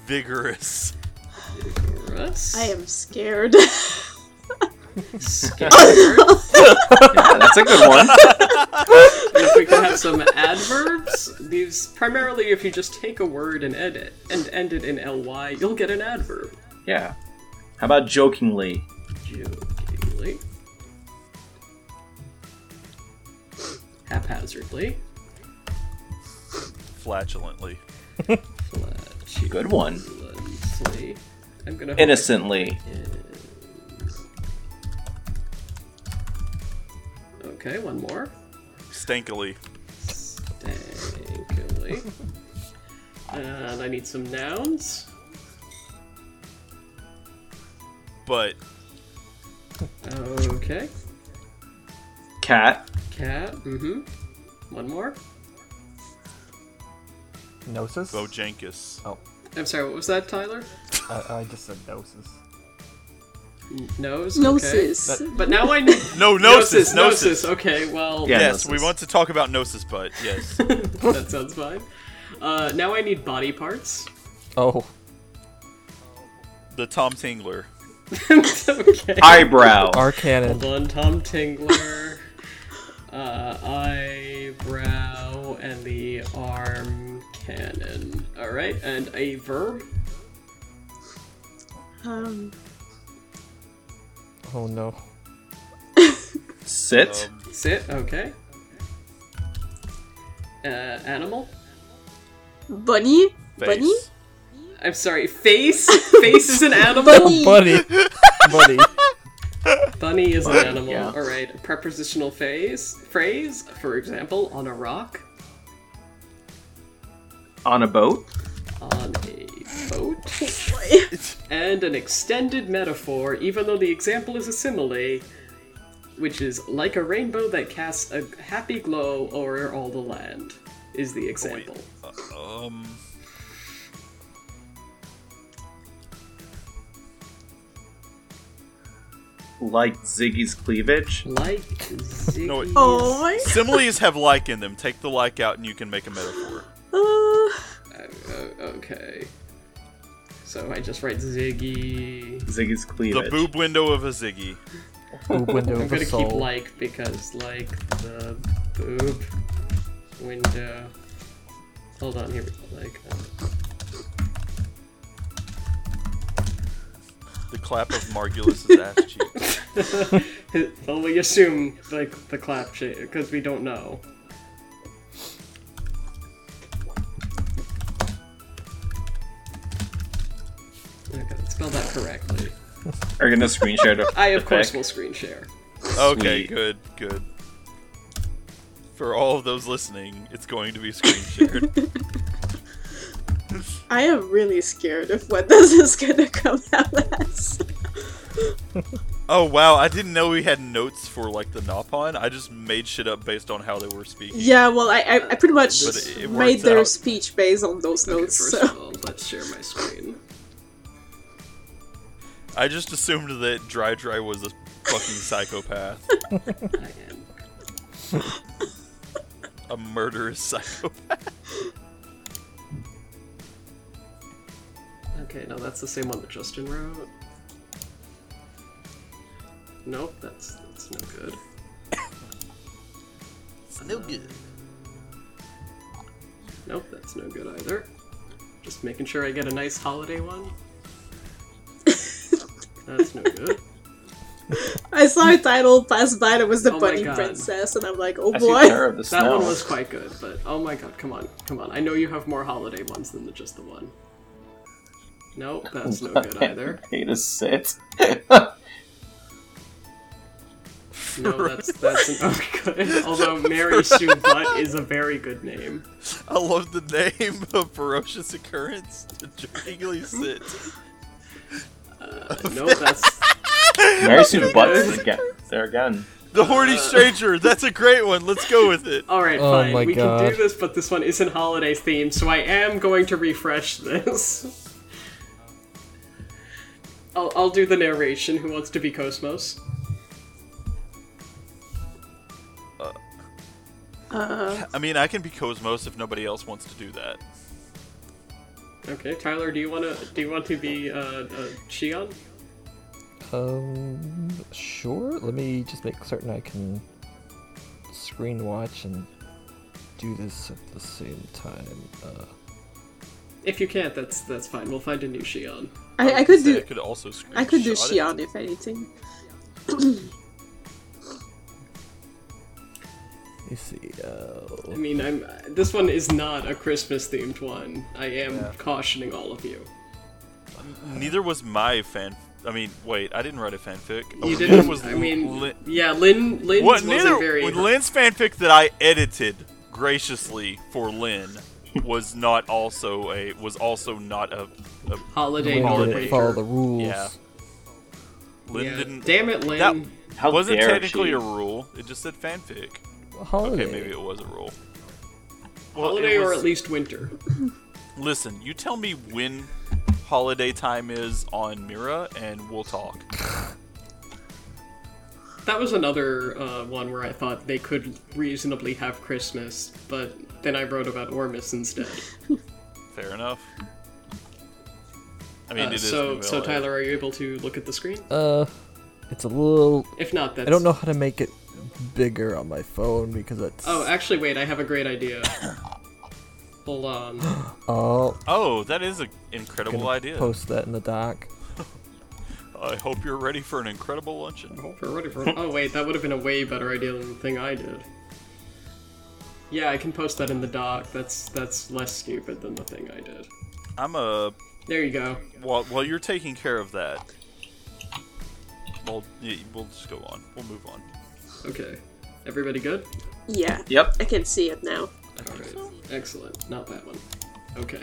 Speaker 5: Vigorous.
Speaker 3: Gross.
Speaker 4: I am scared.
Speaker 3: scared.
Speaker 2: Yeah, that's a good one.
Speaker 3: if we could have some adverbs, these primarily if you just take a word and edit and end it in ly, you'll get an adverb.
Speaker 2: Yeah. How about jokingly?
Speaker 3: Jokingly. Haphazardly.
Speaker 5: Flatulently.
Speaker 2: Good one.
Speaker 3: Flatulently. I'm gonna hope I-
Speaker 2: Innocently.
Speaker 3: Okay, one more.
Speaker 5: Stankily.
Speaker 3: Stankily. and I need some nouns.
Speaker 5: but
Speaker 3: Okay.
Speaker 2: Cat.
Speaker 3: Cat. Mm hmm. One more.
Speaker 1: Gnosis?
Speaker 5: Bojankus.
Speaker 1: oh,
Speaker 3: I'm sorry, what was that, Tyler?
Speaker 1: I, I just said Gnosis.
Speaker 3: Nose? Okay.
Speaker 4: Gnosis.
Speaker 3: But now I know.
Speaker 5: No, gnosis, gnosis.
Speaker 3: Okay, well,
Speaker 2: Yeah.
Speaker 5: Yes,
Speaker 2: Gnosis.
Speaker 5: we want to talk about gnosis, but yes,
Speaker 3: that sounds fine. Uh, now I need body parts.
Speaker 1: Oh,
Speaker 5: the Tom Tingler.
Speaker 3: okay.
Speaker 2: Eyebrow.
Speaker 1: Arcanon.
Speaker 3: Hold on, Tom Tingler. Uh, eyebrow and the arm cannon. Alright, and a verb?
Speaker 4: Um,
Speaker 1: Oh no.
Speaker 2: Sit.
Speaker 5: Um,
Speaker 3: Sit, okay. Uh, animal?
Speaker 4: bunny? Bunny?
Speaker 5: face.
Speaker 3: I'm sorry, face? face is an animal?
Speaker 4: Bunny!
Speaker 1: Buddy! Buddy!
Speaker 3: Bunny is an animal.
Speaker 2: yeah.
Speaker 3: Alright, prepositional phase, phrase, for example, on a rock,
Speaker 2: On a boat.
Speaker 3: on a boat, and an extended metaphor, even though the example is a simile, which is like a rainbow that casts a happy glow over all the land, is the example.
Speaker 5: Um,
Speaker 2: Like Ziggy's cleavage.
Speaker 3: Like Ziggy's...
Speaker 5: No, it-
Speaker 4: Oh my
Speaker 5: similes have like in them. Take the like out, and you can make a metaphor.
Speaker 4: Uh,
Speaker 3: O- okay. So I just write Ziggy.
Speaker 2: Ziggy's
Speaker 5: The
Speaker 2: cleavage.
Speaker 5: boob window of a ziggy.
Speaker 1: Boob window
Speaker 3: I'm
Speaker 1: of
Speaker 3: gonna
Speaker 1: the soul.
Speaker 3: keep like because like the boob window. Hold on here. we go, Like uh,
Speaker 5: The clap of Margulis' ass cheek.
Speaker 3: hi- well, we uh, assume like the clap shape because we don't know. Okay, spell that correctly.
Speaker 2: Are you gonna screen share to
Speaker 3: I of
Speaker 2: the
Speaker 3: course
Speaker 2: pic?
Speaker 3: will screen share.
Speaker 5: Okay,
Speaker 2: Sweet.
Speaker 5: good, good. For all of those listening, it's going to be screen shared.
Speaker 4: I am really scared of what this is gonna come out as.
Speaker 5: oh wow, I didn't know we had notes for like the Napon. I just made shit up based on how they were speaking.
Speaker 4: Yeah, well, I, I, I pretty much
Speaker 5: But it- it
Speaker 4: made
Speaker 5: works
Speaker 4: their
Speaker 5: out.
Speaker 4: speech based on those
Speaker 3: Okay,
Speaker 4: notes.
Speaker 3: first
Speaker 4: So.
Speaker 3: of all, let's share my screen.
Speaker 5: I just assumed that Dry Dry was a fucking psychopath,
Speaker 3: I am.
Speaker 5: a murderous psychopath.
Speaker 3: Okay, no, that's the same one that Justin wrote. Nope, that's that's no good.
Speaker 5: No good.
Speaker 3: Nope, that's no good either. Just making sure I get a nice holiday one. that's no good.
Speaker 4: I saw a title pass by that was the
Speaker 3: Oh my
Speaker 4: Bunny
Speaker 3: God.
Speaker 4: Princess, and I'm like, oh
Speaker 2: I see
Speaker 4: boy.
Speaker 2: Terror of the
Speaker 3: That
Speaker 2: Snow.
Speaker 3: one was quite good, but oh my god, come on, come on. I know you have more holiday ones than the, just the one. Nope, that's no good either.
Speaker 2: Hate to sit.
Speaker 3: No, that's that's no good. Although Mary Sue Butt is a very good name.
Speaker 5: I love the name of ferocious occurrence. Jokingly sit.
Speaker 3: Nope, that's
Speaker 2: Mary Sue Butts again. There again.
Speaker 5: The horny stranger. That's a great one. Let's go with it.
Speaker 3: All right,
Speaker 1: Oh
Speaker 3: fine.
Speaker 1: my
Speaker 3: we can
Speaker 1: God.
Speaker 3: do this, but this one isn't holiday themed, so I am going to refresh this. I'll, I'll do the narration. Who wants to be Cosmos?
Speaker 5: I mean, I can be Cosmos if nobody else wants to do that.
Speaker 3: Okay, Tyler, do you want to do you want to be uh, uh, Shion?
Speaker 1: Um, sure. Let me just make certain I can screen watch and do this at the same time. Uh,
Speaker 3: If you can't, that's that's fine. We'll find a new Shion.
Speaker 4: I, I could
Speaker 5: Say I
Speaker 4: do
Speaker 5: could also screen.
Speaker 4: I could do
Speaker 5: shot it.
Speaker 4: Shion if anything.
Speaker 1: let me see. Uh,
Speaker 3: I mean, I'm this one is not a Christmas themed one. I am cautioning all of you.
Speaker 5: Neither was my fan. I mean, wait, I didn't write a fanfic.
Speaker 3: You
Speaker 5: Oh,
Speaker 3: didn't.
Speaker 5: neither Was
Speaker 3: I mean,
Speaker 5: Lin-
Speaker 3: yeah, Lynn. Lynn's
Speaker 5: what?
Speaker 3: wasn't
Speaker 5: Neither.
Speaker 3: very.
Speaker 5: Lynn's fanfic that I edited graciously for Lynn was not also a was also not a. a
Speaker 3: holiday.
Speaker 1: we
Speaker 3: nor
Speaker 1: didn't
Speaker 5: holiday.
Speaker 1: follow
Speaker 3: winter.
Speaker 1: the rules.
Speaker 5: Yeah. Lynn didn't.
Speaker 3: Damn it, Lynn.
Speaker 5: That
Speaker 2: How
Speaker 5: wasn't
Speaker 2: dare
Speaker 5: technically
Speaker 2: she.
Speaker 5: a rule. It just said fanfic.
Speaker 1: Holiday.
Speaker 3: Oh,
Speaker 5: Okay, maybe it was a rule. Well,
Speaker 3: Holiday
Speaker 5: it
Speaker 3: or
Speaker 5: was-
Speaker 3: at least winter.
Speaker 5: Listen, you tell me when holiday time is on Mira, and we'll talk.
Speaker 3: That was another uh, one where I thought they could reasonably have Christmas, but then I wrote about Ormus instead.
Speaker 5: Fair enough. I mean,
Speaker 3: Uh,
Speaker 5: it is.
Speaker 3: so,
Speaker 5: New
Speaker 3: so
Speaker 5: LA.
Speaker 3: Tyler, are you able to look at the screen?
Speaker 1: Uh, it's a little.
Speaker 3: if not, that's
Speaker 1: I don't know how to make it bigger on my phone because it's.
Speaker 3: Oh, actually, wait. I have a great idea. Hold on.
Speaker 1: Oh,
Speaker 5: Oh, that is an
Speaker 1: I'm
Speaker 5: incredible
Speaker 1: gonna
Speaker 5: idea.
Speaker 1: Post that in the doc.
Speaker 5: I hope you're ready for an incredible luncheon.
Speaker 3: I hope we're ready for. Oh, wait. That would have been a way better idea than the thing I did. Yeah, I can post that in the doc. That's that's less stupid than the thing I did.
Speaker 5: I'm a
Speaker 3: There you go.
Speaker 5: while while you're taking care of that. Well, yeah, we'll just go on. We'll move on.
Speaker 3: Okay. Everybody good?
Speaker 4: Yeah.
Speaker 2: Yep.
Speaker 4: I can see it now.
Speaker 3: All right. Excellent. Not that one. Okay.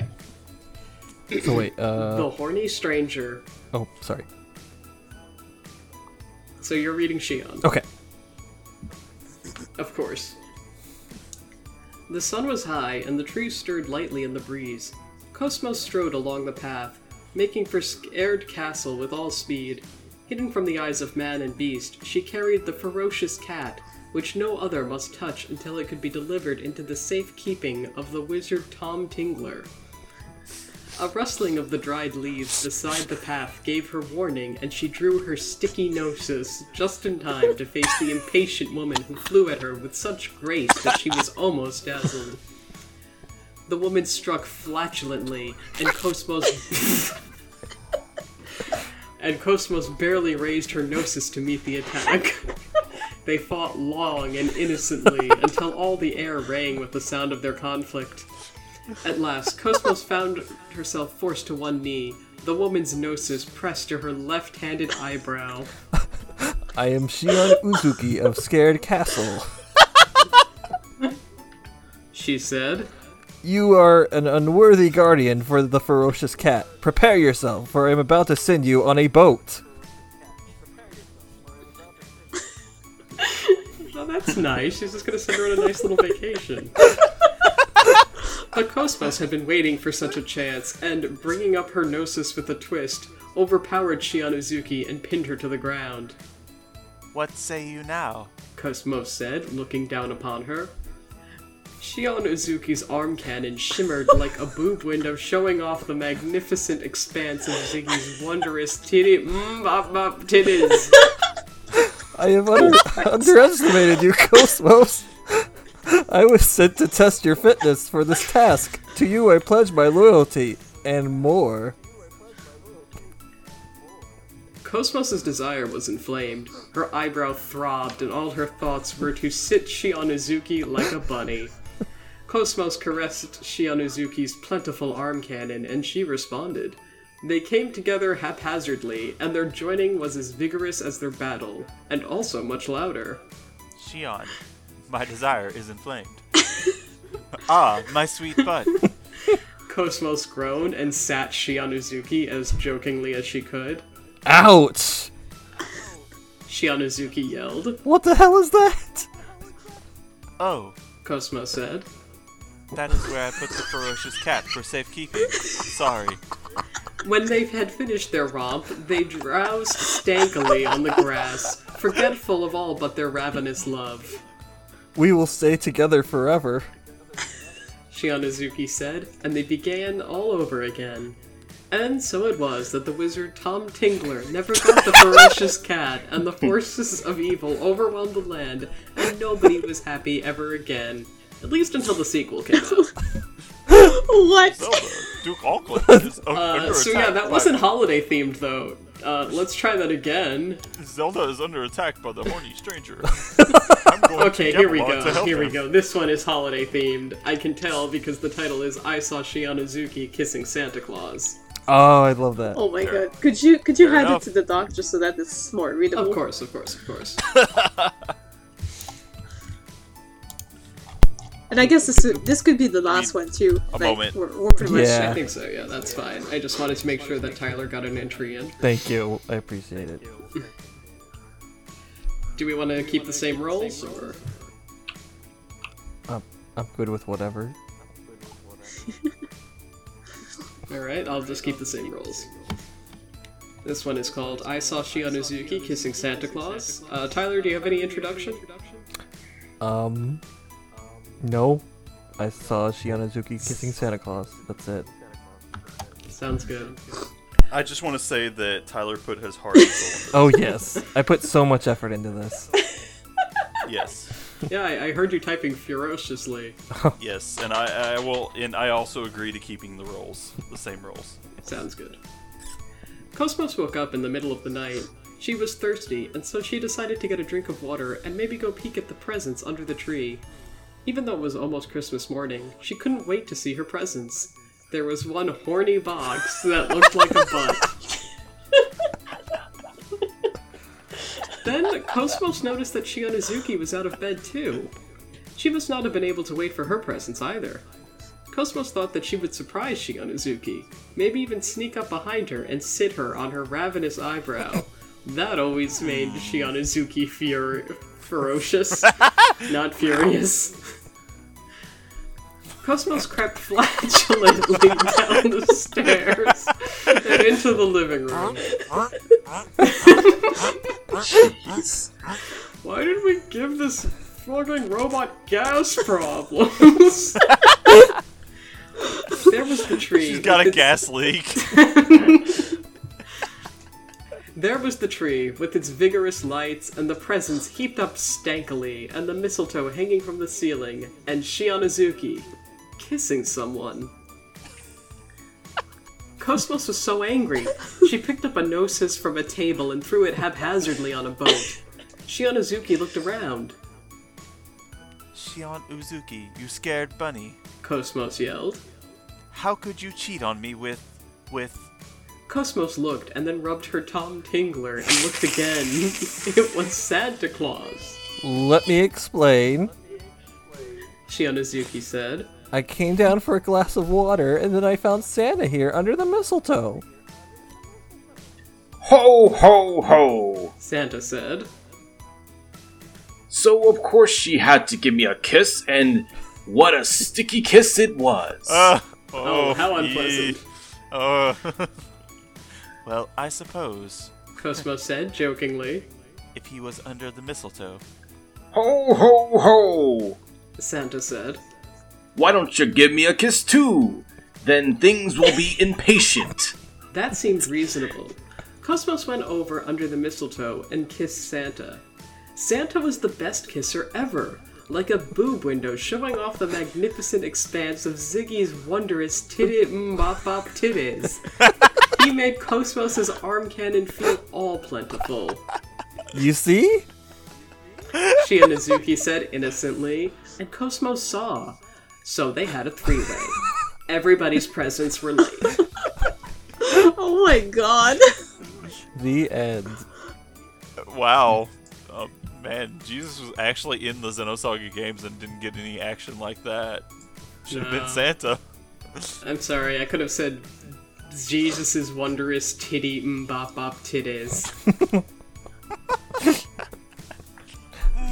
Speaker 1: So wait.
Speaker 3: the
Speaker 1: Uh.
Speaker 3: horny stranger.
Speaker 1: Oh, sorry.
Speaker 3: So you're reading Shion.
Speaker 1: Okay.
Speaker 3: Of course. The sun was high, and the trees stirred lightly in the breeze. Cosmo strode along the path, making for Scared Castle with all speed. Hidden from the eyes of man and beast, she carried the ferocious cat, which no other must touch until it could be delivered into the safe keeping of the wizard Tom Tingler. A rustling of the dried leaves beside the path gave her warning, and she drew her sticky gnosis just in time to face the impatient woman who flew at her with such grace that she was almost dazzled. The woman struck flatulently, and Cosmos. and Cosmos barely raised her gnosis to meet the attack. They fought long and innocently until all the air rang with the sound of their conflict. At last, Cosmos found herself forced to one knee, the woman's gnosis pressed to her left handed eyebrow.
Speaker 1: I am Shion Uzuki of Scared Castle.
Speaker 3: She said,
Speaker 1: You are an unworthy guardian for the ferocious cat. Prepare yourself, for I am about to send you on a boat.
Speaker 3: Oh, that's nice. She's just going to send her on a nice little vacation. But Cosmos had been waiting for such a chance, and bringing up her gnosis with a twist, overpowered Shion Uzuki and pinned her to the ground.
Speaker 5: What say you now?
Speaker 3: Cosmos said, looking down upon her. Shion Uzuki's arm cannon shimmered like a boob window, showing off the magnificent expanse of Ziggy's wondrous titty mm, bop bop titties.
Speaker 1: I have under- underestimated you, Cosmos. I was sent to test your fitness for this task. To you, I pledge my loyalty and more.
Speaker 3: Cosmos's desire was inflamed. Her eyebrow throbbed, and all her thoughts were to sit Shion Uzuki like a bunny. Cosmos caressed Shion Uzuki's plentiful arm cannon, and she responded. They came together haphazardly, and their joining was as vigorous as their battle, and also much louder.
Speaker 5: Shion, my desire is inflamed. ah, my sweet bud.
Speaker 3: Cosmos groaned and sat Shion Uzuki as jokingly as she could.
Speaker 1: Ouch!
Speaker 3: Shion Uzuki yelled.
Speaker 1: What the hell is that?
Speaker 5: Oh,
Speaker 3: Cosmos said.
Speaker 5: that is where I put the ferocious cat for safekeeping. Sorry.
Speaker 3: When they had finished their romp, they drowsed stankily on the grass, forgetful of all but their ravenous love.
Speaker 1: We will stay together forever.
Speaker 3: Shionizuki said, and they began all over again. And so it was that the wizard Tom Tingler never got the ferocious cat, and the forces of evil overwhelmed the land, and nobody was happy ever again. At least until the sequel came out.
Speaker 4: What?
Speaker 5: Duke Auckland is un-
Speaker 3: Uh,
Speaker 5: under
Speaker 3: so
Speaker 5: attack
Speaker 3: yeah, that
Speaker 5: by-
Speaker 3: wasn't holiday themed though. Uh, let's try that again.
Speaker 5: Zelda is under attack by the horny stranger. I'm going
Speaker 3: Okay, here we
Speaker 5: Camelot to
Speaker 3: go.
Speaker 5: help
Speaker 3: Here we
Speaker 5: him.
Speaker 3: go. This one is holiday themed. I can tell because the title is "I Saw Shionizuki Kissing Santa Claus."
Speaker 1: Oh, I love that.
Speaker 4: Oh my god. Could you could you hand
Speaker 5: enough.
Speaker 4: it to the doctor so that it's more readable?
Speaker 3: Of course, of course, of course.
Speaker 4: And I guess this this could be the last one too.
Speaker 5: a
Speaker 4: like,
Speaker 5: moment.
Speaker 4: We're, we're pretty much
Speaker 1: Yeah.
Speaker 3: I think so, yeah, that's fine. I just wanted to make sure that Tyler got an entry in.
Speaker 1: Thank you. I appreciate it.
Speaker 3: Do we want to keep the same roles, or...?
Speaker 1: I'm, I'm good with whatever.
Speaker 3: Alright, I'll just keep the same roles. This one is called I Saw Shionozuki Kissing Santa Claus. Uh, Tyler, do you have any introduction?
Speaker 1: Um, no, I saw Shionozuki kissing Santa Claus. That's it.
Speaker 3: Sounds good.
Speaker 5: I just want to say that Tyler put his heart and soul.
Speaker 1: Oh yes, I put so much effort into this.
Speaker 5: into it. Yes,
Speaker 3: Yeah, I, I heard you typing ferociously.
Speaker 5: yes, and I, I will, and I also agree to keeping the roles, the same roles.
Speaker 3: Sounds good. Cosmos woke up in the middle of the night. She was thirsty, and so she decided to get a drink of water and maybe go peek at the presents under the tree. Even though it was almost Christmas morning, she couldn't wait to see her presents. There was one horny box that looked like a butt. then Cosmos noticed that Shionozuki was out of bed too. She must not have been able to wait for her presents either. Cosmos thought that she would surprise Shionozuki, maybe even sneak up behind her and sit her on her ravenous eyebrow. That always made Shionozuki fur- ferocious, not furious. Cosmos crept flatulently down the stairs and into the living room. Why did we give this fucking robot gas problems? there was the tree.
Speaker 5: She's got a gas leak.
Speaker 3: There was the tree, with its vigorous lights, and the presents heaped up stankily, and the mistletoe hanging from the ceiling, and Shionozuki kissing someone. Cosmos was so angry, she picked up a gnosis from a table and threw it haphazardly on a boat. Shionozuki looked around.
Speaker 5: Shion Uzuki, you scared bunny.
Speaker 3: Cosmos yelled.
Speaker 5: How could you cheat on me with, with?
Speaker 3: Cosmos looked and then rubbed her Tom Tingler and looked again. it was Santa Claus,
Speaker 1: Let me explain.
Speaker 3: Shionozuki said.
Speaker 1: I came down for a glass of water, and then I found Santa here under the mistletoe.
Speaker 2: Ho, ho, ho!
Speaker 3: Santa said.
Speaker 2: So, of course, she had to give me a kiss, and what a sticky kiss it was.
Speaker 5: Uh.
Speaker 3: Oh, how unpleasant.
Speaker 5: Oh. well, I suppose
Speaker 3: Cosmo said jokingly.
Speaker 5: if he was under the mistletoe,
Speaker 2: Ho, ho, ho!
Speaker 3: Santa said.
Speaker 2: Why don't you give me a kiss too? Then things will be impatient.
Speaker 3: That seemed reasonable. Cosmos went over under the mistletoe and kissed Santa. Santa was the best kisser ever, like a boob window showing off the magnificent expanse of Ziggy's wondrous titty bop bop titties. he made Cosmos's arm cannon feel all plentiful.
Speaker 1: You see?
Speaker 3: She and Izuki said innocently, and Cosmo saw. So they had a three way. Everybody's presents were late.
Speaker 4: Oh my god.
Speaker 1: The end.
Speaker 5: wow, oh, man, Jesus was actually in the Xenosaga games and didn't get any action like that. Should have
Speaker 3: No.
Speaker 5: been Santa.
Speaker 3: I'm sorry, I could have said Jesus' wondrous titty mbop bop titties.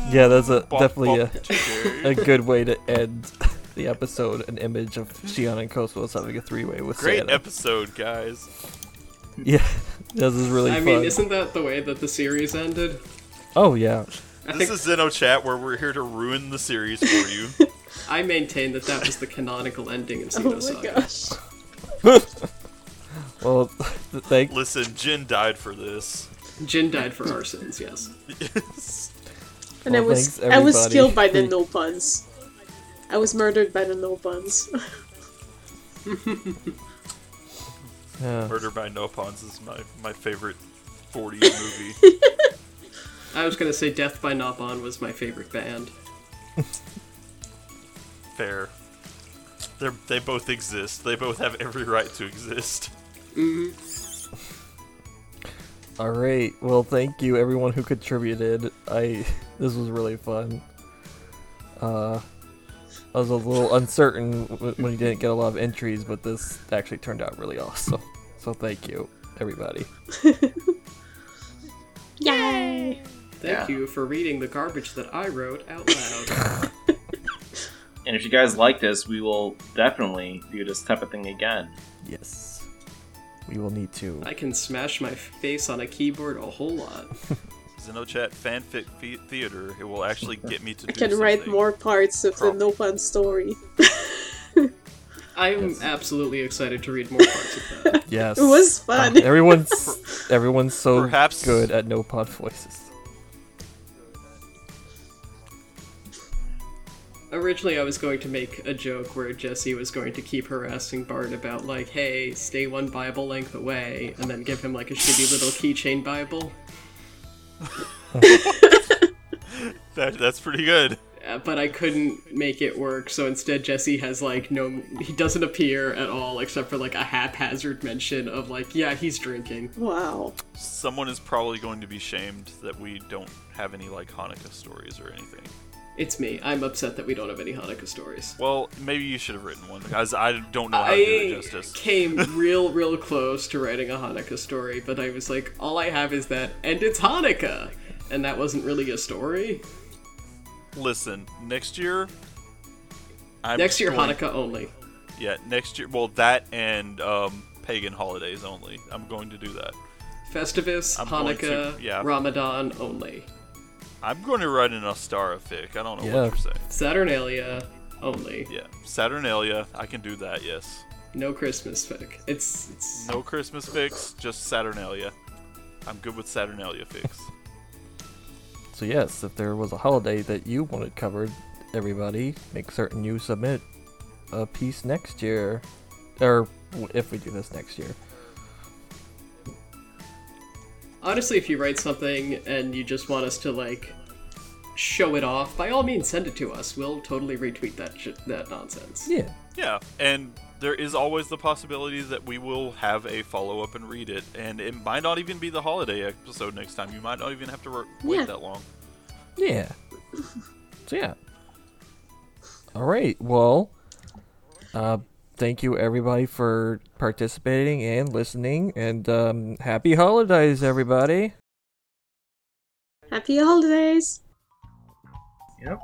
Speaker 1: Yeah, that's a
Speaker 5: Bop,
Speaker 1: definitely
Speaker 5: bop,
Speaker 1: a,
Speaker 5: chicken.
Speaker 1: a good way to end the episode. An image of Shion and Cosmos having a three-way with
Speaker 5: Great
Speaker 1: Santa.
Speaker 5: episode, guys.
Speaker 1: yeah, this is really
Speaker 3: I
Speaker 1: fun.
Speaker 3: mean, isn't that the way that the series ended?
Speaker 1: oh yeah.
Speaker 3: I
Speaker 5: This
Speaker 3: think
Speaker 5: is Zeno Chat, where we're here to ruin the series for you.
Speaker 3: I maintain that that was the canonical ending in
Speaker 4: Oh
Speaker 3: Xenosaga.
Speaker 4: my gosh.
Speaker 1: Well, th- thank
Speaker 5: Listen, Jin died for this.
Speaker 3: Jin died for our sins, yes.
Speaker 4: And I
Speaker 1: Well,
Speaker 4: was
Speaker 1: thanks,
Speaker 4: I was
Speaker 1: everybody.
Speaker 4: killed by the no buns. I was murdered by the no buns.
Speaker 1: yeah.
Speaker 5: Murder by No Pawns is my, my favorite 40 movie.
Speaker 3: I was gonna say Death by Nobon was my favorite band.
Speaker 5: Fair. They're, they both exist. They both have every right to exist.
Speaker 1: All right. Well, thank you everyone who contributed. I this was really fun. Uh, I was a little uncertain w- when you didn't get a lot of entries, but this actually turned out really awesome. So thank you, everybody.
Speaker 4: Yay!
Speaker 3: Thank you for reading the garbage that I wrote out loud.
Speaker 2: And if you guys like this, we will definitely do this type of thing again.
Speaker 1: Yes, we will need to.
Speaker 3: I can smash my face on a keyboard a whole lot.
Speaker 5: Xenochat fanfic fe- theater. It will actually get me to do
Speaker 4: Can write
Speaker 5: something.
Speaker 4: more parts of the No Fun story.
Speaker 3: I'm absolutely excited to read more parts of that.
Speaker 1: Yes, Uh,
Speaker 4: It was fun.
Speaker 1: everyone's everyone's so
Speaker 5: Perhaps-
Speaker 1: good at no pod voices.
Speaker 3: Originally, I was going to make a joke where Jesse was going to keep harassing Bart about, like, hey, stay one Bible length away, and then give him, like, a shitty little keychain Bible.
Speaker 5: That, that's pretty good.
Speaker 3: Uh, But I couldn't make it work, so instead, Jesse has, like, no. He doesn't appear at all, except for, like, a haphazard mention of, like, yeah, he's drinking.
Speaker 4: Wow.
Speaker 5: Someone is probably going to be shamed that we don't have any like Hanukkah stories or anything.
Speaker 3: It's me. I'm upset that we don't have any Hanukkah stories.
Speaker 5: Well, maybe you should have written one because I don't know how to do
Speaker 3: I
Speaker 5: it justice.
Speaker 3: came real, real close to writing a Hanukkah story, but I was like, all I have is that, and it's Hanukkah! And that wasn't really a story.
Speaker 5: Listen, next year. I'm
Speaker 3: Next year,
Speaker 5: going-
Speaker 3: Hanukkah only.
Speaker 5: Yeah, next year. Well, that and um, pagan holidays only. I'm going to do that.
Speaker 3: Festivus,
Speaker 5: I'm going to-
Speaker 3: Hanukkah,
Speaker 5: yeah.
Speaker 3: Ramadan only.
Speaker 5: I'm going to write an Ostara fic. I don't know
Speaker 1: Yeah.
Speaker 5: what you're saying.
Speaker 3: Saturnalia only.
Speaker 5: Yeah, Saturnalia. I can do that. Yes.
Speaker 3: No Christmas fic. It's, it's
Speaker 5: No Christmas fix, just Saturnalia. I'm good with Saturnalia fix.
Speaker 1: So yes, if there was a holiday that you wanted covered, everybody make certain you submit a piece next year, or w- if we do this next year.
Speaker 3: honestly, if you write something and you just want us to like show it off, by all means, send it to us. We'll totally retweet that shit, that nonsense.
Speaker 1: Yeah.
Speaker 5: Yeah, and there is always the possibility that we will have a follow up and read it, and it might not even be the holiday episode next time. You might not even have to wor- wait
Speaker 4: Yeah.
Speaker 5: that long.
Speaker 1: Yeah. So yeah. All right. Well, uh, thank you everybody for participating and listening, and um, happy holidays, everybody.
Speaker 4: Happy holidays!
Speaker 2: Yep.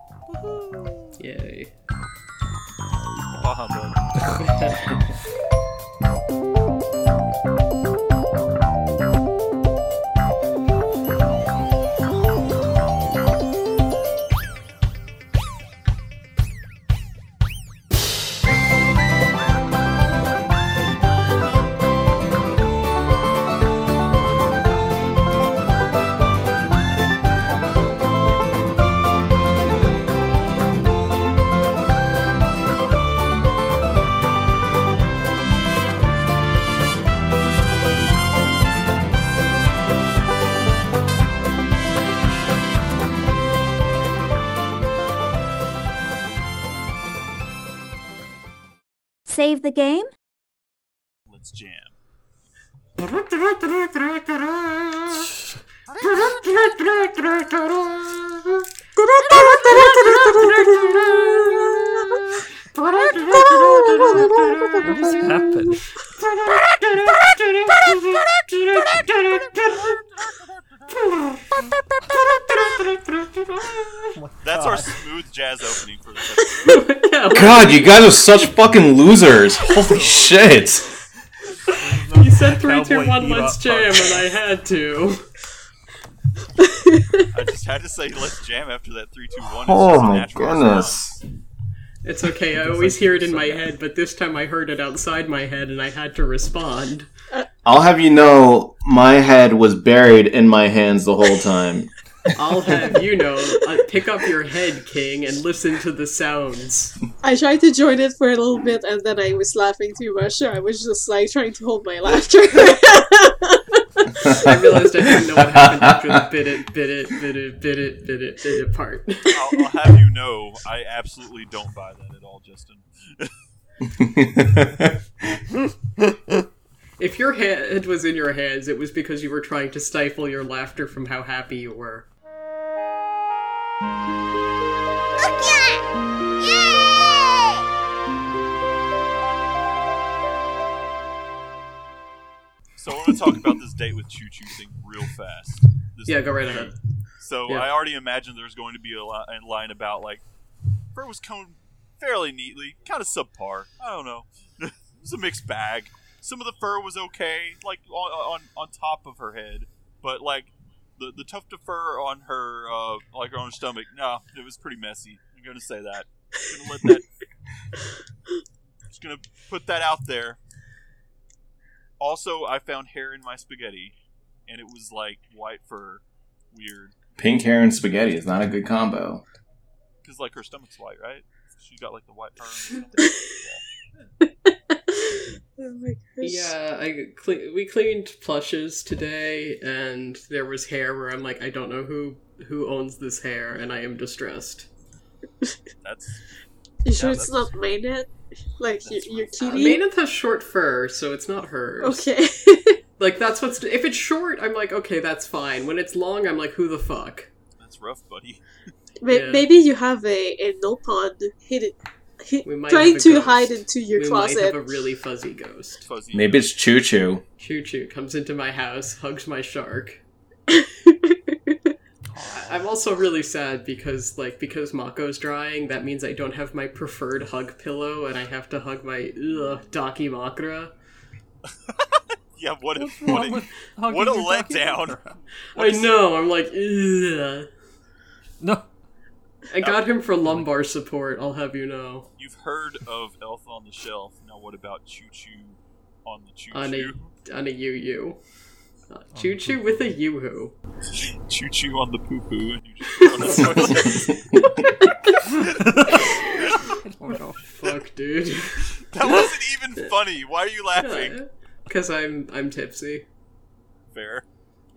Speaker 3: Yay.
Speaker 5: Bah humbug.
Speaker 9: Save the game?
Speaker 5: Let's jam.
Speaker 1: What just happened?
Speaker 5: That's our smooth jazz opening for this episode.
Speaker 2: God, you guys are such fucking losers. Holy shit.
Speaker 3: You said three, two,
Speaker 10: Cowboy
Speaker 3: one,
Speaker 10: Bebop
Speaker 3: let's jam, and I had to.
Speaker 5: I just had to say let's jam after that three, two, one. It's
Speaker 2: Oh
Speaker 5: just a
Speaker 2: my
Speaker 5: natural sound.
Speaker 2: goodness.
Speaker 3: It's okay, I always hear it in my head, but this time I heard it outside my head and I had to respond.
Speaker 2: I'll have you know, my head was buried in my hands the whole time.
Speaker 3: I'll have you know, uh, pick up your head, King, and listen to the sounds.
Speaker 4: I tried to join it for a little bit and then I was laughing too much, so I was just like trying to hold my laughter. Oh
Speaker 3: I realized I didn't know what happened after the bit it, bit it, bit it, bit it, bit it, bit it part.
Speaker 5: I'll, I'll have you know, I absolutely don't buy that at all, Justin.
Speaker 3: If your head was in your hands, it was because you were trying to stifle your laughter from how happy you were.
Speaker 9: Look at! Yay!
Speaker 5: So I want to talk about this date with Choo Choo thing real fast. This
Speaker 3: Yeah, go right ahead.
Speaker 5: So
Speaker 3: Yeah.
Speaker 5: I already imagine there's going to be a, li- a line about like Fur was coming fairly neatly, kind of subpar. I don't know. it was a mixed bag. Some of the fur was okay, like on on, on top of her head, but like the the tuft of fur on her uh, like on her stomach, no, it was pretty messy. I'm gonna say that. I'm gonna let that. just gonna put that out there. Also, I found hair in my spaghetti, and it was like white fur, weird.
Speaker 2: Pink hair and spaghetti is not a good combo.
Speaker 5: Because like her stomach's white, right? She got like the white fur. and
Speaker 4: Oh my gosh.
Speaker 3: Yeah, I cle- we cleaned plushes today, and there was hair where I'm like, I don't know who who owns this hair, and I am distressed.
Speaker 5: That's
Speaker 4: You sure
Speaker 5: Yeah,
Speaker 4: it's not Maynard? Like your, your
Speaker 3: Uh,
Speaker 4: kitty?
Speaker 3: Maynard has short fur, so it's not hers.
Speaker 4: okay.
Speaker 3: Like that's what's if it's short, I'm like, okay, that's fine. When it's long, I'm like, who the fuck?
Speaker 5: that's rough, buddy.
Speaker 4: May
Speaker 3: Yeah.
Speaker 4: Maybe you have a, a nopon hidden, hi-
Speaker 3: We might
Speaker 4: trying
Speaker 3: have a
Speaker 4: to
Speaker 3: ghost.
Speaker 4: hide into your
Speaker 3: we might
Speaker 4: closet.
Speaker 3: have a really fuzzy ghost.
Speaker 5: Fuzzy.
Speaker 2: Maybe it's Choo Choo.
Speaker 3: Choo Choo comes into my house, hugs my shark. I- I'm also really sad because, like, because Mako's drying, that means I don't have my preferred hug pillow, and I have to hug my ugh, Daki Makra.
Speaker 5: Yeah. What? A,
Speaker 1: What's
Speaker 5: what?
Speaker 1: wrong
Speaker 5: A,
Speaker 1: with hugging
Speaker 5: what a
Speaker 1: your doggy
Speaker 5: letdown.
Speaker 1: background?
Speaker 3: I know. I'm like, ugh.
Speaker 1: No.
Speaker 3: I got him for lumbar support. I'll have you know.
Speaker 5: you've heard of Elf on the Shelf. Now what about Choo Choo on the Choo
Speaker 3: On a
Speaker 5: Choo?
Speaker 3: on a Yu Yu. Uh, Choo Choo with a Yoo-Hoo.
Speaker 5: Choo Choo on the poo poo. And you just on the toilet.
Speaker 1: I don't know.
Speaker 3: Fuck, dude.
Speaker 5: that wasn't even funny. Why are you laughing?
Speaker 3: Because I'm I'm tipsy,
Speaker 5: Fair.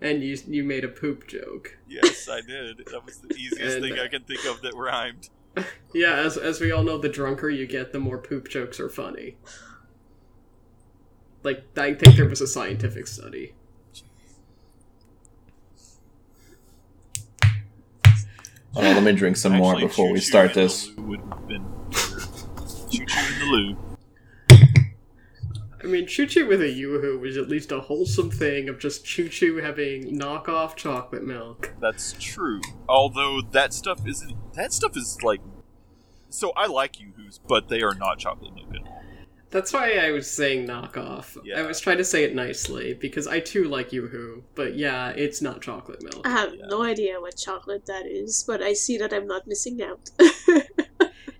Speaker 3: and you you made a poop joke.
Speaker 5: Yes, I did. That was the easiest
Speaker 3: And-
Speaker 5: thing I can think of that rhymed.
Speaker 3: Yeah, as as we all know, the drunker you get, the more poop jokes are funny. Like I think there was a scientific study.
Speaker 2: Oh, let me drink some more
Speaker 5: Actually,
Speaker 2: before we
Speaker 5: Choo-Choo
Speaker 2: start
Speaker 5: in the
Speaker 2: this.
Speaker 5: loo would have been better. Choo Choo in the loo.
Speaker 3: I mean, Choo Choo with a Yoo-Hoo was at least a wholesome thing of just Choo Choo having knockoff chocolate milk.
Speaker 5: That's true. Although that stuff isn't. That stuff is like. So I like yoo-hoos, but they are not chocolate milk at all.
Speaker 3: That's why I was saying knockoff.
Speaker 5: Yeah.
Speaker 3: I was trying to say it nicely because I too like Yoo-Hoo, but yeah, it's not chocolate milk.
Speaker 4: I have no idea what chocolate that is, but I see that I'm not missing out.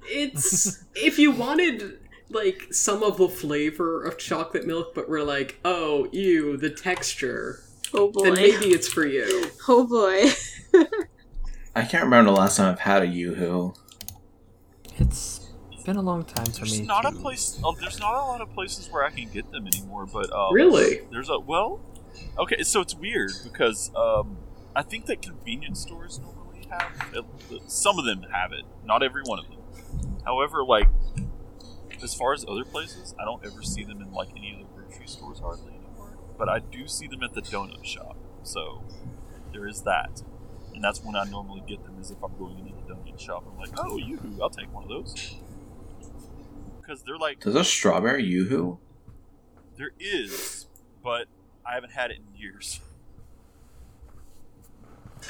Speaker 3: It's if you wanted like some of the flavor of chocolate milk, but we're like, oh, ew, the texture.
Speaker 4: oh
Speaker 3: Then
Speaker 4: boy.
Speaker 3: maybe it's for you.
Speaker 4: Oh boy.
Speaker 2: I can't remember the last time I've had a Yoo-Hoo.
Speaker 1: It's been a long time for
Speaker 5: There's
Speaker 1: me.
Speaker 5: not a
Speaker 1: to-
Speaker 5: place. Oh, there's not a lot of places where I can get them anymore. But um,
Speaker 3: Really?
Speaker 5: there's a well. Okay, so it's weird because um, I think that convenience stores normally have at- some of them have it. Not every one of them. However, like as far as other places, I don't ever see them in like any of the grocery stores hardly anymore. But I do see them at the donut shop. So there is that. And that's when I normally get them is if I'm going into the donut shop. I'm like, oh, yoo-hoo, I'll take one of those. Because they're like,
Speaker 2: There's a strawberry Yoo-Hoo?
Speaker 5: there is, but I haven't had it in years.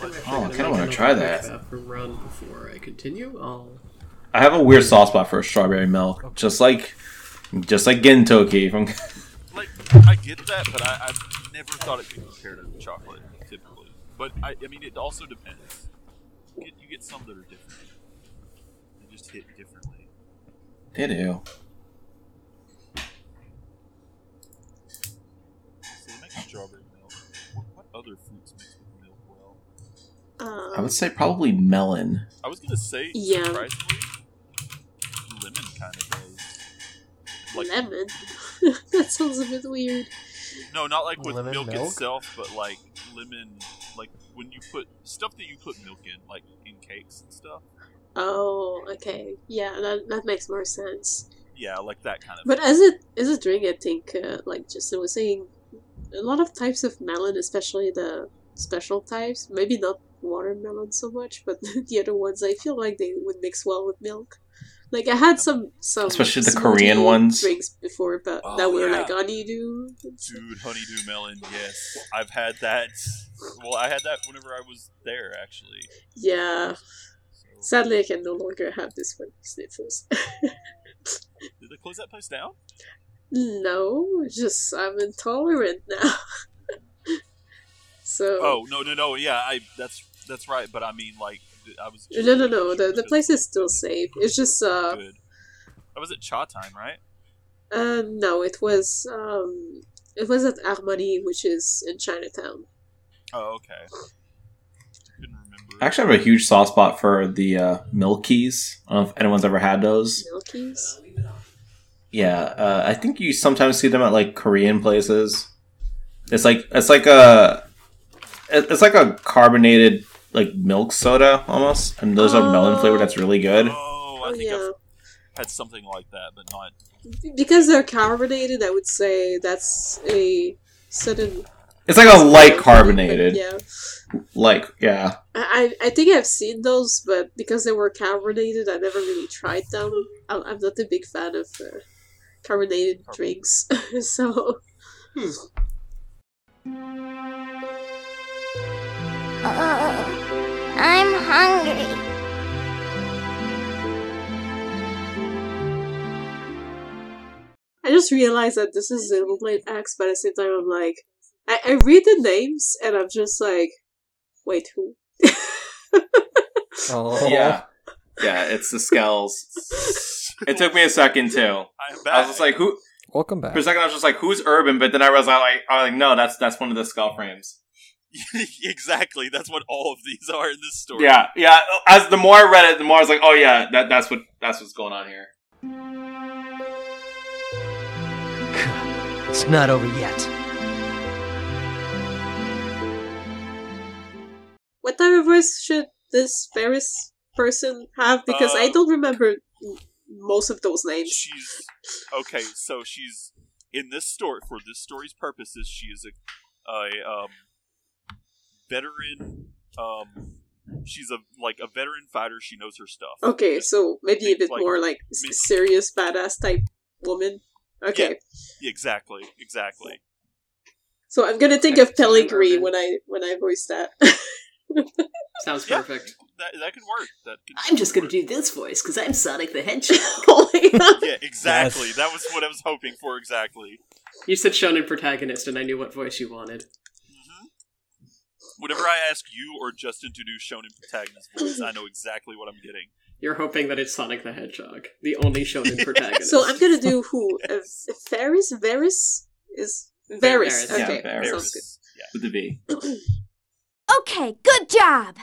Speaker 2: Oh, I
Speaker 3: I'm
Speaker 2: kind
Speaker 3: not
Speaker 2: of want
Speaker 3: gonna
Speaker 2: to try
Speaker 3: make
Speaker 2: that.
Speaker 3: run before I continue. I'll
Speaker 2: I have a weird soft spot for strawberry milk, just like, just like Gentoki from.
Speaker 5: Like, I get that, but I, I've never thought it could compare to chocolate, typically. But, I, I mean, it also depends. You get, you get some that are different. They just hit differently.
Speaker 2: They do.
Speaker 5: So they make strawberry milk. What, what other fruits mix with milk well?
Speaker 2: I
Speaker 4: Um,
Speaker 2: would say probably melon.
Speaker 5: I was gonna say,
Speaker 4: Yeah.
Speaker 5: surprisingly, lemon kind of does. Like,
Speaker 4: lemon. that sounds a bit weird.
Speaker 5: No, not like with
Speaker 1: Lemon
Speaker 5: milk,
Speaker 1: milk?
Speaker 5: itself, but like lemon, like when you put stuff that you put milk in, like in cakes and stuff.
Speaker 4: Oh, okay. Yeah, that, that makes more sense.
Speaker 5: Yeah, like that kind of.
Speaker 4: But as it as a drink, I think, uh, like Justin was saying, a lot of types of melon, especially the special types. Maybe not watermelon so much, but the other ones, I feel like they would mix well with milk. Like I had some some
Speaker 2: Especially the
Speaker 4: smoothie
Speaker 2: Korean ones.
Speaker 4: drinks before, but
Speaker 5: Oh,
Speaker 4: that were
Speaker 5: yeah.
Speaker 4: like honeydew.
Speaker 5: Dude, honeydew melon, yes. I've had that. Well, I had that whenever I was there, actually.
Speaker 4: Yeah.
Speaker 5: So,
Speaker 4: Sadly, I can no longer have this one sniffles.
Speaker 5: did they close that place down?
Speaker 4: no, just I'm intolerant now. so.
Speaker 5: Oh no, no, no. Yeah, I. That's that's right. But I mean, like, th- I was.
Speaker 4: No, no, no. The, the
Speaker 5: just
Speaker 4: place is still safe. It's just uh,
Speaker 5: Good. That was at Cha Time, right?
Speaker 4: uh no. It was um, it was at Harmony, which is in Chinatown.
Speaker 5: Oh, okay. Couldn't remember.
Speaker 2: Actually, I have a huge soft spot for the uh, Milkies. I don't know if anyone's ever had those.
Speaker 4: Milky's.
Speaker 2: Yeah, uh, I think you sometimes see them at like Korean places. It's like it's like a it- it's like a carbonated like milk soda almost, and those are melon flavored. That's really good.
Speaker 5: Oh, I
Speaker 4: Oh
Speaker 5: think
Speaker 4: yeah,
Speaker 5: I've had something like that, but not.
Speaker 4: because they're carbonated. I would say that's a certain
Speaker 2: It's like a light
Speaker 4: but
Speaker 2: carbonated,
Speaker 4: Yeah,
Speaker 2: like yeah.
Speaker 4: I I I think I've seen those, but because they were carbonated, I never really tried them. I'm I'm not a big fan of uh, carbonated
Speaker 5: Oh.
Speaker 4: drinks, so.
Speaker 9: Oh, I'm hungry.
Speaker 4: I just realized that this is Xenoblade X, but at the same time, I'm like, I, I read the names and I'm just like, wait, who?
Speaker 1: Oh,
Speaker 2: yeah, it's the skulls. It took me a second too.
Speaker 5: I'm back.
Speaker 2: I was just like, who?
Speaker 1: Welcome back.
Speaker 2: For a second, I was just like, who's Urban? But then I realized, I like, I was like, no, that's that's one of the skull frames.
Speaker 5: exactly. That's what all of these are in this story.
Speaker 2: Yeah, yeah. As the more I read it, the more I was like, oh yeah, that that's what that's what's going on here.
Speaker 10: It's not over yet.
Speaker 4: What type of voice should this Ferris person have? Because I
Speaker 5: Uh,
Speaker 4: don't remember m- most of those names.
Speaker 5: She's okay. So she's in this story for this story's purposes. She is a, a um, veteran. Um, she's a like a veteran fighter. She knows her stuff.
Speaker 4: Okay, so maybe a bit
Speaker 5: Like,
Speaker 4: more like s-
Speaker 5: mid-
Speaker 4: serious badass type woman. Okay,
Speaker 5: Exactly. Exactly.
Speaker 4: so I'm gonna think of Pellegrini when I when I voice that.
Speaker 3: Sounds
Speaker 5: Yeah.
Speaker 3: perfect.
Speaker 5: That that could work. That could
Speaker 7: I'm just gonna
Speaker 5: work.
Speaker 7: do this voice because I'm Sonic the Hedgehog.
Speaker 4: Holy
Speaker 5: Yeah, exactly.
Speaker 1: Yes.
Speaker 5: That was what I was hoping for. Exactly.
Speaker 3: You said shonen protagonist, and I knew what voice you wanted.
Speaker 5: Mm-hmm. Whenever I ask you or Justin to do shonen protagonist voice, I know exactly what I'm getting.
Speaker 3: You're hoping that it's Sonic the Hedgehog, the only shonen protagonist.
Speaker 4: So I'm gonna do who? A, a Ferris? Varys? Is Varys.
Speaker 3: Varys,
Speaker 4: Okay,
Speaker 2: yeah, Varys.
Speaker 4: sounds good.
Speaker 5: Yeah.
Speaker 2: With the V.
Speaker 9: Okay, good job.